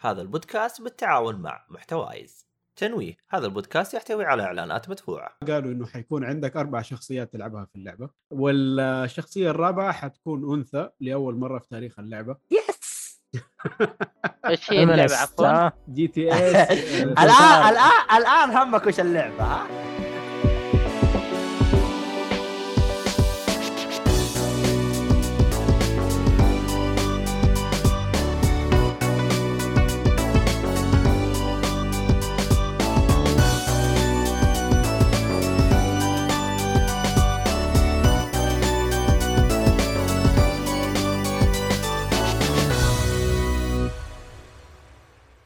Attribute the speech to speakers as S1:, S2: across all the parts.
S1: هذا البودكاست بالتعاون مع محتوايز تنويه هذا البودكاست يحتوي على اعلانات مدفوعه
S2: قالوا انه حيكون عندك اربع شخصيات تلعبها في اللعبه والشخصيه الرابعه حتكون انثى لاول مره في تاريخ اللعبه
S3: يس ايش هي
S4: أنا
S3: اللعبه
S4: لسه-
S3: عفوا؟
S2: جي تي إيه اس
S3: الان الان الان همك وش اللعبه ها؟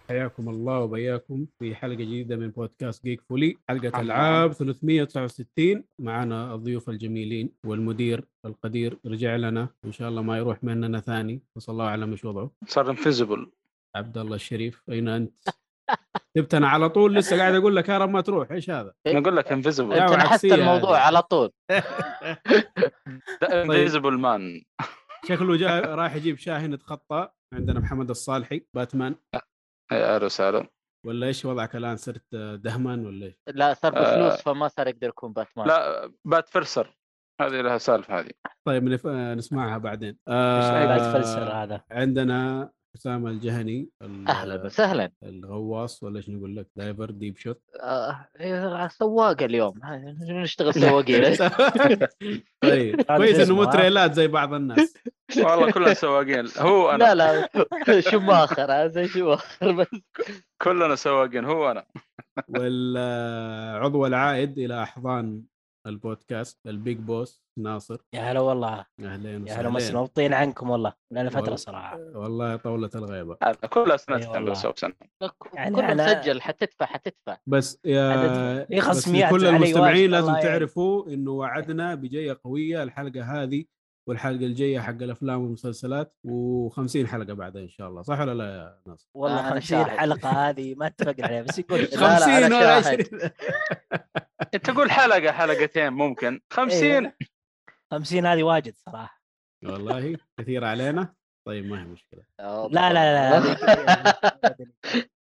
S2: حياكم الله وبياكم في حلقه جديده من بودكاست جيك فولي حلقه العاب 369 معنا الضيوف الجميلين والمدير القدير رجع لنا ان شاء الله ما يروح مننا ثاني بس الله اعلم ايش وضعه
S5: صار انفيزبل
S2: عبد الله الشريف اين انت؟ جبت انا على طول لسه قاعد اقول لك هرم ما تروح ايش هذا؟
S5: انا اقول لك انفيزبل
S2: لا،
S3: انت نحست
S2: عكسية
S3: الموضوع
S4: يعني.
S2: هذه.
S3: على طول
S5: ذا انفيزبل مان
S2: شكله جا راح يجيب شاحنة خطاء عندنا محمد الصالحي باتمان
S5: يا اهلا وسهلا
S2: ولا ايش وضعك الان صرت دهمن ولا ايش؟
S3: لا صار
S5: آه.
S3: بفلوس فما صار يقدر يكون باتمان
S5: لا بات فرسر هذه لها سالفه هذه
S2: طيب نف... نسمعها بعدين
S4: لا
S5: آه،
S4: تفلسر هذا
S2: عندنا حسام الجهني ال-
S3: اهلا
S5: آه.
S3: وسهلا
S2: الغواص ولا شنو نقول لك دايفر ديب شوت
S3: آه، هي سواقه اليوم ها، نشتغل سواقين
S2: طيب
S4: هذا
S2: كويس
S4: شو
S2: انه مو
S4: اسمه، ها؟
S2: تريلات زي بعض الناس
S5: والله كلنا سواقين هو انا
S3: لا لا شماخر هذا زي شماخر بس
S5: كلنا سواقين هو انا
S2: والعضو العائد الى احضان البودكاست البيج بوس ناصر
S4: يا هلا والله
S2: اهلين
S4: يا هلا
S2: وسهلين.
S4: مصنوطين عنكم والله لنا فتره
S2: والله.
S4: صراحه
S5: آه،
S2: والله طاولة الغيبة
S5: هذا كلنا سنه
S4: إي والله.
S5: تحمل سوسن
S4: يعني
S3: كله
S4: أنا-
S3: مسجل حتدفع حتدفع
S2: بس
S4: عدد-
S2: يا
S4: في
S2: بس
S4: خصميات
S2: لكل
S4: علي واجد
S2: المستمعين
S4: الله
S2: لازم
S4: يعين.
S2: تعرفوا انه وعدنا بجايه قويه الحلقه هذه والحلقه الجايه حق الافلام والمسلسلات و50 حلقه بعدها ان شاء الله صح ولا لا يا ناصر؟
S3: آه،
S4: والله
S3: أنا
S4: 50
S3: شاهد.
S4: حلقه هذه ما اتفقنا عليها بس يقول
S3: لا، لا،
S2: 50
S3: أنا
S2: ولا
S3: شاهد.
S2: 20
S5: انت قول حلقه حلقتين ممكن 50
S4: إيه. 50 هذه واجد صراحه
S2: والله كثير علينا طيب ما هي مشكله
S4: لا لا لا, لا.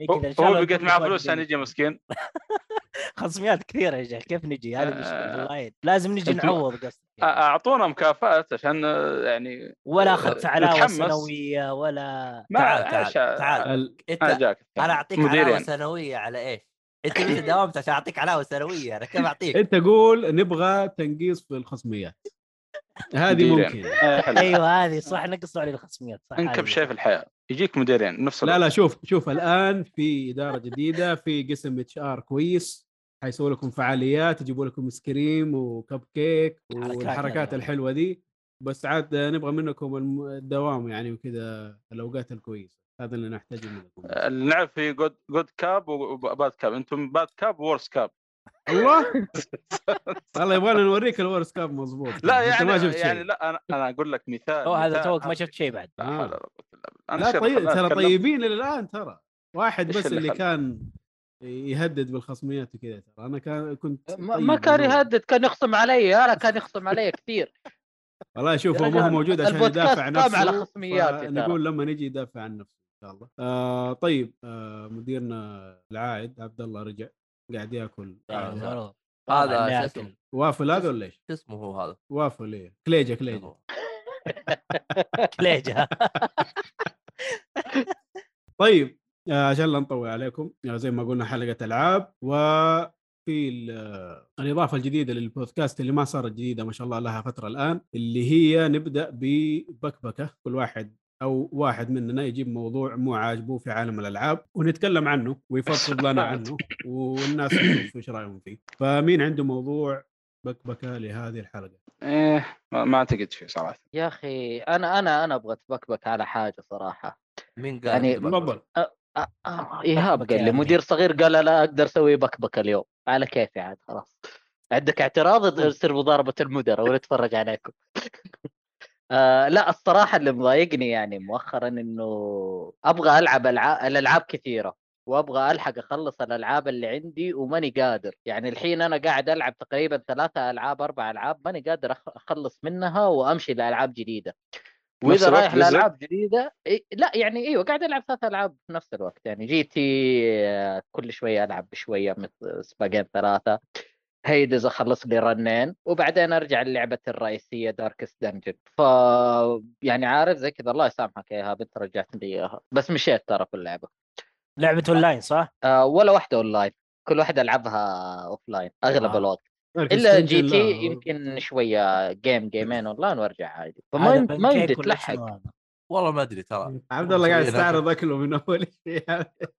S4: هي
S5: هو
S4: كذا إن شاء الله
S5: هو بقت
S4: نكون
S5: معاه
S4: واجد
S5: فلوس عشان
S4: يعني.
S5: يجي مسكين
S4: خصميات كثيره يا شيخ كيف نجي هذه
S5: آه.
S4: مشكله والله يد. لازم نجي
S5: أنتوا-
S4: نعوض قصدي
S5: أ- اعطونا مكافآت عشان آه، يعني
S4: ولا اخذت علاوه
S5: نتحمس.
S4: سنويه ولا
S5: ما
S1: تعال تعال
S5: عشان-
S1: تعال
S2: ال-
S5: انا
S1: انت
S5: جاك
S1: انا اعطيك
S5: مديرين.
S1: علاوه سنويه على ايش؟ انت متى داومت عشان اعطيك علاوه سنويه انا كيف اعطيك؟
S2: انت قول نبغى تنقيص في الخصميات هذه
S5: مديرين.
S2: ممكن
S5: آه، حلو.
S4: ايوه هذه صح نقصوا علي الخصميات صح هذه.
S5: انكب شيء في الحياه يجيك مديرين نفس
S2: لا لا شوف شوف الان في اداره جديده في قسم اتش ار كويس حيسووا لكم فعاليات يجيبوا لكم ايس كريم وكب كيك
S4: حركات
S2: والحركات
S4: يعني.
S2: الحلوه دي بس عاد نبغى منكم الم- الدوام يعني وكذا الاوقات الكويسه هذا اللي نحتاجه منكم
S5: اللي نعرف في جود جود كاب وباد كاب انتم باد كاب وورس كاب
S2: الله الله يبغانا نوريك الورس كاب مضبوط
S5: لا
S2: أنت
S5: يعني
S2: ما شفت
S5: يعني
S2: شيء.
S5: لا انا انا اقول لك مثال
S4: هو هذا
S5: مثال
S4: توك ما
S5: عن-
S4: شفت شيء بعد
S5: لا حول
S2: آه.
S5: ولا قوة إلا بالله. أنا
S2: لا
S5: شيخ،
S2: طيب
S5: خلنا
S2: ترى
S5: أتكلم.
S2: طيبين الى الان ترى واحد
S5: إيش
S2: بس
S5: اللي
S2: اللي
S5: خلى؟
S2: كان يهدد بالخصميات وكذا ترى انا كان كنت
S3: ما,
S2: طيب
S3: ما كان
S2: والله.
S3: يهدد كان يخصم علي انا كان يخصم علي كثير
S2: والله شوف
S3: يا
S2: هو ما هو
S3: رجال،
S2: موجود عشان
S3: البودكاست
S2: يدافع عن
S3: قام
S2: نفسه
S3: على خصمياتي ترى.
S2: نقول لما نجي يدافع عن نفسه ان شاء الله آه طيب آه مديرنا العائد عبد الله رجع قاعد ياكل
S4: يعني
S2: آه
S4: والله.
S1: هذا
S4: لا،
S1: شو اسمه
S2: وافل هذا ولا ايش؟
S1: شو اسمه هو هذا؟
S2: وافل ايه كليجه كليجه
S4: كليجه
S2: طيب آه عشان لا نطول عليكم آه زي ما قلنا حلقه العاب وفي ال- آه، الاضافه الجديده للبودكاست اللي ما صارت جديده ما شاء الله لها فتره الان اللي هي نبدا ببكبكه كل واحد او واحد مننا يجيب موضوع مو عاجبه في عالم الالعاب ونتكلم عنه ويفضفض لنا عنه والناس تشوف ايش رايهم فيه فمين عنده موضوع بكبكه لهذه الحلقه
S5: إيه ما- ما أعتقد شيء صراحة
S3: يا اخي انا انا انا ابغى اتبكبك على حاجه صراحه
S1: مين قال
S3: يعني-
S1: كذا بقى؟
S2: تفضل
S3: آه، آه، ايهاب
S4: بكبكة
S3: قال
S4: يا
S3: لي
S4: أخي.
S3: مدير صغير قال لا اقدر اسوي بكبكه اليوم على كيفي عاد خلاص عندك اعتراض ارسل مضاربه المدراء ونتفرج عليكم آه لا الصراحه اللي مضايقني يعني مؤخرا انه ابغى العب العاب الالعاب كثيره وابغى الحق اخلص الالعاب اللي عندي وماني قادر يعني الحين انا قاعد العب تقريبا ثلاثة العاب اربع العاب ماني قادر أخ- اخلص منها وامشي لالعاب جديده
S5: نفس
S3: واذا
S5: الوقت
S3: رايح
S5: نزل؟
S3: لالعاب جديده إي- لا يعني ايوه قاعد العب ثلاث العاب في نفس الوقت يعني جيتي آه، كل شويه العب بشويه مثل سباقين ثلاثه هيدز اخلص لي رنين وبعدين ارجع للعبه الرئيسيه داركست دنجن ف يعني عارف زي كذا الله يسامحك يا ايهاب انت رجعت لي اياها بس مشيت ترى في اللعبه
S4: لعبه اونلاين صح؟
S3: آه، ولا واحده اونلاين كل واحده العبها اوف لاين اغلب
S4: آه.
S3: الوقت
S2: دارك
S3: الا
S2: ستيشن
S3: جي
S2: لا.
S3: تي يمكن شويه جيم جيمين اونلاين وارجع عادي فما
S4: هذا
S3: يم- ما
S4: pancake
S3: يمدي
S4: ولا
S3: تلحق
S4: شنو هذا؟
S6: والله ما ادري ترى
S2: عبد الله
S3: إيه،
S2: قاعد يستعرض اكله من اول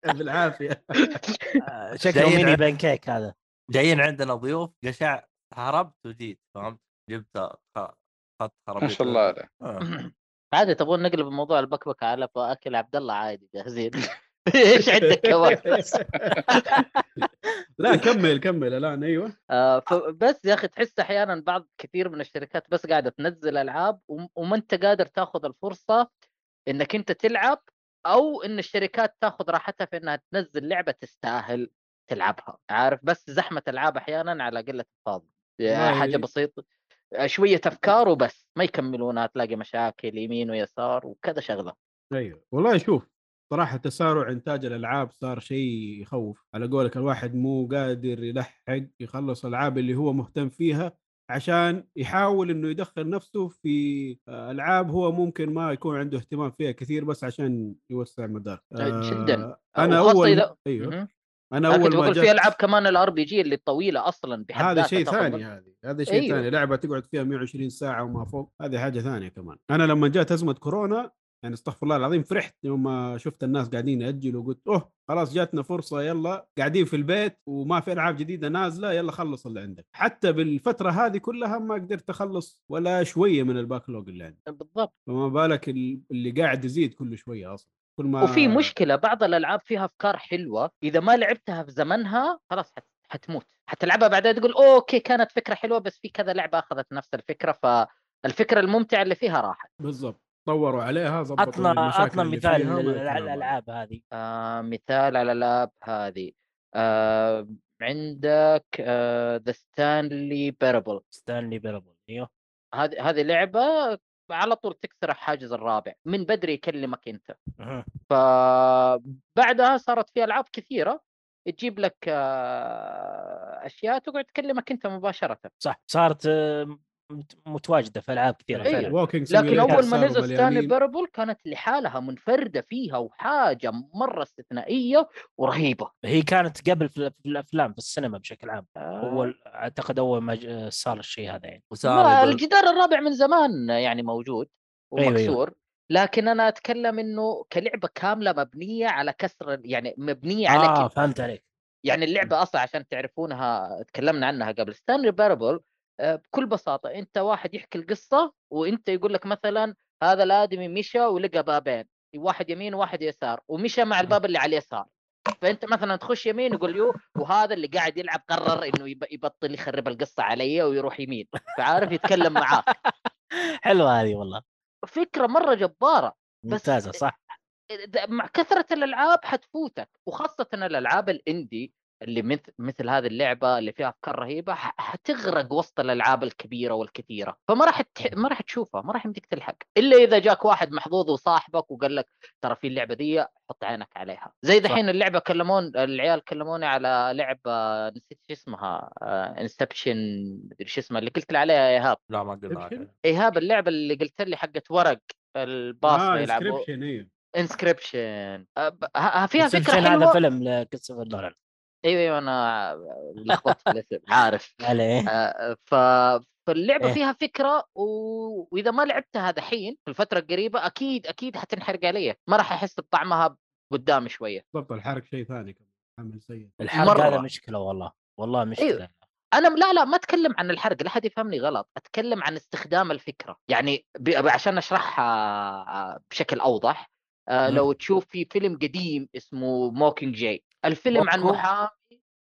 S2: بالعافيه
S4: آه، شكله
S6: جايين
S4: ميني
S6: عن-
S4: بانكيك هذا
S6: جايين عندنا ضيوف قشع هربت وجيت فهمت جبت خ- خط خرابيط
S5: ما
S2: طيب.
S5: شاء الله عليه
S6: آه.
S3: عادي تبغون نقلب موضوع البكبكه على اكل عبد الله عادي جاهزين ايش عندك كمان
S2: لا كمل كمل الان ايوه
S3: آه، فبس يا اخي تحس احيانا بعض كثير من الشركات بس قاعده تنزل العاب وم- وما انت قادر تاخذ الفرصه انك انت تلعب او ان الشركات تاخذ راحتها في انها تنزل لعبه تستاهل تلعبها عارف بس زحمه العاب احيانا على قله الفاضي
S2: والله
S3: حاجه
S2: ي-
S3: بسيطه شويه افكار وبس ما يكملونها تلاقي مشاكل يمين ويسار وكذا شغله
S2: ايوه والله شوف صراحة تسارع إنتاج الألعاب صار شيء يخوف على قولك الواحد مو قادر يلحق يخلص الألعاب اللي هو مهتم فيها عشان يحاول إنه يدخل نفسه في آه، ألعاب هو ممكن ما يكون عنده اهتمام فيها كثير بس عشان يوسع مدار
S3: آه، جداً.
S2: أنا
S3: وخاصة
S2: أول
S3: إذا-
S2: أيوه
S3: مهم.
S2: أنا
S3: انا
S2: أول
S3: كنت
S2: ما
S3: بقول في العاب
S2: جت
S3: كمان الار بي جي اللي طويله اصلا بحد
S2: هذا
S3: ذاتها
S2: شيء
S3: تاخذ
S2: ثاني
S3: وقت.
S2: هذه هذا شيء
S3: أيوه.
S2: ثاني لعبه تقعد فيها 120 ساعه وما فوق هذه حاجه ثانيه كمان انا لما جات ازمه كورونا يعني استغفر الله العظيم فرحت لما شفت الناس قاعدين ياجلوا وقلت اوه خلاص جاتنا فرصه يلا قاعدين في البيت وما في العاب جديده نازله يلا خلص اللي عندك حتى بالفتره هذه كلها ما قدرت اخلص ولا شويه من الباكلوج اللي عندي
S3: بالضبط
S2: فما بالك ال- اللي قاعد يزيد كل شويه اصلا كل ما
S3: وفي مشكله بعض الالعاب فيها افكار حلوه اذا ما لعبتها في زمنها خلاص حت... حتموت حتلعبها بعدين تقول اوكي كانت فكره حلوه بس في كذا لعبه اخذت نفس الفكره فالفكره الممتعه اللي فيها راحت
S2: بالضبط طوروا عليها ظبطوا
S4: عطنا
S2: المشاكل
S4: عطنا
S2: اللي
S4: مثال
S2: فيها، ما
S4: لل-
S2: يكون
S4: على
S2: على بعض.
S4: الالعاب هذه
S3: آه مثال على الالعاب هذه آه عندك آه، ذا ستانلي بيربل
S4: ستانلي بيربل ايوه
S3: هذه هذه لعبه على طول تكسر الحاجز الرابع من بدري يكلمك انت
S4: مهم.
S3: فبعدها صارت في العاب كثيره تجيب لك آه، اشياء تقعد تكلمك انت مباشره
S4: صح صارت آه، مت- متواجده في العاب كثيره
S3: أيوة.
S4: فعلا
S2: Walking
S3: لكن
S2: Simulator
S3: اول ما
S2: صاروا
S3: نزل ستانلي
S2: مليانين.
S3: بيربل كانت لحالها منفرده فيها وحاجه مره استثنائيه ورهيبه
S4: هي كانت قبل في ال- في الافلام في السينما بشكل عام
S3: آه،
S4: اول اعتقد اول ما ج- آه، صار الشيء هذا يعني
S3: ما
S6: وسام يقول
S3: الجدار الرابع من زمان يعني موجود
S4: أيوة، أيوة.
S3: ومكسور لكن انا اتكلم انه كلعبه كامله مبنيه على كسر يعني مبنيه على
S4: اه
S3: كده.
S4: فهمت عليك
S3: يعني اللعبه اصلا عشان تعرفونها تكلمنا عنها قبل ستانلي باربل بكل بساطه انت واحد يحكي القصه وانت يقول لك مثلا هذا الادمي مشى ولقى بابين واحد يمين وواحد يسار ومشى مع الباب اللي على اليسار فانت مثلا تخش يمين يقول يو وهذا اللي قاعد يلعب قرر انه يب- يبطل يخرب القصه علي ويروح يمين فعارف يتكلم معاك
S4: حلوه هذه والله
S3: فكره مره جباره بس-
S4: ممتازه صح
S3: إذا- مع كثرة الألعاب حتفوتك وخاصة الألعاب الإندي اللي مثل مثل هذه اللعبة اللي فيها أفكار رهيبة ح- حتغرق وسط الألعاب الكبيرة والكثيرة فما راح تح... ما راح تشوفها ما راح يمديك تلحق إلا إذا جاك واحد محظوظ وصاحبك وقال لك ترى في اللعبة دي حط عينك عليها زي دحين اللعبة كلمون العيال كلموني على لعبة نسيت شو اسمها آه، انسبشن شو اسمها اللي قلت لي عليها يا إيهاب
S6: لا ما قلنا عليه.
S3: إيهاب اللعبة اللي قلت لي حقت ورق الباص
S2: اه
S3: يلعبوا
S2: انسكربشن ايوه
S3: انسكربشن فيها فكره
S4: Inception
S3: حلوه
S4: هذا فيلم لكريستوفر نولان
S3: ايوه ايوه انا لخبطت في الاسم عارف
S4: عليه
S3: آه، ف فاللعبه
S4: إيه.
S3: فيها فكره و... واذا ما لعبتها دحين في الفتره القريبه اكيد اكيد حتنحرق علي ما راح احس بطعمها قدام شويه
S2: بالضبط الحرق شيء ثاني كمان عامل سيء
S4: الحرق هذا
S3: مرة. أيوه.
S4: مشكله والله والله مشكله
S3: انا لا لا ما اتكلم عن الحرق لا حد يفهمني غلط اتكلم عن استخدام الفكره يعني ب... ب- عشان اشرحها بشكل اوضح آه،
S4: مم.
S3: لو تشوف في فيلم قديم اسمه موكينج جاي الفيلم عن
S4: أوكو.
S3: محامي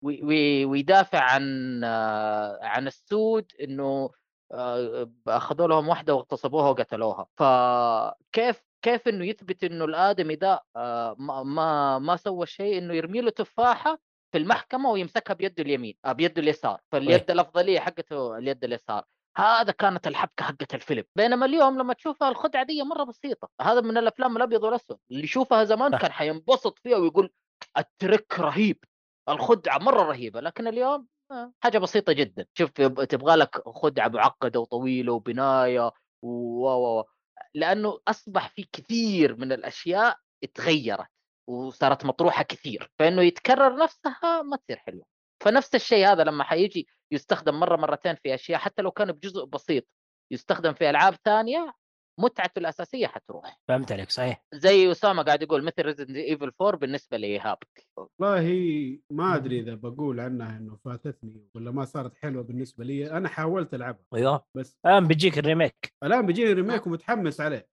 S3: وي- وي- ويدافع عن آه، عن السود انه آه، اخذوا لهم واحده واغتصبوها وقتلوها فكيف كيف انه يثبت انه الادمي ده آه، ما ما, ما سوى شيء انه يرمي له تفاحه في المحكمه ويمسكها بيده اليمين آه، بيده اليسار فاليد الافضليه حقته اليد اليسار هذا كانت الحبكه حقت الفيلم بينما اليوم لما تشوفها الخدعه دي مره بسيطه هذا من الافلام الابيض والاسود اللي يشوفها زمان
S4: صح.
S3: كان حينبسط فيها ويقول الترك رهيب الخدعه مره رهيبه لكن اليوم آه، حاجه بسيطه جدا شوف يب- تبغى لك خدعه معقده وطويله وبنايه و و- و لانه اصبح في كثير من الاشياء اتغيرت وصارت مطروحه كثير فانه يتكرر نفسها ما تصير حلوه فنفس الشيء هذا لما حيجي يستخدم مره مرتين في اشياء حتى لو كان بجزء بسيط يستخدم في العاب ثانيه متعته الاساسيه حتروح
S4: فهمت عليك صحيح
S3: زي اسامه قاعد يقول مثل ريزدنت ايفل 4 بالنسبه لايهاب
S2: والله ما ادري اذا بقول عنها انه فاتتني ولا ما صارت حلوه بالنسبه لي انا حاولت العبها
S4: ايوه
S2: بس
S4: الان بيجيك الريميك
S2: الان بيجيني
S3: آه.
S2: ريميك ومتحمس عليه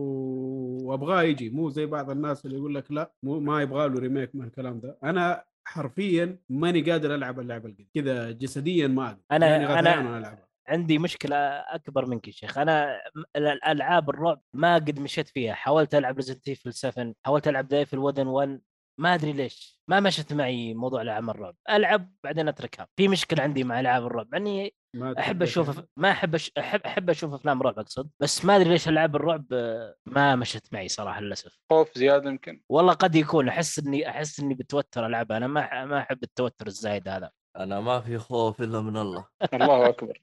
S2: و- وابغاه يجي مو زي بعض الناس اللي يقول لك لا مو ما يبغى له ريميك من الكلام ده انا حرفيا ماني قادر العب اللعبه القديمه كذا جسديا ما اقدر
S4: أنا-
S2: يعني غثيان
S4: أنا-
S2: وأنا ألعبها.
S4: عندي مشكله اكبر منك يا شيخ انا م- ال- الالعاب الرعب ما قد مشيت فيها حاولت العب ريزنت ايفل 7 حاولت العب ضيف الوذن 1 ما ادري ليش ما مشت معي موضوع العاب الرعب العب بعدين اتركها في مشكله عندي مع العاب الرعب اني
S2: ما
S4: احب
S2: تحبها
S4: اشوف
S2: يعني.
S4: أف- ما احب أش- احب احب اشوف افلام رعب اقصد بس ما ادري ليش العاب الرعب آه، ما مشت معي صراحه للاسف
S5: خوف زياده يمكن
S4: والله قد يكون احس اني احس اني بتوتر العبها انا ما أح- ما احب التوتر الزايد هذا
S6: انا ما في خوف الا من الله
S5: الله اكبر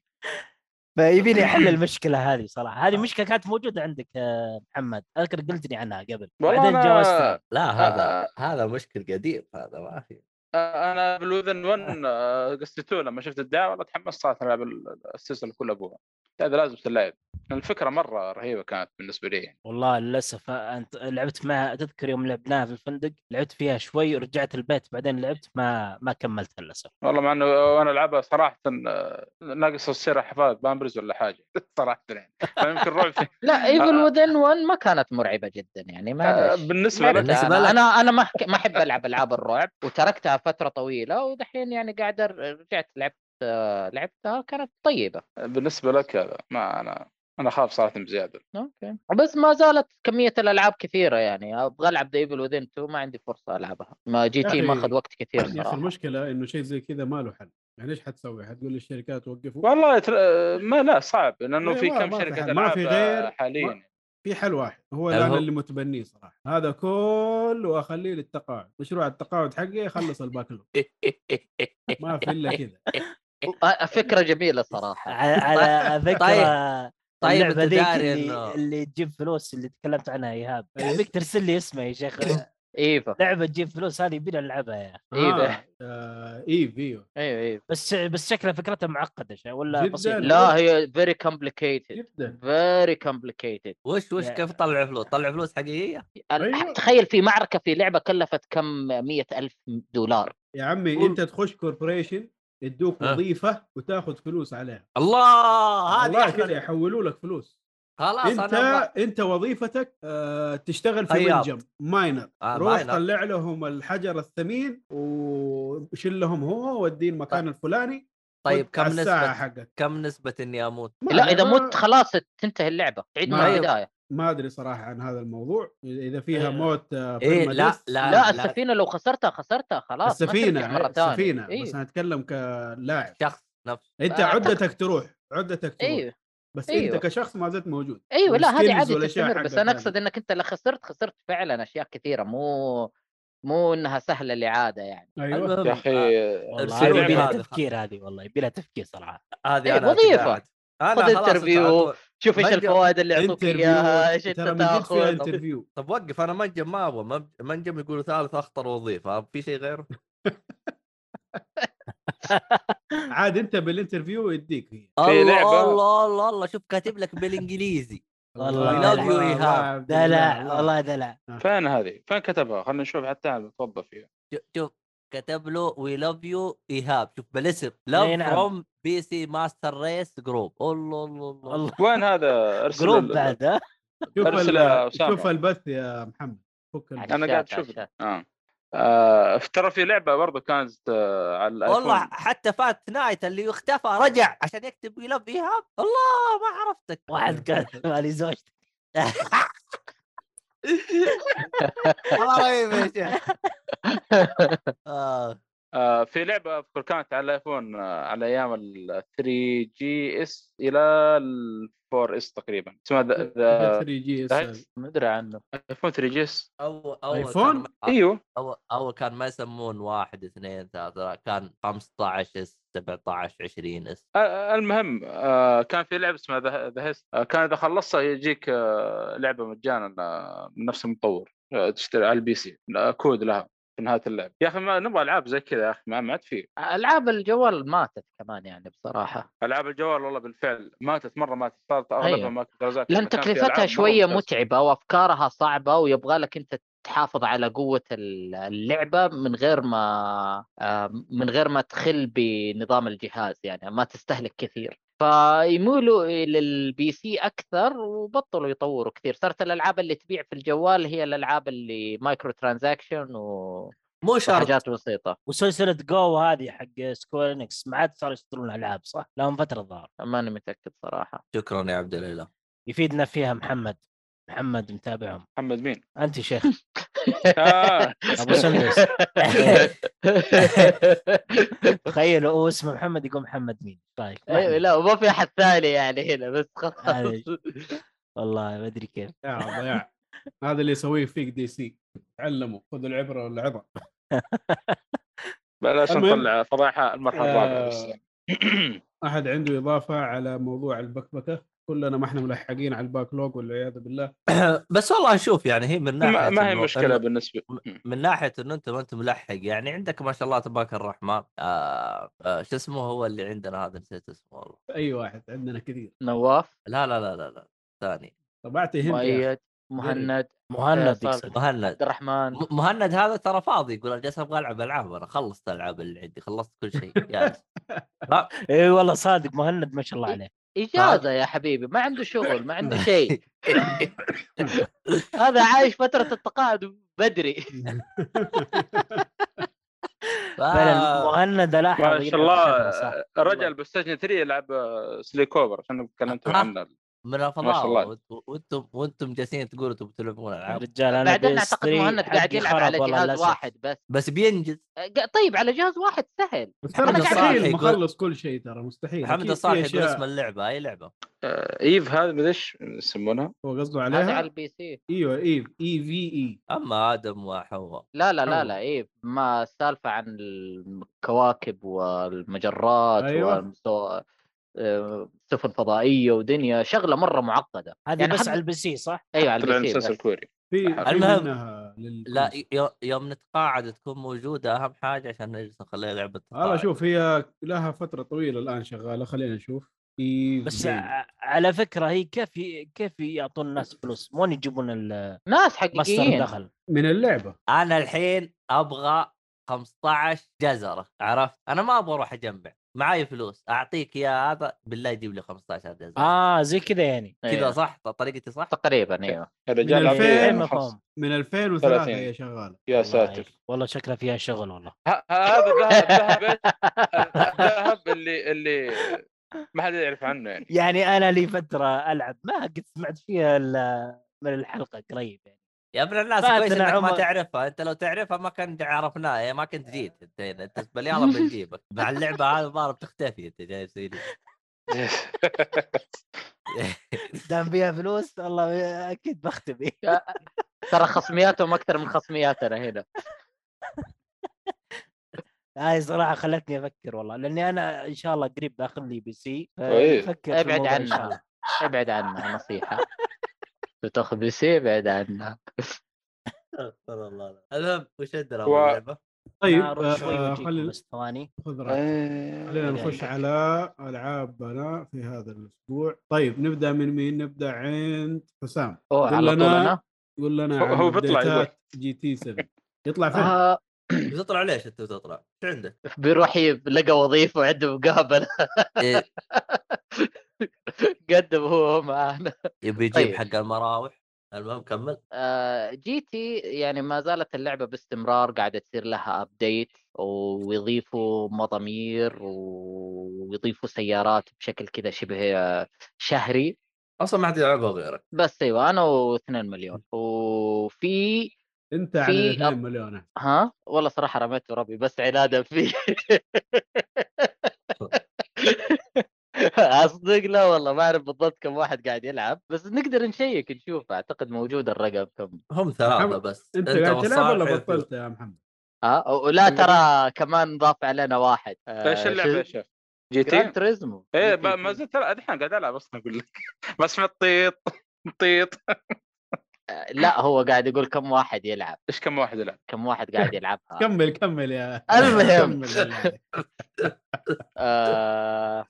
S4: فيبيني احل المشكله هذه صراحه
S6: آه.
S4: هذه مشكله كانت موجوده عندك يا محمد اذكر قلت لي عنها قبل
S5: والله
S4: بعدين
S5: أنا-
S4: جاوزتني
S6: لا
S5: آه،
S6: هذا
S5: آه.
S6: هذا مشكل قديم هذا ما في
S5: آه، انا بالاذن 1 آه، قصته لما شفت الدعوه والله تحمست صارت العب ال- السلسله كلها ابوها هذا لازم تلعب الفكره مره رهيبه كانت بالنسبه لي يعني.
S4: والله للاسف انت لعبت معها تذكر يوم لعبناها في الفندق لعبت فيها شوي ورجعت البيت بعدين لعبت ما ما كملتها للاسف
S5: والله مع انه وانا العبها صراحه آه، ناقص السيره حفاظ بامبرز ولا حاجه صراحه يعني فيمكن رعب في-
S3: لا ايفل
S5: آه.
S3: وذن 1 ما كانت مرعبه جدا يعني
S5: آه،
S3: ما
S5: بالنسبه لك
S3: بالنسبة
S6: بالنسبة
S3: أنا,
S6: لك.
S3: انا انا ما أحك- ما احب العب العاب الرعب وتركتها فتره طويله ودحين يعني قاعد أر- رجعت لعبت آه، لعبتها كانت طيبه
S5: بالنسبه لك هذا ما انا انا اخاف صراحه بزياده
S3: اوكي بس ما زالت كميه الالعاب كثيره يعني ابغى العب ذا ايفل وذن 2 ما عندي فرصه العبها ما جي
S2: يا
S3: تي ما
S2: أخي-
S3: اخذ وقت كثير
S2: يا اخي
S3: صراحه
S2: المشكله انه شيء زي كذا ما له حل يعني ايش حتسوي؟ حتقول للشركات وقفوا
S5: والله تر... آه، ما لا صعب لانه
S2: إيه،
S5: في
S2: ما-
S5: كم
S2: ما في
S5: شركه
S2: حل.
S5: العاب
S2: ما في غير-
S5: آه، حاليا
S2: ما- في حل واحد هو
S6: هل
S2: اللي انا
S6: هو-
S2: اللي متبنيه صراحه هذا كله اخليه للتقاعد مشروع التقاعد حقي يخلص الباكلوج
S6: طيب، إيه.
S2: ما في الا كذا
S3: آه، فكره جميله صراحه
S4: على- على
S6: طيب.
S4: ذكرى
S6: طيب
S4: اللعبه
S6: انت
S4: ذيك
S6: داري
S4: اللي,
S6: إنه-
S4: اللي تجيب فلوس اللي تكلمت عنها ايهاب ابيك ترسل لي اسمها يا شيخ
S3: ايفا
S4: لعبه تجيب فلوس هذه يبينا نلعبها يا
S6: إيه
S3: إيوه.
S2: آه، آه، ايف ايوه
S3: ايوه ايوه
S4: بس بس شكلها فكرتها معقده شوي ولا
S2: جداً.
S4: بسيطه
S3: لا هي فيري كومبليكيتد
S6: إيه.
S2: جدا
S3: فيري كومبليكيتد
S6: وش وش
S4: يا-
S6: كيف طلع فلوس؟ طلع فلوس حقيقيه؟
S2: أيوة.
S3: تخيل في معركه في لعبه كلفت كم مية ألف دولار
S2: يا عمي انت تخش كوربوريشن يدوك
S6: آه.
S2: وظيفه وتاخذ فلوس عليها
S6: الله هذه
S2: والله كذا
S6: احلى
S2: يحولوا لك فلوس
S6: خلاص
S2: انت
S6: انا
S2: انت وظيفتك آه، تشتغل في
S6: خياط.
S2: منجم ماينر
S6: آه،
S2: روح
S6: ماينر.
S2: طلع لهم الحجر الثمين وشيل لهم هو وديه المكان الفلاني
S6: طيب
S2: وانت على
S6: كم
S2: الساعه
S6: نسبه
S2: حقك
S6: كم نسبه اني اموت؟
S2: ما
S3: لا
S2: أدري،
S3: اذا
S2: ما-
S3: مت خلاص تنتهي اللعبه تعيد من
S2: أيوة. ما-
S3: البدايه
S2: ما ادري صراحه عن هذا الموضوع اذا فيها
S4: إيه.
S2: موت آه،
S6: إيه،
S2: permadeath.
S6: لا، لا،
S3: لا السفينه لو خسرتها خسرتها خلاص ما ترجع
S2: السفينه
S3: مره
S2: إيه،
S3: ثانيه
S2: السفينه
S3: إيه.
S2: بس انا اتكلم كلاعب
S6: شخص نفسه
S2: انت
S3: آه،
S2: عدتك تروح عدتك تروح
S3: ايوه
S2: بس
S3: أيوه.
S2: انت كشخص ما زلت موجود
S3: ايوه لا هذه
S2: والskills
S3: عادي
S2: والأشياء
S3: تستمر بس
S2: حقك
S3: انا
S2: هذه.
S3: اقصد انك انت لا خسرت خسرت فعلا اشياء كثيره مو مو انها سهله الاعاده يعني
S2: ايوه
S6: المهم،
S5: يا اخي
S6: آه،
S4: والله
S6: ارسلوا
S4: هذه
S5: لي
S4: يبي لها
S6: هذا.
S4: تفكير هذه والله يبي لها تفكير صراحه
S6: هذه
S3: إيه،
S6: انا
S3: وظيفة.
S6: تقاعد. انا
S3: خذ
S6: خلاص
S3: interview.
S6: أتقاعد.
S3: شوف ايش
S6: ما يجي-
S3: الفوائد اللي يعطوك اياها ايش
S2: انترفيو
S3: انت
S2: ترى من جد فيها
S3: تاخذ
S2: انترفيو
S6: طب وقف انا منجم ما ابغى منج- منجم يقولوا ثالث اخطر وظيفه في شيء غيره؟
S2: عاد انت بالانترفيو يديك هي
S5: في
S6: الله
S5: لعبة-
S6: الله الله الله شوف كاتب لك بالانجليزي
S4: والله
S6: I love you،
S2: الله،
S6: إيهاب.
S2: الله، عبد
S4: دلع
S2: الله،
S4: والله دلع
S5: فين هذه؟ فين كتبها؟ خلينا نشوف حتى نتوظف فيها
S6: شوف- شوف كتب له وي لاف يو ايهاب شوف بالاسم
S4: أي
S6: لاف
S4: نعم.
S6: فروم بي سي ماستر ريس جروب الله الله الله
S4: والله
S5: وين هذا ارسل
S4: جروب
S5: ال-
S4: بعد ها
S2: شوف ال-
S5: أرسل أسامة.
S2: شوف البث يا محمد فك البث.
S5: انا قاعد
S3: عشان-
S5: اشوف
S3: عشان.
S5: آه. آه. ترى في لعبه برضو كانت آه على الآيفون.
S6: والله حتى فات نايت اللي اختفى رجع عشان يكتب وي لاف ايهاب الله ما عرفتك
S4: واحد قال مالي زوجتي
S6: والله رهيب يا شيخ آه.
S5: آه، في لعبه اذكر كانت على الايفون آه، على ايام ال 3 جي اس الى ال 4 اس تقريبا اسمها ذا- ذا
S2: 3 جي اس
S5: هاي-
S3: ما ادري عنه
S5: ايفون 3 جي اس
S6: اول اول
S2: آيفون؟
S6: كان-
S5: ايوه
S6: اول اول كان ما يسمون واحد اثنين ثلاثه لا، كان 15 اس 17 20 اس
S5: آه، المهم آه، كان في لعبه اسمها ذا ذا هيست آه، كان اذا خلصتها يجيك آه، لعبه مجانا آه، من نفس المطور آه، تشتري على البي سي آه، كود لها في نهايه اللعب يا اخي ما نبغى العاب زي كذا يا اخي ما ما عاد في
S3: العاب الجوال ماتت كمان يعني بصراحه
S5: العاب الجوال والله بالفعل ماتت مره ماتت صارت اغلبها
S3: أيوة.
S5: أيوه. مايكروترانزاكشن
S3: لان
S5: كان في
S3: تكلفتها
S5: ألعاب مرة
S3: شويه
S5: ممتازة.
S3: متعبه وافكارها صعبه ويبغى لك انت تحافظ على قوه ال- اللعبه من غير ما آه، من غير ما تخل بنظام الجهاز يعني ما تستهلك كثير فيميلوا للبي سي اكثر وبطلوا يطوروا كثير صارت الالعاب اللي تبيع في الجوال هي الالعاب اللي مايكرو ترانزاكشن و...
S6: مو شرط
S3: وحاجات بسيطه
S4: وسلسله جو هذه حق سكويرنكس ما عاد صاروا يصدرون العاب صح؟ لهم فتره الظاهر
S3: ماني متاكد صراحه
S6: شكرا يا عبد الاله
S4: يفيدنا فيها محمد محمد متابعهم
S5: محمد مين؟
S4: انت يا شيخ
S5: آه،
S4: ابو سندس تخيل هو اسمه محمد يقول محمد مين طيب
S3: أيوة،
S4: محمد.
S3: لا ما في احد ثاني يعني هنا بس خلاص
S4: هذا- والله ما ادري كيف
S2: يا ضياع هذا اللي يسويه فيك دي سي تعلموا خذوا العبره والعظه
S5: بلاش
S2: المهم.
S5: نطلع فضايحها المرحله الرابعه
S2: آه،
S5: بس
S2: احد عنده اضافه على موضوع البكبكه كلنا ما احنا ملحقين على الباك لوج والعياذ بالله
S6: بس والله اشوف يعني هي من
S2: نعم،
S6: ناحيه
S5: ما, ما هي
S6: إنه-
S5: مشكله بالنسبه
S6: من ناحيه انه انت ما انت ملحق يعني عندك ما شاء الله تبارك الرحمن آه آه شو اسمه هو اللي عندنا هذا نسيت اسمه والله
S2: اي واحد عندنا كثير
S3: نواف
S6: لا لا لا لا لا ثاني
S2: طب اعطي هند يا أخي.
S3: مؤيد مهند
S4: مهند
S3: صار-
S4: يقصد
S6: مهند
S3: عبد الرحمن
S6: م- مهند هذا ترى فاضي يقول انا جالس ابغى العب العاب انا خلصت الالعاب اللي عندي خلصت كل شيء جالس
S4: اي إيه، والله صادق مهند ما شاء الله عليه
S3: اجازه يا حبيبي ما عنده شغل ما عنده شيء هذا عايش فتره التقاعد بدري
S6: ف-
S3: آه.
S4: فعلا مهند لاحظ
S5: ما
S4: يلعب
S5: شاء الله
S4: خبرة، صح.
S5: رجع البلاي ستيشن 3 يلعب سليكوبر عشان تكلمت
S6: آه.
S5: عنه
S6: من
S5: ما
S6: الفضاء
S5: شاء الله.
S6: وانت- وانتم وانتم جالسين تقولوا تبوا تلعبون العاب
S4: رجال انا
S3: بعدين
S4: PS3
S3: اعتقد مهند قاعد
S4: حقي
S3: يلعب على
S4: خرب والله
S3: جهاز
S4: للأسف.
S3: واحد بس
S6: بس بينجز
S3: ق- طيب على جهاز واحد سهل
S2: بس
S3: أنا
S2: ترى
S3: قاعد أقول-
S2: مستحيل
S6: يقول-
S2: مخلص كل شيء ترى مستحيل
S6: محمد
S2: أكيد في
S6: الصالح يقول
S2: أشياء
S6: اسم اللعبه اي لعبه
S5: آه، ايف هذا مدري ايش يسمونها
S2: هو قصده
S3: هذا على
S2: عليها
S3: البي سي
S2: ايوه ايف اي في اي
S6: اما ادم وحواء
S3: لا لا لا
S2: أيوة.
S3: لا ايه ما السالفه عن الكواكب والمجرات
S2: أيوة.
S3: والمستوى آه، سفن فضائيه ودنيا شغله مره معقده
S4: هذه
S3: يعني
S4: بس
S3: حتى-
S4: على البي سي صح؟
S3: ايوه على
S5: طلع
S3: البي سي
S5: المسلسل
S3: بس.
S5: الكوري
S2: في في
S6: المهم-
S2: منها لل-
S6: لا ي- يوم نتقاعد تكون موجوده اهم حاجه عشان نجلس نخليها لعبه
S2: والله
S6: تقاعد
S2: شوف هي لها فتره طويله الان شغاله خلينا نشوف ايف
S4: بس
S2: جيم.
S4: ع- على فكره هي كيف كيف يعطون الناس فلوس؟ وين يجيبون ال-
S3: ناس
S4: مصدر
S3: حقيقيين
S4: دخل؟
S2: من اللعبه
S6: انا الحين ابغى 15 جزره عرفت انا ما ابغى اروح اجمع معاي فلوس اعطيك يا هذا بالله يجيب لي 15 جزره
S4: اه زي كذا يعني
S6: كذا
S3: أيوة.
S6: صح طريقتي صح
S3: تقريبا ايوه
S5: الرجال
S2: من الفيلم.
S5: عمليا
S4: غير
S2: إيه،
S5: خاص.
S4: مفهوم
S2: من 2003
S5: 30.
S2: هي شغاله
S5: يا
S4: والله
S5: ساتر
S4: عليك. والله شكلها فيها شغل والله
S5: ه- هذا الذهب الذهب إيش؟ الذهب اللي اللي ما حد يعرف عنه يعني
S4: يعني انا لي فتره العب ما قد سمعت فيها الا من الحلقه قريب يعني
S6: يا ابن الناس
S4: فاتنا
S6: كويس انك ما
S4: عمر.
S6: تعرفها انت لو تعرفها ما كنت عرفناها يعني ما كنت جيت انت هنا انت تقول يلا بنجيبك مع اللعبه هذه الظاهر بتختفي انت جاي تسوي لي
S4: دام فيها فلوس والله اكيد بختبي
S3: ترى خصمياتهم اكثر من خصمياتنا هنا
S4: هاي صراحه خلتني افكر والله لاني انا ان شاء الله قريب باخذ لي بي سي
S5: طيب.
S4: فافكر في
S3: ابعد
S4: الموضوع إن شاء الله.
S3: عنها ابعد عنها نصيحه بتاخذ بي سي ابعد عنها
S6: استغفر الله العظيم. المهم وش عندنا
S5: و-
S6: أول لعبه؟
S2: طيب
S4: أنا أروح شوي
S2: آه
S4: وأجيكم
S2: خلينا
S4: بس ثواني
S2: خذ راحتك. خلينا
S5: إيه.
S2: نخش على العابنا في هذا الاسبوع طيب نبدا من مين نبدا عند حسام
S3: اوه على طول
S2: كلنا-
S3: انا
S2: قول لنا
S5: هو-
S2: عن
S5: هو بيطلع يقول.
S2: updateات جي تي 7 يطلع فين
S3: آه
S6: بتطلع ليش انت بتطلع؟ ايش عندك؟
S3: بيروح يب- لقى وظيفه وعنده مقابله
S6: إيه،
S3: قدم هو معانا
S6: يبي يجيب
S3: طيب.
S6: حق المراوح المهم كمل
S3: آه، جي تي يعني ما زالت اللعبه باستمرار قاعده تصير لها ابديت ويضيفوا مضامير ويضيفوا سيارات بشكل كذا شبه آه، شهري أيوة،
S6: اصلا ما حد يلعبها غيرك
S3: بس ايوه انا و2 مليون وفي
S2: انت على
S3: في
S2: 2 مليون
S3: ها والله صراحه رميت ربي بس عنادا فيه اصدق لا والله ما اعرف بالضبط كم واحد قاعد يلعب بس نقدر نشيك نشوف اعتقد موجود الرقم كم
S6: هم ثلاثه
S2: محمد،
S6: بس
S2: انت قاعد تلعب ولا
S6: والصالح
S2: بطلت يا محمد؟
S3: ها ولا ترى كمان ضاف علينا واحد آه،
S5: ايش اللعبه يا شيخ؟ جي
S3: جران
S5: تي؟
S3: تريزمو
S5: ايه
S3: جي تي.
S5: ما زلت الحين قاعد العب اصلا اقول لك بس مطيط مطيط
S3: لا هو قاعد يقول كم واحد يلعب
S5: ايش كم واحد يلعب؟
S3: كم واحد قاعد يلعبها
S2: كمل كمل يا
S3: المهم.
S2: كمل والله.
S3: آه،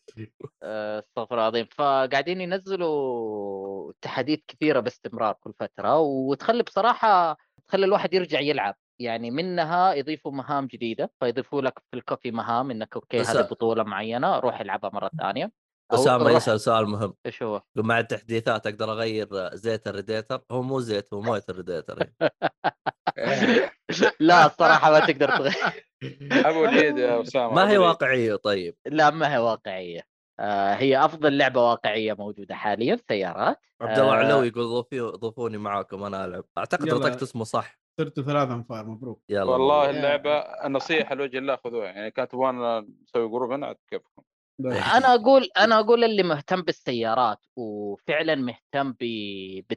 S3: آه، استغفر الله العظيم فقاعدين ينزلوا تحديث كثيره باستمرار كل فتره وتخلي بصراحه تخلي الواحد يرجع يلعب يعني منها يضيفوا مهام جديده فيضيفوا لك في الكوفي مهام انك اوكي
S6: بس-
S3: هذه بطوله معينه روح العبها مره ثانيه أو
S6: اسامه
S3: روح-
S6: يسال سؤال مهم
S3: ايش هو؟
S6: يقول مع التحديثات اقدر اغير زيت الريديتر هو مو زيت هو مويه الريديتر
S5: إيه.
S3: لا الصراحه ما تقدر تغير
S5: ابو اليد يا اسامه
S6: ما هي
S5: أبو اليد.
S6: واقعيه طيب
S3: لا ما هي واقعيه آه، هي افضل لعبه واقعيه موجوده حاليا سيارات
S6: عبد الله
S3: آه.
S6: علوي يقول ضيفي- ضيفوني معاكم انا العب اعتقد
S2: يلا.
S6: نطقت اسمه صح
S2: صرتوا ثلاثة انفار مبروك
S6: يلا
S5: والله
S6: مبروك.
S5: اللعبه نصيحه لوجه الله خذوها يعني كانت تبغانا نسوي جروب هنا عاد كيفكم
S3: انا اقول انا اقول اللي مهتم بالسيارات وفعلا مهتم ب...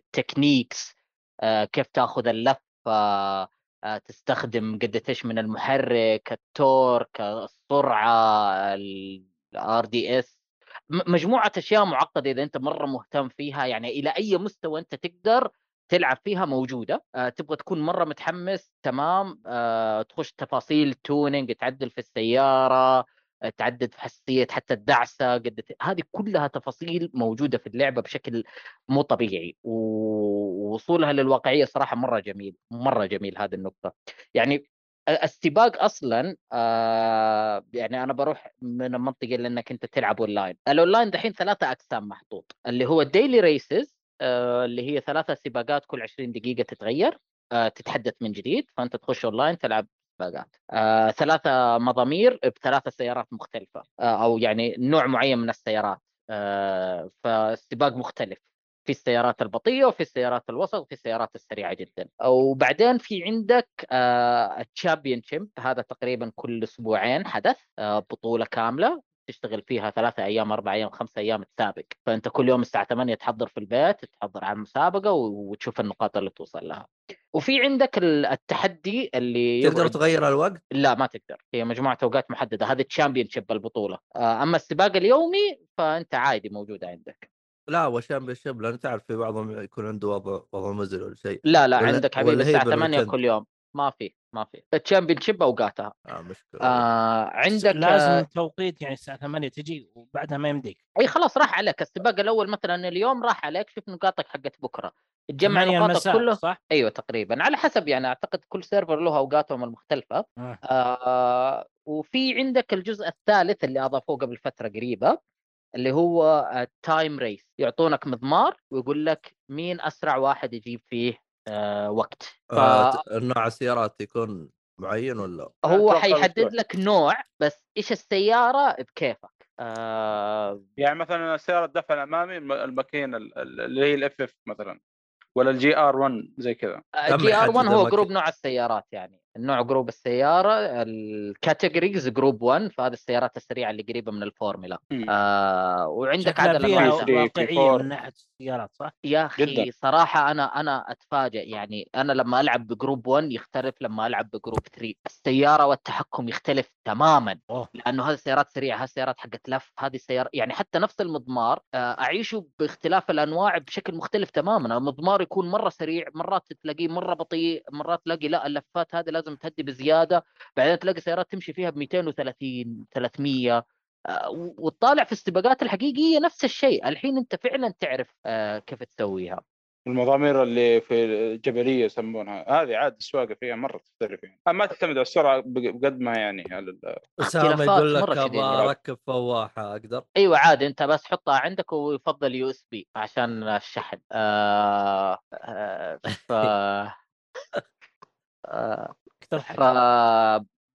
S3: بالتكنيكس آه، كيف تاخذ اللفه آه، تستخدم قد ايش من المحرك التورك السرعه الار دي اس مجموعه اشياء معقده اذا انت مره مهتم فيها يعني الى اي مستوى انت تقدر تلعب فيها موجوده آه، تبغى تكون مره متحمس تمام آه، تخش تفاصيل تونينج تعدل في السياره تعدد في حساسيه حتى الدعسه قد هذه كلها تفاصيل موجوده في اللعبه بشكل مو طبيعي و- ووصولها للواقعيه صراحه مره جميل مره جميل هذه النقطه يعني ال- السباق اصلا آه يعني انا بروح من المنطقه اللي انك انت تلعب اونلاين الاونلاين دحين ثلاثه اقسام محطوط اللي هو الديلي ريسز آه اللي هي ثلاثه سباقات كل 20 دقيقه تتغير آه تتحدث من جديد فانت تخش اونلاين تلعب سباقات آه، ثلاثة مضامير بثلاثة سيارات مختلفة آه، أو يعني نوع معين من السيارات آه، فالسباق مختلف في السيارات البطيئة وفي السيارات الوسط وفي السيارات السريعة جدا وبعدين في عندك الشامبيون شيب هذا تقريبا كل أسبوعين حدث آه، بطولة كاملة تشتغل فيها ثلاثة أيام أربع أيام خمسة أيام تسابق فأنت كل يوم الساعة 8 تحضر في البيت تحضر على المسابقة و- وتشوف النقاط اللي توصل لها وفي عندك ال- التحدي اللي
S6: تقدر
S3: يقعد-
S6: تغير الوقت
S3: لا ما تقدر هي مجموعه اوقات محدده هذه الشامبيون شيب البطوله آه، اما السباق اليومي فانت عادي موجوده عندك
S6: لا وشام بالشب لان تعرف في بعضهم يكون عنده وضع وضع مزري ولا شيء
S3: لا لا
S6: ولا-
S3: عندك حبيبي
S6: ولا هي
S3: الساعه 8
S6: بالويكند؟
S3: كل يوم ما في ما في الشامبيون شيب اوقاتها
S6: آه مشكله
S3: آه عندك
S4: لازم
S3: آه
S4: توقيت يعني الساعه 8 تجي وبعدها ما يمديك
S3: اي خلاص راح عليك السباق الاول مثلا اليوم راح عليك شوف نقاطك حقت بكره تجمع
S4: 8
S3: نقاطك
S4: المساء
S3: كله
S4: صح؟
S3: ايوه تقريبا على حسب يعني اعتقد كل سيرفر له اوقاتهم المختلفه
S4: آه.
S3: آه وفي عندك الجزء الثالث اللي اضافوه قبل فتره قريبه اللي هو التايم ريس يعطونك مضمار ويقول لك مين اسرع واحد يجيب فيه آه وقت
S6: آه،
S3: فهو
S6: ت- نوع السيارات يكون معين ولا
S5: أتوقع
S3: حيحدد
S5: بالشوي.
S3: لك نوع بس ايش السياره بكيفك آه
S5: يعني مثلا سياره الدفع الامامي الم- الماكينه ال- ال- اللي هي الاف اف مثلا ولا الجي ار 1 زي كذا
S6: كم
S3: جي ار 1
S6: يحدد
S3: هو
S6: المك-
S3: جروب نوع السيارات يعني النوع جروب السياره الكاتيجوريز جروب 1 فهذه السيارات السريعه اللي قريبه من الفورمولا
S5: مم.
S3: آه وعندك
S4: شكلها
S3: عدد
S4: فيها
S3: انواع
S5: الوعي.
S4: واقعيه من ناحيه السيارات صح؟
S3: يا اخي
S5: جداً.
S3: صراحه انا انا اتفاجئ يعني انا لما العب بجروب 1 يختلف لما العب بجروب 3 السياره والتحكم يختلف تماما
S4: أوه.
S3: لانه هذه سيارات سريعه هذه سيارات حقت لف هذه سيارة يعني حتى نفس المضمار آه، اعيشه باختلاف الانواع بشكل مختلف تماما المضمار يكون مره سريع مرات تلاقيه مره بطيء مرات تلاقي لا اللفات هذه لازم تهدي بزياده بعدين تلاقي سيارات تمشي فيها ب 230 300 آه، و- وتطالع في السباقات الحقيقيه نفس الشيء الحين انت فعلا تعرف آه، كيف تسويها
S5: المضامير اللي في الجبليه يسمونها هذه عاد السواقه فيها مره تختلف يعني ما تعتمد على السرعه بق- بقد ما يعني على ال-
S6: اسامه
S3: اختلافات
S6: يقول لك
S3: مرة
S6: ابغى
S3: شديدة.
S6: اركب فواحه اقدر
S3: ايوه عادي انت بس حطها عندك ويفضل يو اس بي عشان الشحن آه آه ف آه
S4: اكثر
S3: ف
S4: حاجه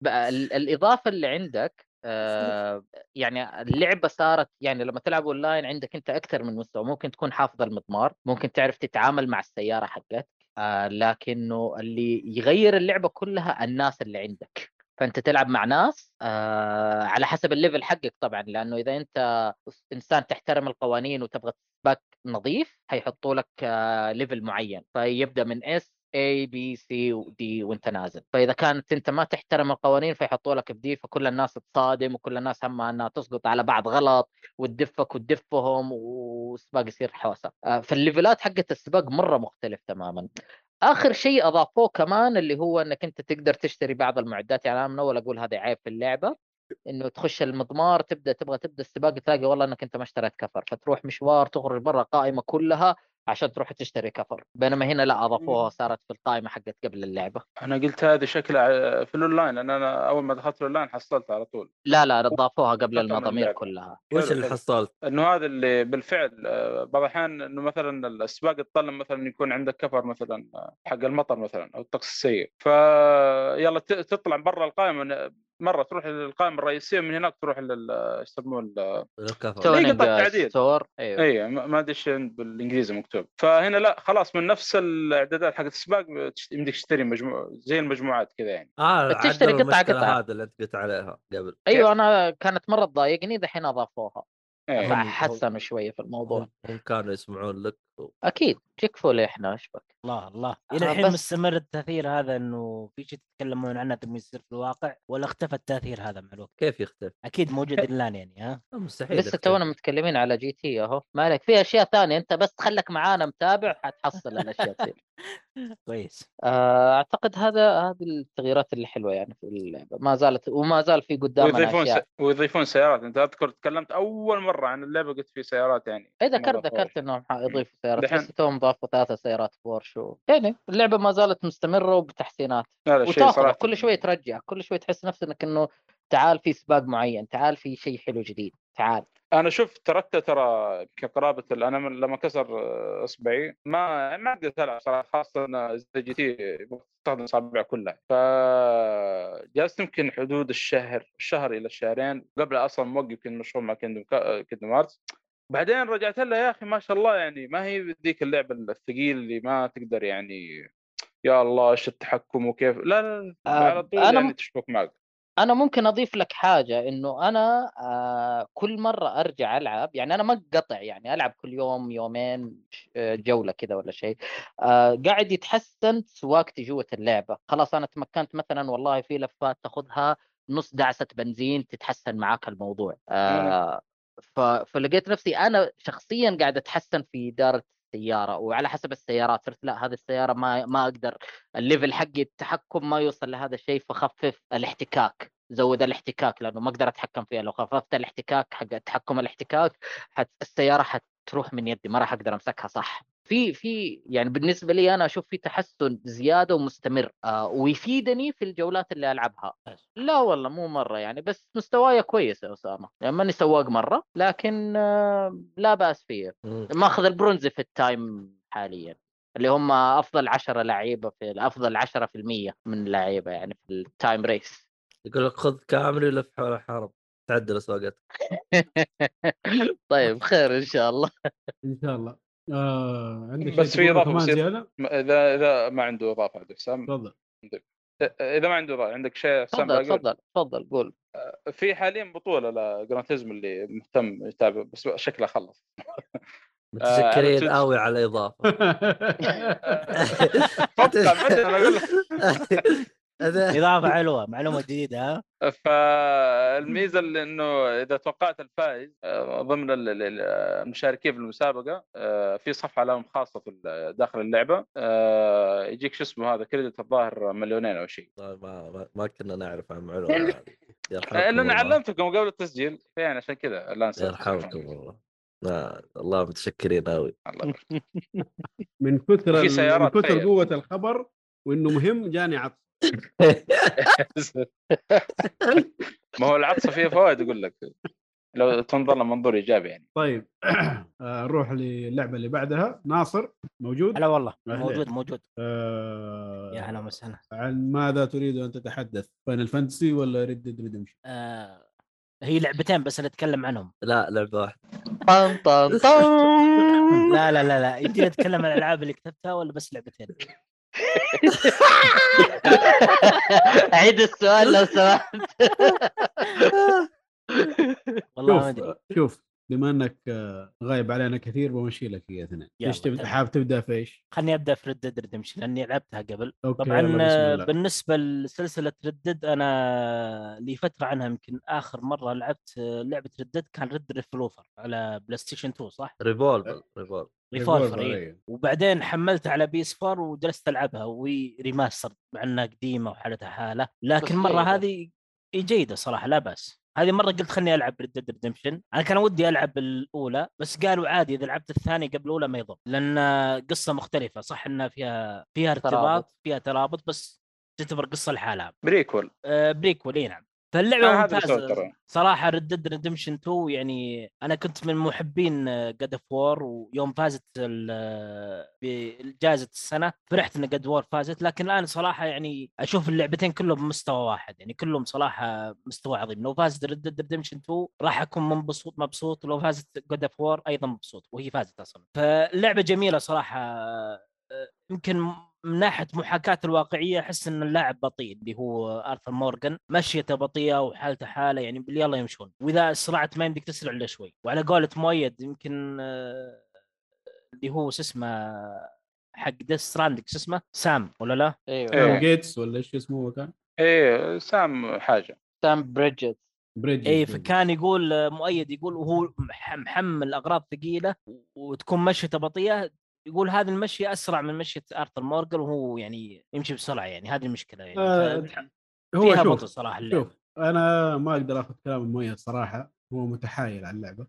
S3: بقى ال- الاضافه اللي عندك آه يعني اللعبه صارت يعني لما تلعب اونلاين عندك انت اكثر من مستوى ممكن تكون حافظ المضمار ممكن تعرف تتعامل مع السياره حقتك آه، لكنه اللي يغير اللعبه كلها الناس اللي عندك فانت تلعب مع ناس آه على حسب الليفل حقك طبعا لانه اذا انت انسان تحترم القوانين وتبغى باك نظيف حيحطوا لك آه ليفل معين فيبدا من اس A B C D وانت نازل فاذا كانت انت ما تحترم القوانين فيحطوا لك بدي فكل الناس تصادم وكل الناس همها انها تسقط على بعض غلط وتدفك وتدفهم وسباق يصير حوسه آه، فالليفلات حقت السباق مره مختلف تماما اخر شيء اضافوه كمان اللي هو انك انت تقدر تشتري بعض المعدات يعني انا من اول اقول هذا عيب في اللعبه انه تخش المضمار تبدا تبغى تبدا السباق تلاقي والله انك انت ما اشتريت كفر فتروح مشوار تخرج برا القائمه كلها عشان تروح تشتري كفر بينما هنا لا اضافوها صارت في القائمه حقت قبل اللعبه
S5: انا قلت هذه شكلها في الاونلاين لان انا اول ما دخلت الاونلاين حصلت على طول
S3: لا لا اضافوها قبل
S5: قطعة من
S3: المضامير
S5: اللعبة.
S3: كلها
S5: حلو،
S1: وش اللي
S5: حلو.
S1: حصلت؟
S5: انه هذا اللي بالفعل آه، بعض الاحيان انه مثلا السباق تطلب مثلا يكون عندك كفر مثلا آه، حق المطر مثلا او الطقس السيء فيلا تطلع برا القائمه ن- مره تروح للقائمه الرئيسيه من هناك تروح لل ايش يسموه ال-
S6: الكفر
S5: توني.
S3: تونينج
S5: قطعة تعديل.
S3: ستور ايوه
S5: اي ما ما ادري ايش عند بالانجليزي مكتوب فهنا لا خلاص من نفس الاعدادات حقت السباق تشت- يمديك تشتري مجموع زي المجموعات كذا يعني
S6: اه
S3: تشتري
S6: عدلوا
S3: قطعة-
S6: المشكله
S3: قطعة.
S6: هذا اللي انت قلت عليها قبل
S3: ايوه انا كانت مره تضايقني دحين اضافوها
S5: إيه.
S6: هم-
S3: فحسنوا شويه في الموضوع
S6: هم هم كانوا يسمعون لك
S3: اكيد تكفوا لي احنا اشبك
S4: الله الله
S3: آه،
S4: الى الحين
S3: بس-
S4: مستمر التاثير هذا انه في شيء تتكلمون عنه تبغى يصير في الواقع ولا اختفى التاثير هذا مع الوقت
S6: كيف يختفي؟
S4: اكيد موجود الان يعني ها
S6: آه، مستحيل
S3: لسه
S6: يختفي.
S3: تونا متكلمين على جي تي اهو مالك في اشياء ثانيه انت بس خلك معانا متابع حتحصل الاشياء دي
S4: كويس
S3: آه، اعتقد هذا هذه التغييرات اللي حلوه يعني في اللعبه ما زالت وما زال في قدامنا
S5: ويضيفون
S3: اشياء
S5: س... ويضيفون سيارات انت اذكر تكلمت اول مره عن اللعبه قلت في سيارات يعني
S3: اي ذكرت
S5: مضافات.
S3: ذكرت انهم حيضيفوا سيارات بس
S5: دحين-
S3: توهم ضافوا ثلاثة سيارات بورش و... يعني اللعبه ما زالت مستمره وبتحسينات
S5: لا لا شيء
S3: وتاخذ
S5: صراحه
S3: كل شوي ترجع كل شوي تحس نفسك انه تعال في سباق معين تعال في شيء حلو جديد تعال
S5: انا شوف تركته ترى يمكن قرابه ال- انا من- لما كسر آه، اصبعي ما ما قدرت العب صراحه خاصه إن زي جي تي تستخدم اصابع كلها فجلست يمكن حدود الشهر شهر الى شهرين قبل اصلا موقف كنت مشغول مع كيندم كيندم هارتس بعدين رجعت لها يا اخي ما شاء الله يعني ما هي ذيك اللعبه الثقيل اللي ما تقدر يعني يا الله ايش التحكم وكيف لا لا, لا
S3: آه،
S5: على طول
S3: أنا
S5: يعني
S3: م-
S5: تشبك معك
S3: انا ممكن اضيف لك حاجه انه انا آه كل مره ارجع العب يعني انا ما قطع يعني العب كل يوم يومين ش- آه، جوله كذا ولا شيء آه قاعد يتحسن سواقتي جوه اللعبه خلاص انا تمكنت مثلا والله في لفات تاخذها نص دعسه بنزين تتحسن معاك الموضوع آه ف... فلقيت نفسي انا شخصيا قاعد اتحسن في اداره السياره وعلى حسب السيارات صرت لا هذه السياره ما ما اقدر الليفل حقي التحكم ما يوصل لهذا الشيء فخفف الاحتكاك زود الاحتكاك لانه ما اقدر اتحكم فيها لو خففت الاحتكاك حق تحكم الاحتكاك حت... السياره حتروح من يدي ما راح اقدر امسكها صح في في يعني بالنسبه لي انا اشوف في تحسن زياده ومستمر آه ويفيدني في الجولات اللي العبها لا والله مو مره يعني بس مستواي كويس يا اسامه يعني ماني سواق مره لكن آه لا باس فيه
S6: مم.
S3: ماخذ البرونز في التايم حاليا اللي هم افضل 10 لعيبه في افضل 10% من اللعيبه يعني في التايم ريس
S6: يقول لك خذ كامري ولف حول الحرم تعدل اسواقتك
S3: طيب خير ان شاء الله
S2: ان شاء الله آه عندك شيء
S5: بس في
S2: تقوله
S5: إضافة
S2: كمان
S5: بسيطة.
S2: زياده
S5: ما- اذا اذا ما عنده اضافه عبد السلام
S2: تفضل
S5: اذا ما عنده رأي عندك شيء يا حسام
S3: تفضل تفضل
S5: باقي؟
S3: تفضل قول
S5: في حاليا بطوله لجرانتيزم اللي مهتم يتابع بس شكله خلص على
S6: متشكرين
S5: تويتش.
S6: قوي على اضافه
S5: فابقى عندنا، أنا أقول لك.
S6: هذا
S4: اضافه حلوه معلومه جديده ها
S5: فالميزه اللي انه اذا توقعت الفائز آه، ضمن ال- ال- ال- المشاركين في المسابقه آه، في صفحه لهم خاصه في ال- داخل اللعبه آه، يجيك شو اسمه هذا كريدت الظاهر مليونين او شيء
S6: ما, ما, ما كنا نعرف عن معلومه هذه يرحمكم
S5: آه، لان
S6: الله.
S5: علمتكم قبل التسجيل يعني عشان كذا الان صرت-
S6: يرحمكم الله لا الله متشكرين قوي
S5: الله يبارك.
S2: من كثر
S5: في
S2: ال- من
S5: سيارات، طيب.
S2: كثر
S5: تخيل.
S2: قوه الخبر وانه مهم جاني عطف
S5: ما هو العطسه فيها فوائد اقول لك لو تنظر له منظور ايجابي يعني
S2: طيب آه، نروح للعبه اللي بعدها ناصر موجود
S4: هلا والله
S2: أهلين.
S4: موجود موجود
S2: آه،
S4: يا هلا وسهلا
S2: عن ماذا تريد ان تتحدث؟ فاينل فانتسي ولا ريد ديد ريدمشن؟
S4: آه، هي لعبتين بس اللي اتكلم عنهم
S6: لا لعبه واحده
S3: طن طن طن
S4: لا لا لا لا يمديني اتكلم عن الالعاب اللي كتبتها ولا بس لعبتين
S3: عيد السؤال لو سمحت
S4: والله ما ادري
S2: شوف شوف بما انك آه، غايب علينا كثير بمشي لك يا اثنين
S4: يلا،
S2: ايش تبدا
S4: تمام.
S2: حابب تبدا في ايش؟
S4: خلني ابدا في ريد ريدمشن لاني لعبتها قبل
S2: اوكي
S4: طبعا
S2: يلا، بسم
S4: آه،
S2: الله.
S4: بالنسبه لسلسله ردد انا لي فتره عنها يمكن اخر مره لعبت آه، لعبه ردد كان ريد ريفولوفر على بلاي ستيشن 2 صح؟
S6: ريفولفر ريفولفر
S4: ريفولفر إيه.
S2: أيوة.
S4: وبعدين حملتها على بيس 4 وجلست العبها وهي ريماستر مع انها قديمه وحالتها حاله لكن
S3: بس
S4: مره
S3: جيدة.
S4: هذه إي جيده صراحه لا باس هذه مره قلت خلني العب ريد ديد ريدمشن انا كان ودي العب الاولى بس قالوا عادي اذا لعبت الثانيه قبل الاولى ما يضر لان قصه مختلفه صح انها فيها فيها ارتباط
S3: ترابط.
S4: فيها ترابط بس تعتبر قصه لحالها
S5: بريكول
S4: آه، بريكول اي نعم فاللعبه
S5: آه، هذا
S4: ممتازه
S5: الجو ترى
S4: صراحه ريد ديد ريدمشن 2 يعني انا كنت من محبين جاد اوف وور ويوم فازت ال- بجائزه السنه فرحت ان جاد وور فازت لكن الان صراحه يعني اشوف اللعبتين كلهم بمستوى واحد يعني كلهم صراحه مستوى عظيم لو فازت ريد ديد ريدمشن 2 راح اكون منبسوط مبسوط ولو فازت جاد اوف وور ايضا مبسوط وهي فازت اصلا فاللعبه جميله صراحه آه، يمكن من ناحيه محاكاه الواقعيه احس ان اللاعب بطيء اللي هو ارثر مورغان مشيته بطيئه وحالته حاله يعني باللي يلا يمشون واذا اسرعت ما يمديك تسرع الا شوي وعلى قولة مؤيد يمكن آه، اللي هو شو اسمه حق ديث ستراندك شو اسمه سام ولا لا؟
S3: ايوه
S5: إيه.
S2: توم
S4: آه.
S2: جيتس أيوه. ولا ايش اسمه هو كان؟
S5: ايه سام حاجه
S3: سام بريدجز
S2: بريدج
S4: اي إيه، فكان يقول آه، مؤيد يقول وهو مح- محمل اغراض ثقيله وتكون مشيته بطيئه يقول هذه المشيه اسرع من مشيه ارثر مورغان وهو يعني يمشي بسرعه يعني هذه المشكله يعني
S2: آه،
S4: ف-
S2: هو
S4: فيها بطء
S2: شوف
S4: صراحه اللعبة.
S2: شوف انا ما اقدر اخذ كلام المميز صراحه هو متحايل على اللعبه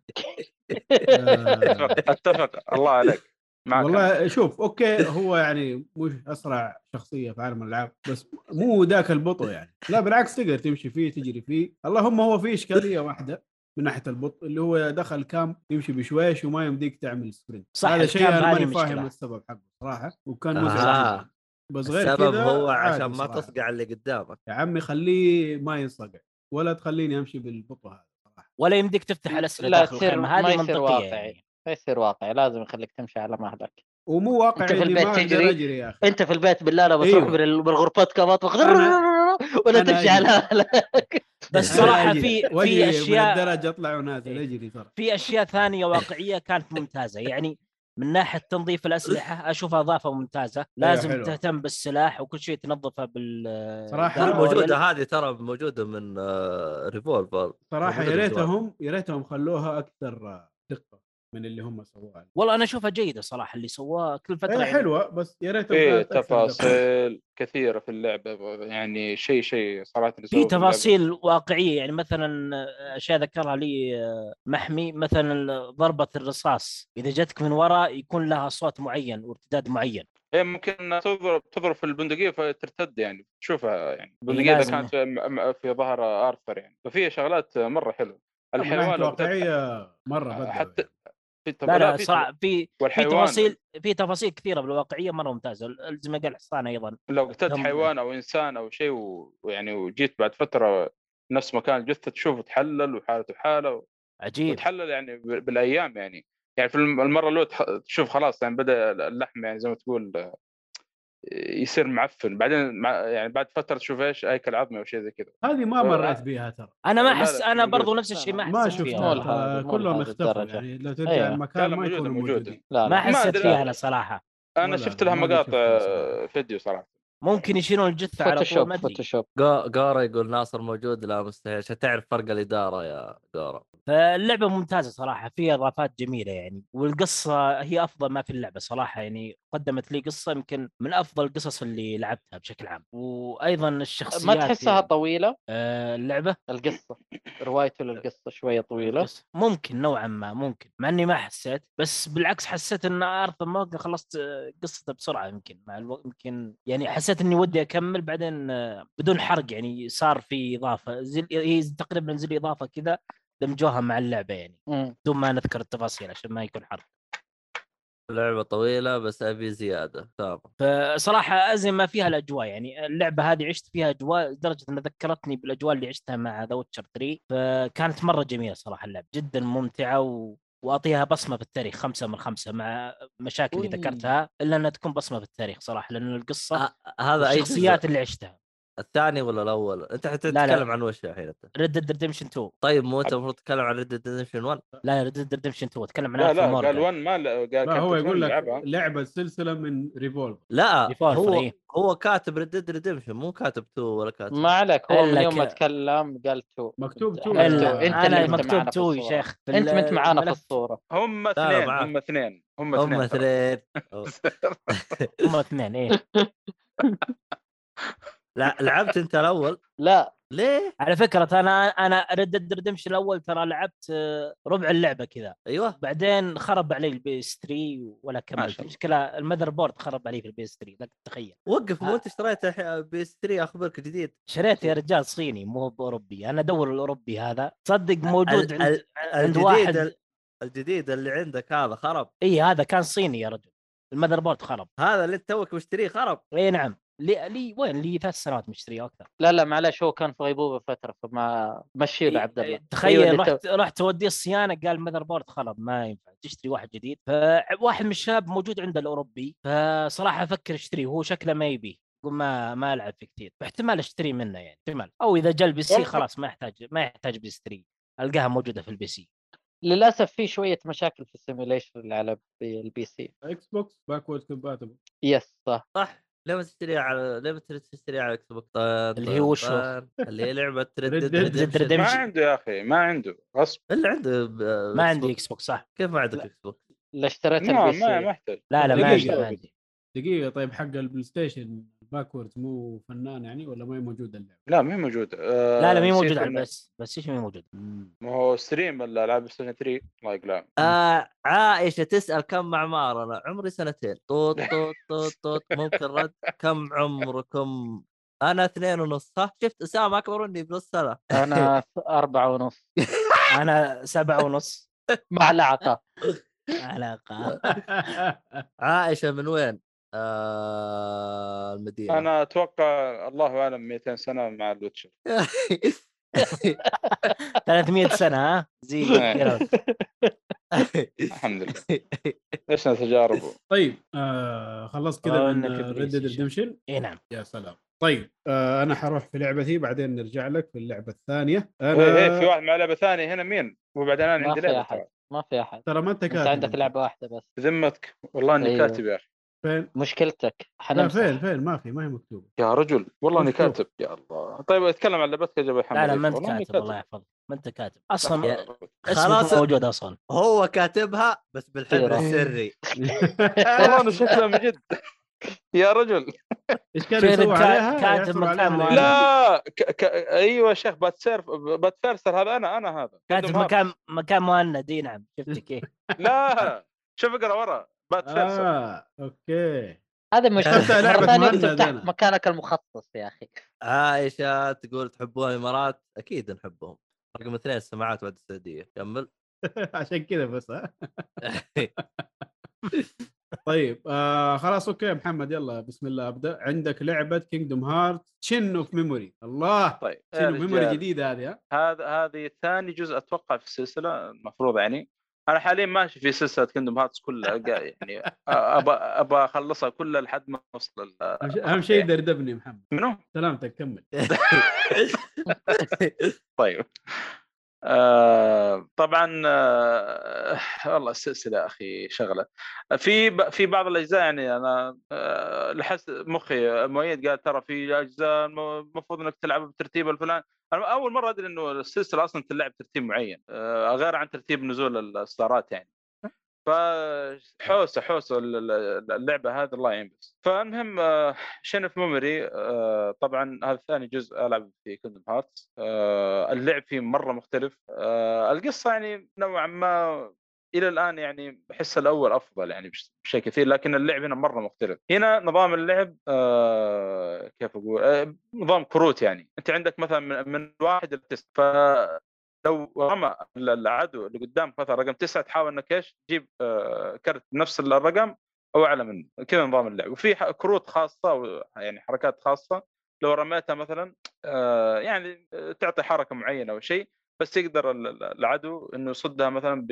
S2: آه،
S5: اتفق اتفق الله عليك معك والله
S2: والله شوف اوكي هو يعني مش اسرع شخصيه في عالم الالعاب بس مو ذاك البطء يعني لا بالعكس تقدر تمشي فيه تجري فيه اللهم هو في اشكاليه واحده من ناحيه البطء اللي هو دخل كام يمشي بشويش وما يمديك تعمل سبرنت
S4: صح،
S2: هذا شيء
S4: الكام
S2: انا
S4: هذه
S2: ماني
S4: مشكلة.
S2: فاهم السبب حقه صراحه وكان مزعج
S6: آه.
S2: جدا بس غير
S6: السبب
S2: كذا
S6: هو
S2: عادي
S6: عشان ما
S2: صراحة.
S6: تصقع اللي قدامك
S2: يا عمي خليه ما ينصقع ولا تخليني امشي بالبطء هذا صراحه
S4: ولا يمديك تفتح الاسئله
S3: لا
S4: داخل
S3: تصير-
S4: الخيمه
S3: ما
S4: هذه
S3: يصير
S4: منطقيه
S3: واقعي.
S4: يعني.
S3: ما يصير واقعي لازم يخليك تمشي على مهلك
S2: ومو واقعي
S3: أنت في
S2: اني ما
S3: البيت
S2: اقدر
S3: تجري؟
S2: اجري يا اخي
S3: انت في البيت بالله لما تروح
S2: أيوة.
S3: بال- من غرفتك مطبخ ولا
S2: أنا أجري.
S3: تمشي على مهلك
S4: بس
S2: أنا
S4: صراحه
S2: أجري.
S4: في
S2: وأجري
S4: في
S2: من
S4: اشياء
S2: الدرج اطلع
S3: إيه.
S2: ونازل اجري ترى
S4: في اشياء ثانيه واقعيه كانت ممتازه يعني من ناحيه تنظيف الاسلحه اشوفها اضافه ممتازه لازم
S2: إيه، حلوة.
S4: تهتم بالسلاح وكل شيء تنظفه بال
S2: صراحة
S4: بال-
S2: أنا أول-
S6: الموجوده هذه ترى موجوده من آه، ريفولفر
S2: صراحه
S6: موجودة
S2: يا
S6: بالجوال.
S2: ريتهم يا ريتهم خلوها اكثر دقه من اللي هم سووها إيه،
S4: والله انا اشوفها جيده صراحه اللي سواه كل فتره
S2: هي
S4: يعني
S2: حلوه بس يا ريتهم
S5: في
S2: كانت أكثر دقة.
S5: إيه، تفاصيل كثيره في اللعبه يعني شيء شيء صراحه
S4: في تفاصيل واقعيه يعني مثلا اشياء ذكرها لي آه، محمي مثلا ضربه الرصاص اذا جتك من وراء يكون لها صوت معين وارتداد معين
S5: هي إيه، ممكن إنها تضرب تضرب في البندقيه فترتد يعني تشوفها يعني البندقيه
S4: لازم.
S5: اذا كانت في- م- م- في ظهر ارثر يعني ففي شغلات مره حلوه
S2: من ناحيه
S5: الحيوان
S2: واقعية مره بدعوا
S5: حتى
S2: يعني.
S5: في
S4: لا لا
S5: في-
S4: صراحه في في
S5: والحيوان
S4: تفاصيل في تفاصيل كثيره بالواقعيه مره ممتازه ال- زي ما قال حسان ايضا
S5: لو قتلت
S4: دم-
S5: حيوان او انسان او شيء و- ويعني وجيت بعد فتره نفس مكان الجثه تشوفه تحلل وحالته حاله
S4: عجيب
S5: وتحلل يعني ب- بالايام يعني يعني في الم- المره الاولى تح- تشوف خلاص يعني بدا اللحم يعني زي ما تقول آه، يصير معفن بعدين مع يعني بعد فتره تشوف ايش هيكل عظمي او شيء زي كذا
S2: هذه ما
S5: آه.
S2: مريت بيها ترى
S4: انا ما
S5: لا، لا،
S4: احس انا
S5: موجودة.
S4: برضو نفس الشيء ما
S3: لا،
S2: ما
S4: حسيت فيها
S2: شفتها
S3: مول هذا-
S2: ترى
S3: مول
S2: كلهم
S3: هذا
S2: اختفوا
S3: الدرجة.
S2: يعني لو ترجع
S3: أيوة.
S5: لا،
S2: المكان
S5: لا،
S2: ما
S5: موجودة،
S2: يكونوا
S5: موجودة.
S2: موجودين
S3: لا
S4: ما
S5: ما
S4: حسيت
S5: أدري.
S4: فيها انا صراحه
S5: انا
S2: ولا-
S5: شفت لها
S2: ما قد
S5: مقاطع
S2: شفتها صراحة.
S5: آه، فيديو صراحه
S4: ممكن يشيلون الجثه على طول ما
S3: فوتوشوب
S4: ادري
S3: فوتوشوب
S6: قا- قارة يقول ناصر موجود لا مستحيل عشان تعرف فرق الاداره يا قارة
S4: فاللعبه ممتازه صراحه فيها اضافات جميله يعني والقصه هي افضل ما في اللعبه صراحه يعني قدمت لي قصه يمكن من افضل القصص اللي لعبتها بشكل عام وايضا الشخصيات يعني،
S3: ما تحسها طويلة
S4: آه، اللعبه
S3: القصة روايته للقصة شوية طويلة
S4: بس ممكن نوعا ما ممكن مع اني ما حسيت بس بالعكس حسيت ان ارثر مورجان خلصت آه، قصته بسرعه يمكن مع الوقت يمكن يعني حسيت اني ودي اكمل بعدين آه، بدون حرق يعني صار في اضافه زي هي تقريبا زي الاضافه كذا دمجوها مع اللعبه يعني
S3: مم.
S4: بدون ما نذكر التفاصيل عشان ما يكون حرق
S6: لعبه طويله بس ابي زياده تمام
S4: فصراحه ازم ما فيها الاجواء يعني اللعبه هذه عشت فيها اجواء لدرجه انها ذكرتني بالاجواء اللي عشتها مع ذا ويتشر 3 فكانت مره جميله صراحه اللعبه جدا ممتعه و... واعطيها بصمه بالتاريخ خمسه من خمسه مع مشاكل اللي
S6: أوي. آه،
S4: ذكرتها الا انها تكون بصمه بالتاريخ صراحه لانه القصه
S6: هذا اي
S4: الشخصيات
S6: الشخصيات
S4: اللي عشتها
S6: الثاني ولا الاول؟ انت
S4: لا.
S6: حتتكلم عن وش الحين انت؟
S4: ريد ديد ريدمشن 2
S6: طيب مو انت المفروض تتكلم عن ريد ديد 1
S4: لا ريد ديد ريدمشن 2 اتكلم عن
S5: لا لا
S4: Alpha Morgan.
S5: قال 1 ما لا- قال
S2: لا
S5: كابتن
S2: يعني. هو يقول لك
S5: لعبها.
S2: لعبه سلسله من ريفولف
S6: لا
S4: Default
S6: هو
S4: إيه.
S6: هو كاتب ريد ديد ريدمشن مو كاتب 2 ولا كاتب
S3: ما عليك هو من
S4: إلا
S3: يوم ما
S4: ك-
S3: تكلم قال تو
S2: مكتوب تو.
S3: إحنا-
S2: إلا-
S4: الا
S3: انت
S2: اللي
S4: انا
S2: أنت
S4: مكتوب
S3: معنا في
S4: 2
S3: الصورة.
S4: يا شيخ في
S3: انت
S4: ال-
S3: انت معانا في
S4: الملف.
S3: الصوره
S5: هم اثنين
S6: معك.
S5: هم اثنين هم اثنين
S6: هم
S5: ترى.
S6: اثنين أو-
S4: هم اثنين ايه
S6: لا لعبت انت الاول
S3: لا
S6: ليه؟
S4: على فكره انا انا ريد ديد ريدمشن الاول ترى لعبت آه، ربع اللعبه كذا
S6: ايوه
S4: بعدين خرب علي البيس 3 ولا
S5: ما شاء
S4: كملت
S5: الله.
S4: المشكله المذر بورد خرب علي في البيس 3 لك تخيل
S6: وقف
S4: آه.
S6: مو انت اشتريت الحين بي اس 3 اخبرك جديد
S4: شريت يا رجال صيني مو باوروبي انا ادور الاوروبي هذا تصدق موجود
S6: ال-
S4: عند
S6: ال-
S4: عند
S6: الجديد
S4: واحد
S6: ال- الجديد اللي عندك هذا خرب
S4: اي هذا كان صيني يا رجل المذر بورد خرب
S6: هذا اللي انت توك مشتريه خرب
S4: اي نعم لي لي وين لي ثلاث سنوات مشتريه اكثر
S3: لا لا معلش هو كان في غيبوبه فتره فما مشي له
S4: إي-
S3: عبد الله أيوة،
S4: إي، إيه، تخيل
S3: اللي
S4: رحت رحت توديه الصيانه قال ماذر بورد خرب ما ينفع تشتري واحد جديد فواحد من الشباب موجود عنده الاوروبي فصراحه افكر اشتريه هو شكله ما يبي يقول ما ما العب فيه كثير فاحتمال اشتري منه يعني احتمال او اذا جاء البي سي
S3: يعني
S5: والله.
S4: خلاص ما يحتاج ما يحتاج بي 3 القاها موجوده في البي سي
S3: للاسف في شويه مشاكل في السيميوليشن اللي على البي سي
S2: اكس بوكس باكورد كومباتبل
S3: يس صح
S6: صح ليه ما تشتريها على ليه ما تشتريها على اكس بوكس
S4: اللي هي وش هو؟
S6: اللي هي لعبه
S2: Red
S6: ريد
S2: Dead
S4: Redemption.
S6: ديد
S5: ما عنده يا اخي ما عنده غصب
S6: اللي عنده ب-
S4: ما
S6: Xbox.
S4: عندي اكس بوكس صح
S6: كيف ما عندك
S3: لا.
S6: اكس بوكس؟
S3: اللي اشتريت
S5: ما
S3: البي
S5: نعم، ما ما
S3: سي
S5: احتاج
S4: لا لا ما عندي
S2: دقيقة.
S4: ما عندي
S2: دقيقه طيب حق البلاي ستيشن باكورد مو فنان يعني ولا ما هي موجوده اللعبه
S5: لا ما هي موجوده آه،
S4: لا لا مي
S5: نسيت
S4: موجود على
S5: إنه-
S4: بس بس ايش مي موجود
S5: ما هو ستريم الالعاب سنه 3 الله يقلعهم
S6: آه عائشه تسال كم اعمار انا عمري سنتين طوط طوط طوط طوط ممكن رد كم عمركم؟ انا اثنين ونص ها شفت اسامه اكبر مني بنص سنه
S3: انا اربعة ونص
S4: انا سبعة ونص
S3: مع العطاء
S4: علاقه
S6: عائشه من وين؟ آه المدينه
S5: انا اتوقع الله اعلم 200 سنه مع الوتشر
S4: 300 سنه ها زي
S3: آه.
S4: كذا.
S6: إيه
S5: الحمد لله ليش تجارب
S2: طيب آه خلصت كذا
S4: آه،
S2: من
S4: إنك
S2: ريد
S4: إبليس
S2: ديد
S4: يا شيخ.
S2: ريدمشن
S4: اي نعم
S2: يا سلام طيب آه انا حروح في لعبتي بعدين نرجع لك في اللعبه الثانيه
S5: إيه، إيه، في
S2: انا
S5: واحد مع لعبه ثانيه هنا مين؟ وبعدين انا
S3: ما
S5: عندي
S3: في
S5: لعبه
S3: أحد.
S5: ترى.
S3: ما في احد
S2: ترى ما انت
S3: انت
S2: كاتب
S3: عندك لعبه واحده بس
S5: ذمتك والله اني
S3: أيوه.
S5: كاتب يا اخي
S2: فين
S3: مشكلتك
S2: لا
S3: حنمسح
S2: فين فين ما في ما هي مكتوبه
S5: يا رجل والله اني
S2: مكتوب.
S5: كاتب يا الله طيب اتكلم عن لعبتك يا ابو حمد
S4: لا لا ما انت
S5: والله إني
S4: كاتب الله يحفظك ما انت كاتب اصلا
S6: يا-
S5: والله
S4: خلاص
S6: خلاص.
S4: موجود اصلا
S6: هو كاتبها بس بالحبر
S3: خيرة.
S6: السري
S5: انا شكلها من جد يا رجل
S2: ايش كان
S4: فين
S2: يسوي
S4: الكا-
S2: عليها؟
S4: كاتب
S2: يعثروا
S4: مكان
S2: عليها
S4: معين؟
S2: ليه؟
S5: لا ك... ك... ايوه يا شيخ باتسيرف باتفرسر هذا انا انا هذا
S4: كاتب
S5: Kingdom Hearts.
S4: مكان مكان مهند اي نعم شفتك ايه
S5: لا شوف اقرا ورا باتفرسر
S2: اه اوكي
S3: هذا مش
S6: حتى
S2: لعبة
S3: مرة ثانية انت
S2: مهند
S3: تحت
S2: أنا.
S3: مكانك المخصص يا اخي
S6: عائشه تقول تحبون الامارات اكيد نحبهم رقم اثنين السماعات بعد السعوديه كمل
S2: عشان كذا بس ها طيب آه خلاص اوكي محمد يلا بسم الله ابدا عندك لعبه كينجدوم هارت تشين اوف ميموري الله
S5: طيب يا
S2: تشين اوف ميموري
S5: رجال.
S2: جديده هذه ها
S5: هذا هذه ثاني جزء اتوقع في السلسله المفروض يعني انا حاليا ماشي في سلسله كندم هارتس كلها قا- يعني ابى ابى اخلصها كلها لحد ما اوصل ال-
S2: أهم شي- اهم شيء دردبني يا محمد
S5: منو؟
S2: سلامتك كمل
S5: طيب آه طبعا آه والله السلسله يا اخي شغله في ب- في بعض الاجزاء يعني انا آه لحس مخي مؤيد قال ترى في اجزاء الم- المفروض انك تلعبها بالترتيب الفلاني انا اول مره ادري انه السلسله اصلا تلعب ترتيب معين آه غير عن ترتيب نزول الاصدارات يعني فحوسه حوسه ال- ال- اللعبه هذه الله يعين بس فالمهم آه، شين اوف ميموري طبعا آه، هذا ثاني جزء العب في كيندم هارتس آه، اللعب فيه مره مختلف آه، القصه يعني نوعا ما الى الان يعني احس الاول افضل يعني بش- بشكل كثير لكن اللعب هنا مره مختلف هنا نظام اللعب آه، كيف اقول آه، نظام كروت يعني انت عندك مثلا من- من واحد لتسعه ف لو رمى ال- العدو اللي قدامك مثلا رقم تسعه تحاول انك ايش تجيب آه، كرت نفس الرقم او اعلى منه كذا نظام اللعب وفي ح- كروت خاصه و- يعني حركات خاصه لو رميتها مثلا آه، يعني آه، تعطي حركه معينه او شيء بس يقدر ال- ال- العدو انه يصدها مثلا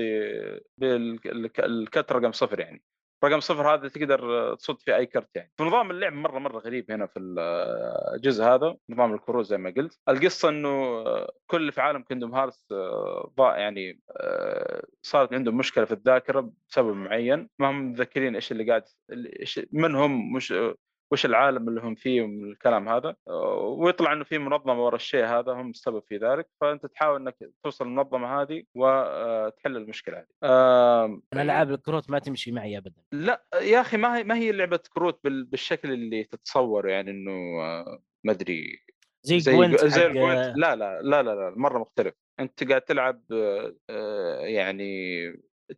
S5: بالكت رقم صفر يعني رقم صفر هذا تقدر آه، تصد فيه اي كرت يعني فنظام اللعب مره مره غريب هنا في ال- آه، الجزء هذا نظام الكروت زي ما قلت القصه انه آه، كل اللي في عالم كندوم هارتس آه، ضاع يعني آه، صارت عندهم مشكله في الذاكره بسبب معين ما هم متذكرين ايش اللي قاعد إيش من هم مش وش العالم اللي هم فيه من الكلام هذا آه، ويطلع انه في منظمه ورا الشيء هذا هم السبب في ذلك فانت تحاول انك توصل المنظمه هذه وتحل المشكله هذه آم،
S4: انا العاب الكروت ما تمشي معي ابدا
S5: لا يا اخي ما هي ما هي لعبه كروت بال- بالشكل اللي تتصوره يعني انه آه، ما ادري
S4: زي
S5: زي
S4: جوينت
S5: زي
S4: حق
S5: الجوينت لا لا لا لا لا مره مختلف انت قاعد تلعب آه، آه، يعني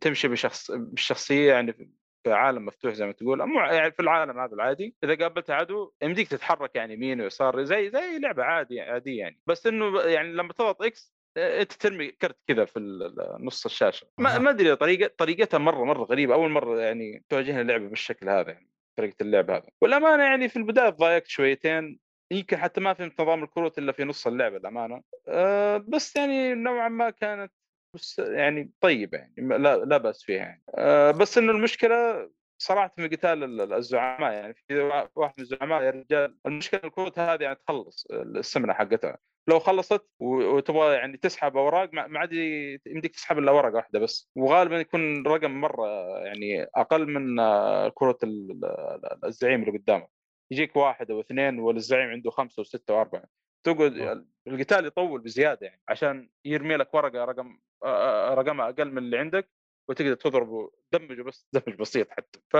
S5: تمشي بشخص بالشخصيه يعني في عالم مفتوح زي ما تقول مو ع- يعني في العالم هذا العادي اذا قابلت عدو يمديك تتحرك يعني يمين ويسار زي زي لعبه عادي عاديه يعني بس انه يعني لما تضغط اكس آه، انت ترمي كرت كذا في ال- ال- نص الشاشه ما,
S4: أها.
S5: ما ادري طريقه طريقتها مره مره غريبه اول مره يعني تواجهنا لعبه بالشكل هذا يعني طريقه اللعب هذا والامانه يعني في البدايه تضايقت شويتين يمكن حتى ما فهمت نظام الكروت الا في نص اللعبه الامانه أه بس يعني نوعا ما كانت بس يعني طيبه يعني ما- لا, لا باس فيها يعني أه بس انه المشكله صراحه في قتال ال- ال- الزعماء يعني في وا- واحد من الزعماء يا رجال المشكله الكروت هذه يعني تخلص السمنه حقتها لو خلصت و- وتبغى يعني تسحب اوراق ما ما عاد ي- يمديك تسحب الا ورقه واحده بس وغالبا يكون رقم مره يعني اقل من آه، كروت ال- ال- ال- الزعيم اللي قدامك يجيك واحد او اثنين والزعيم عنده خمسه وسته واربعه تقعد القتال يطول بزياده يعني عشان يرمي لك ورقه رقم آه، آه، رقمها اقل من اللي عندك وتقدر تضربه دمجه بس دمج بسيط حتى ف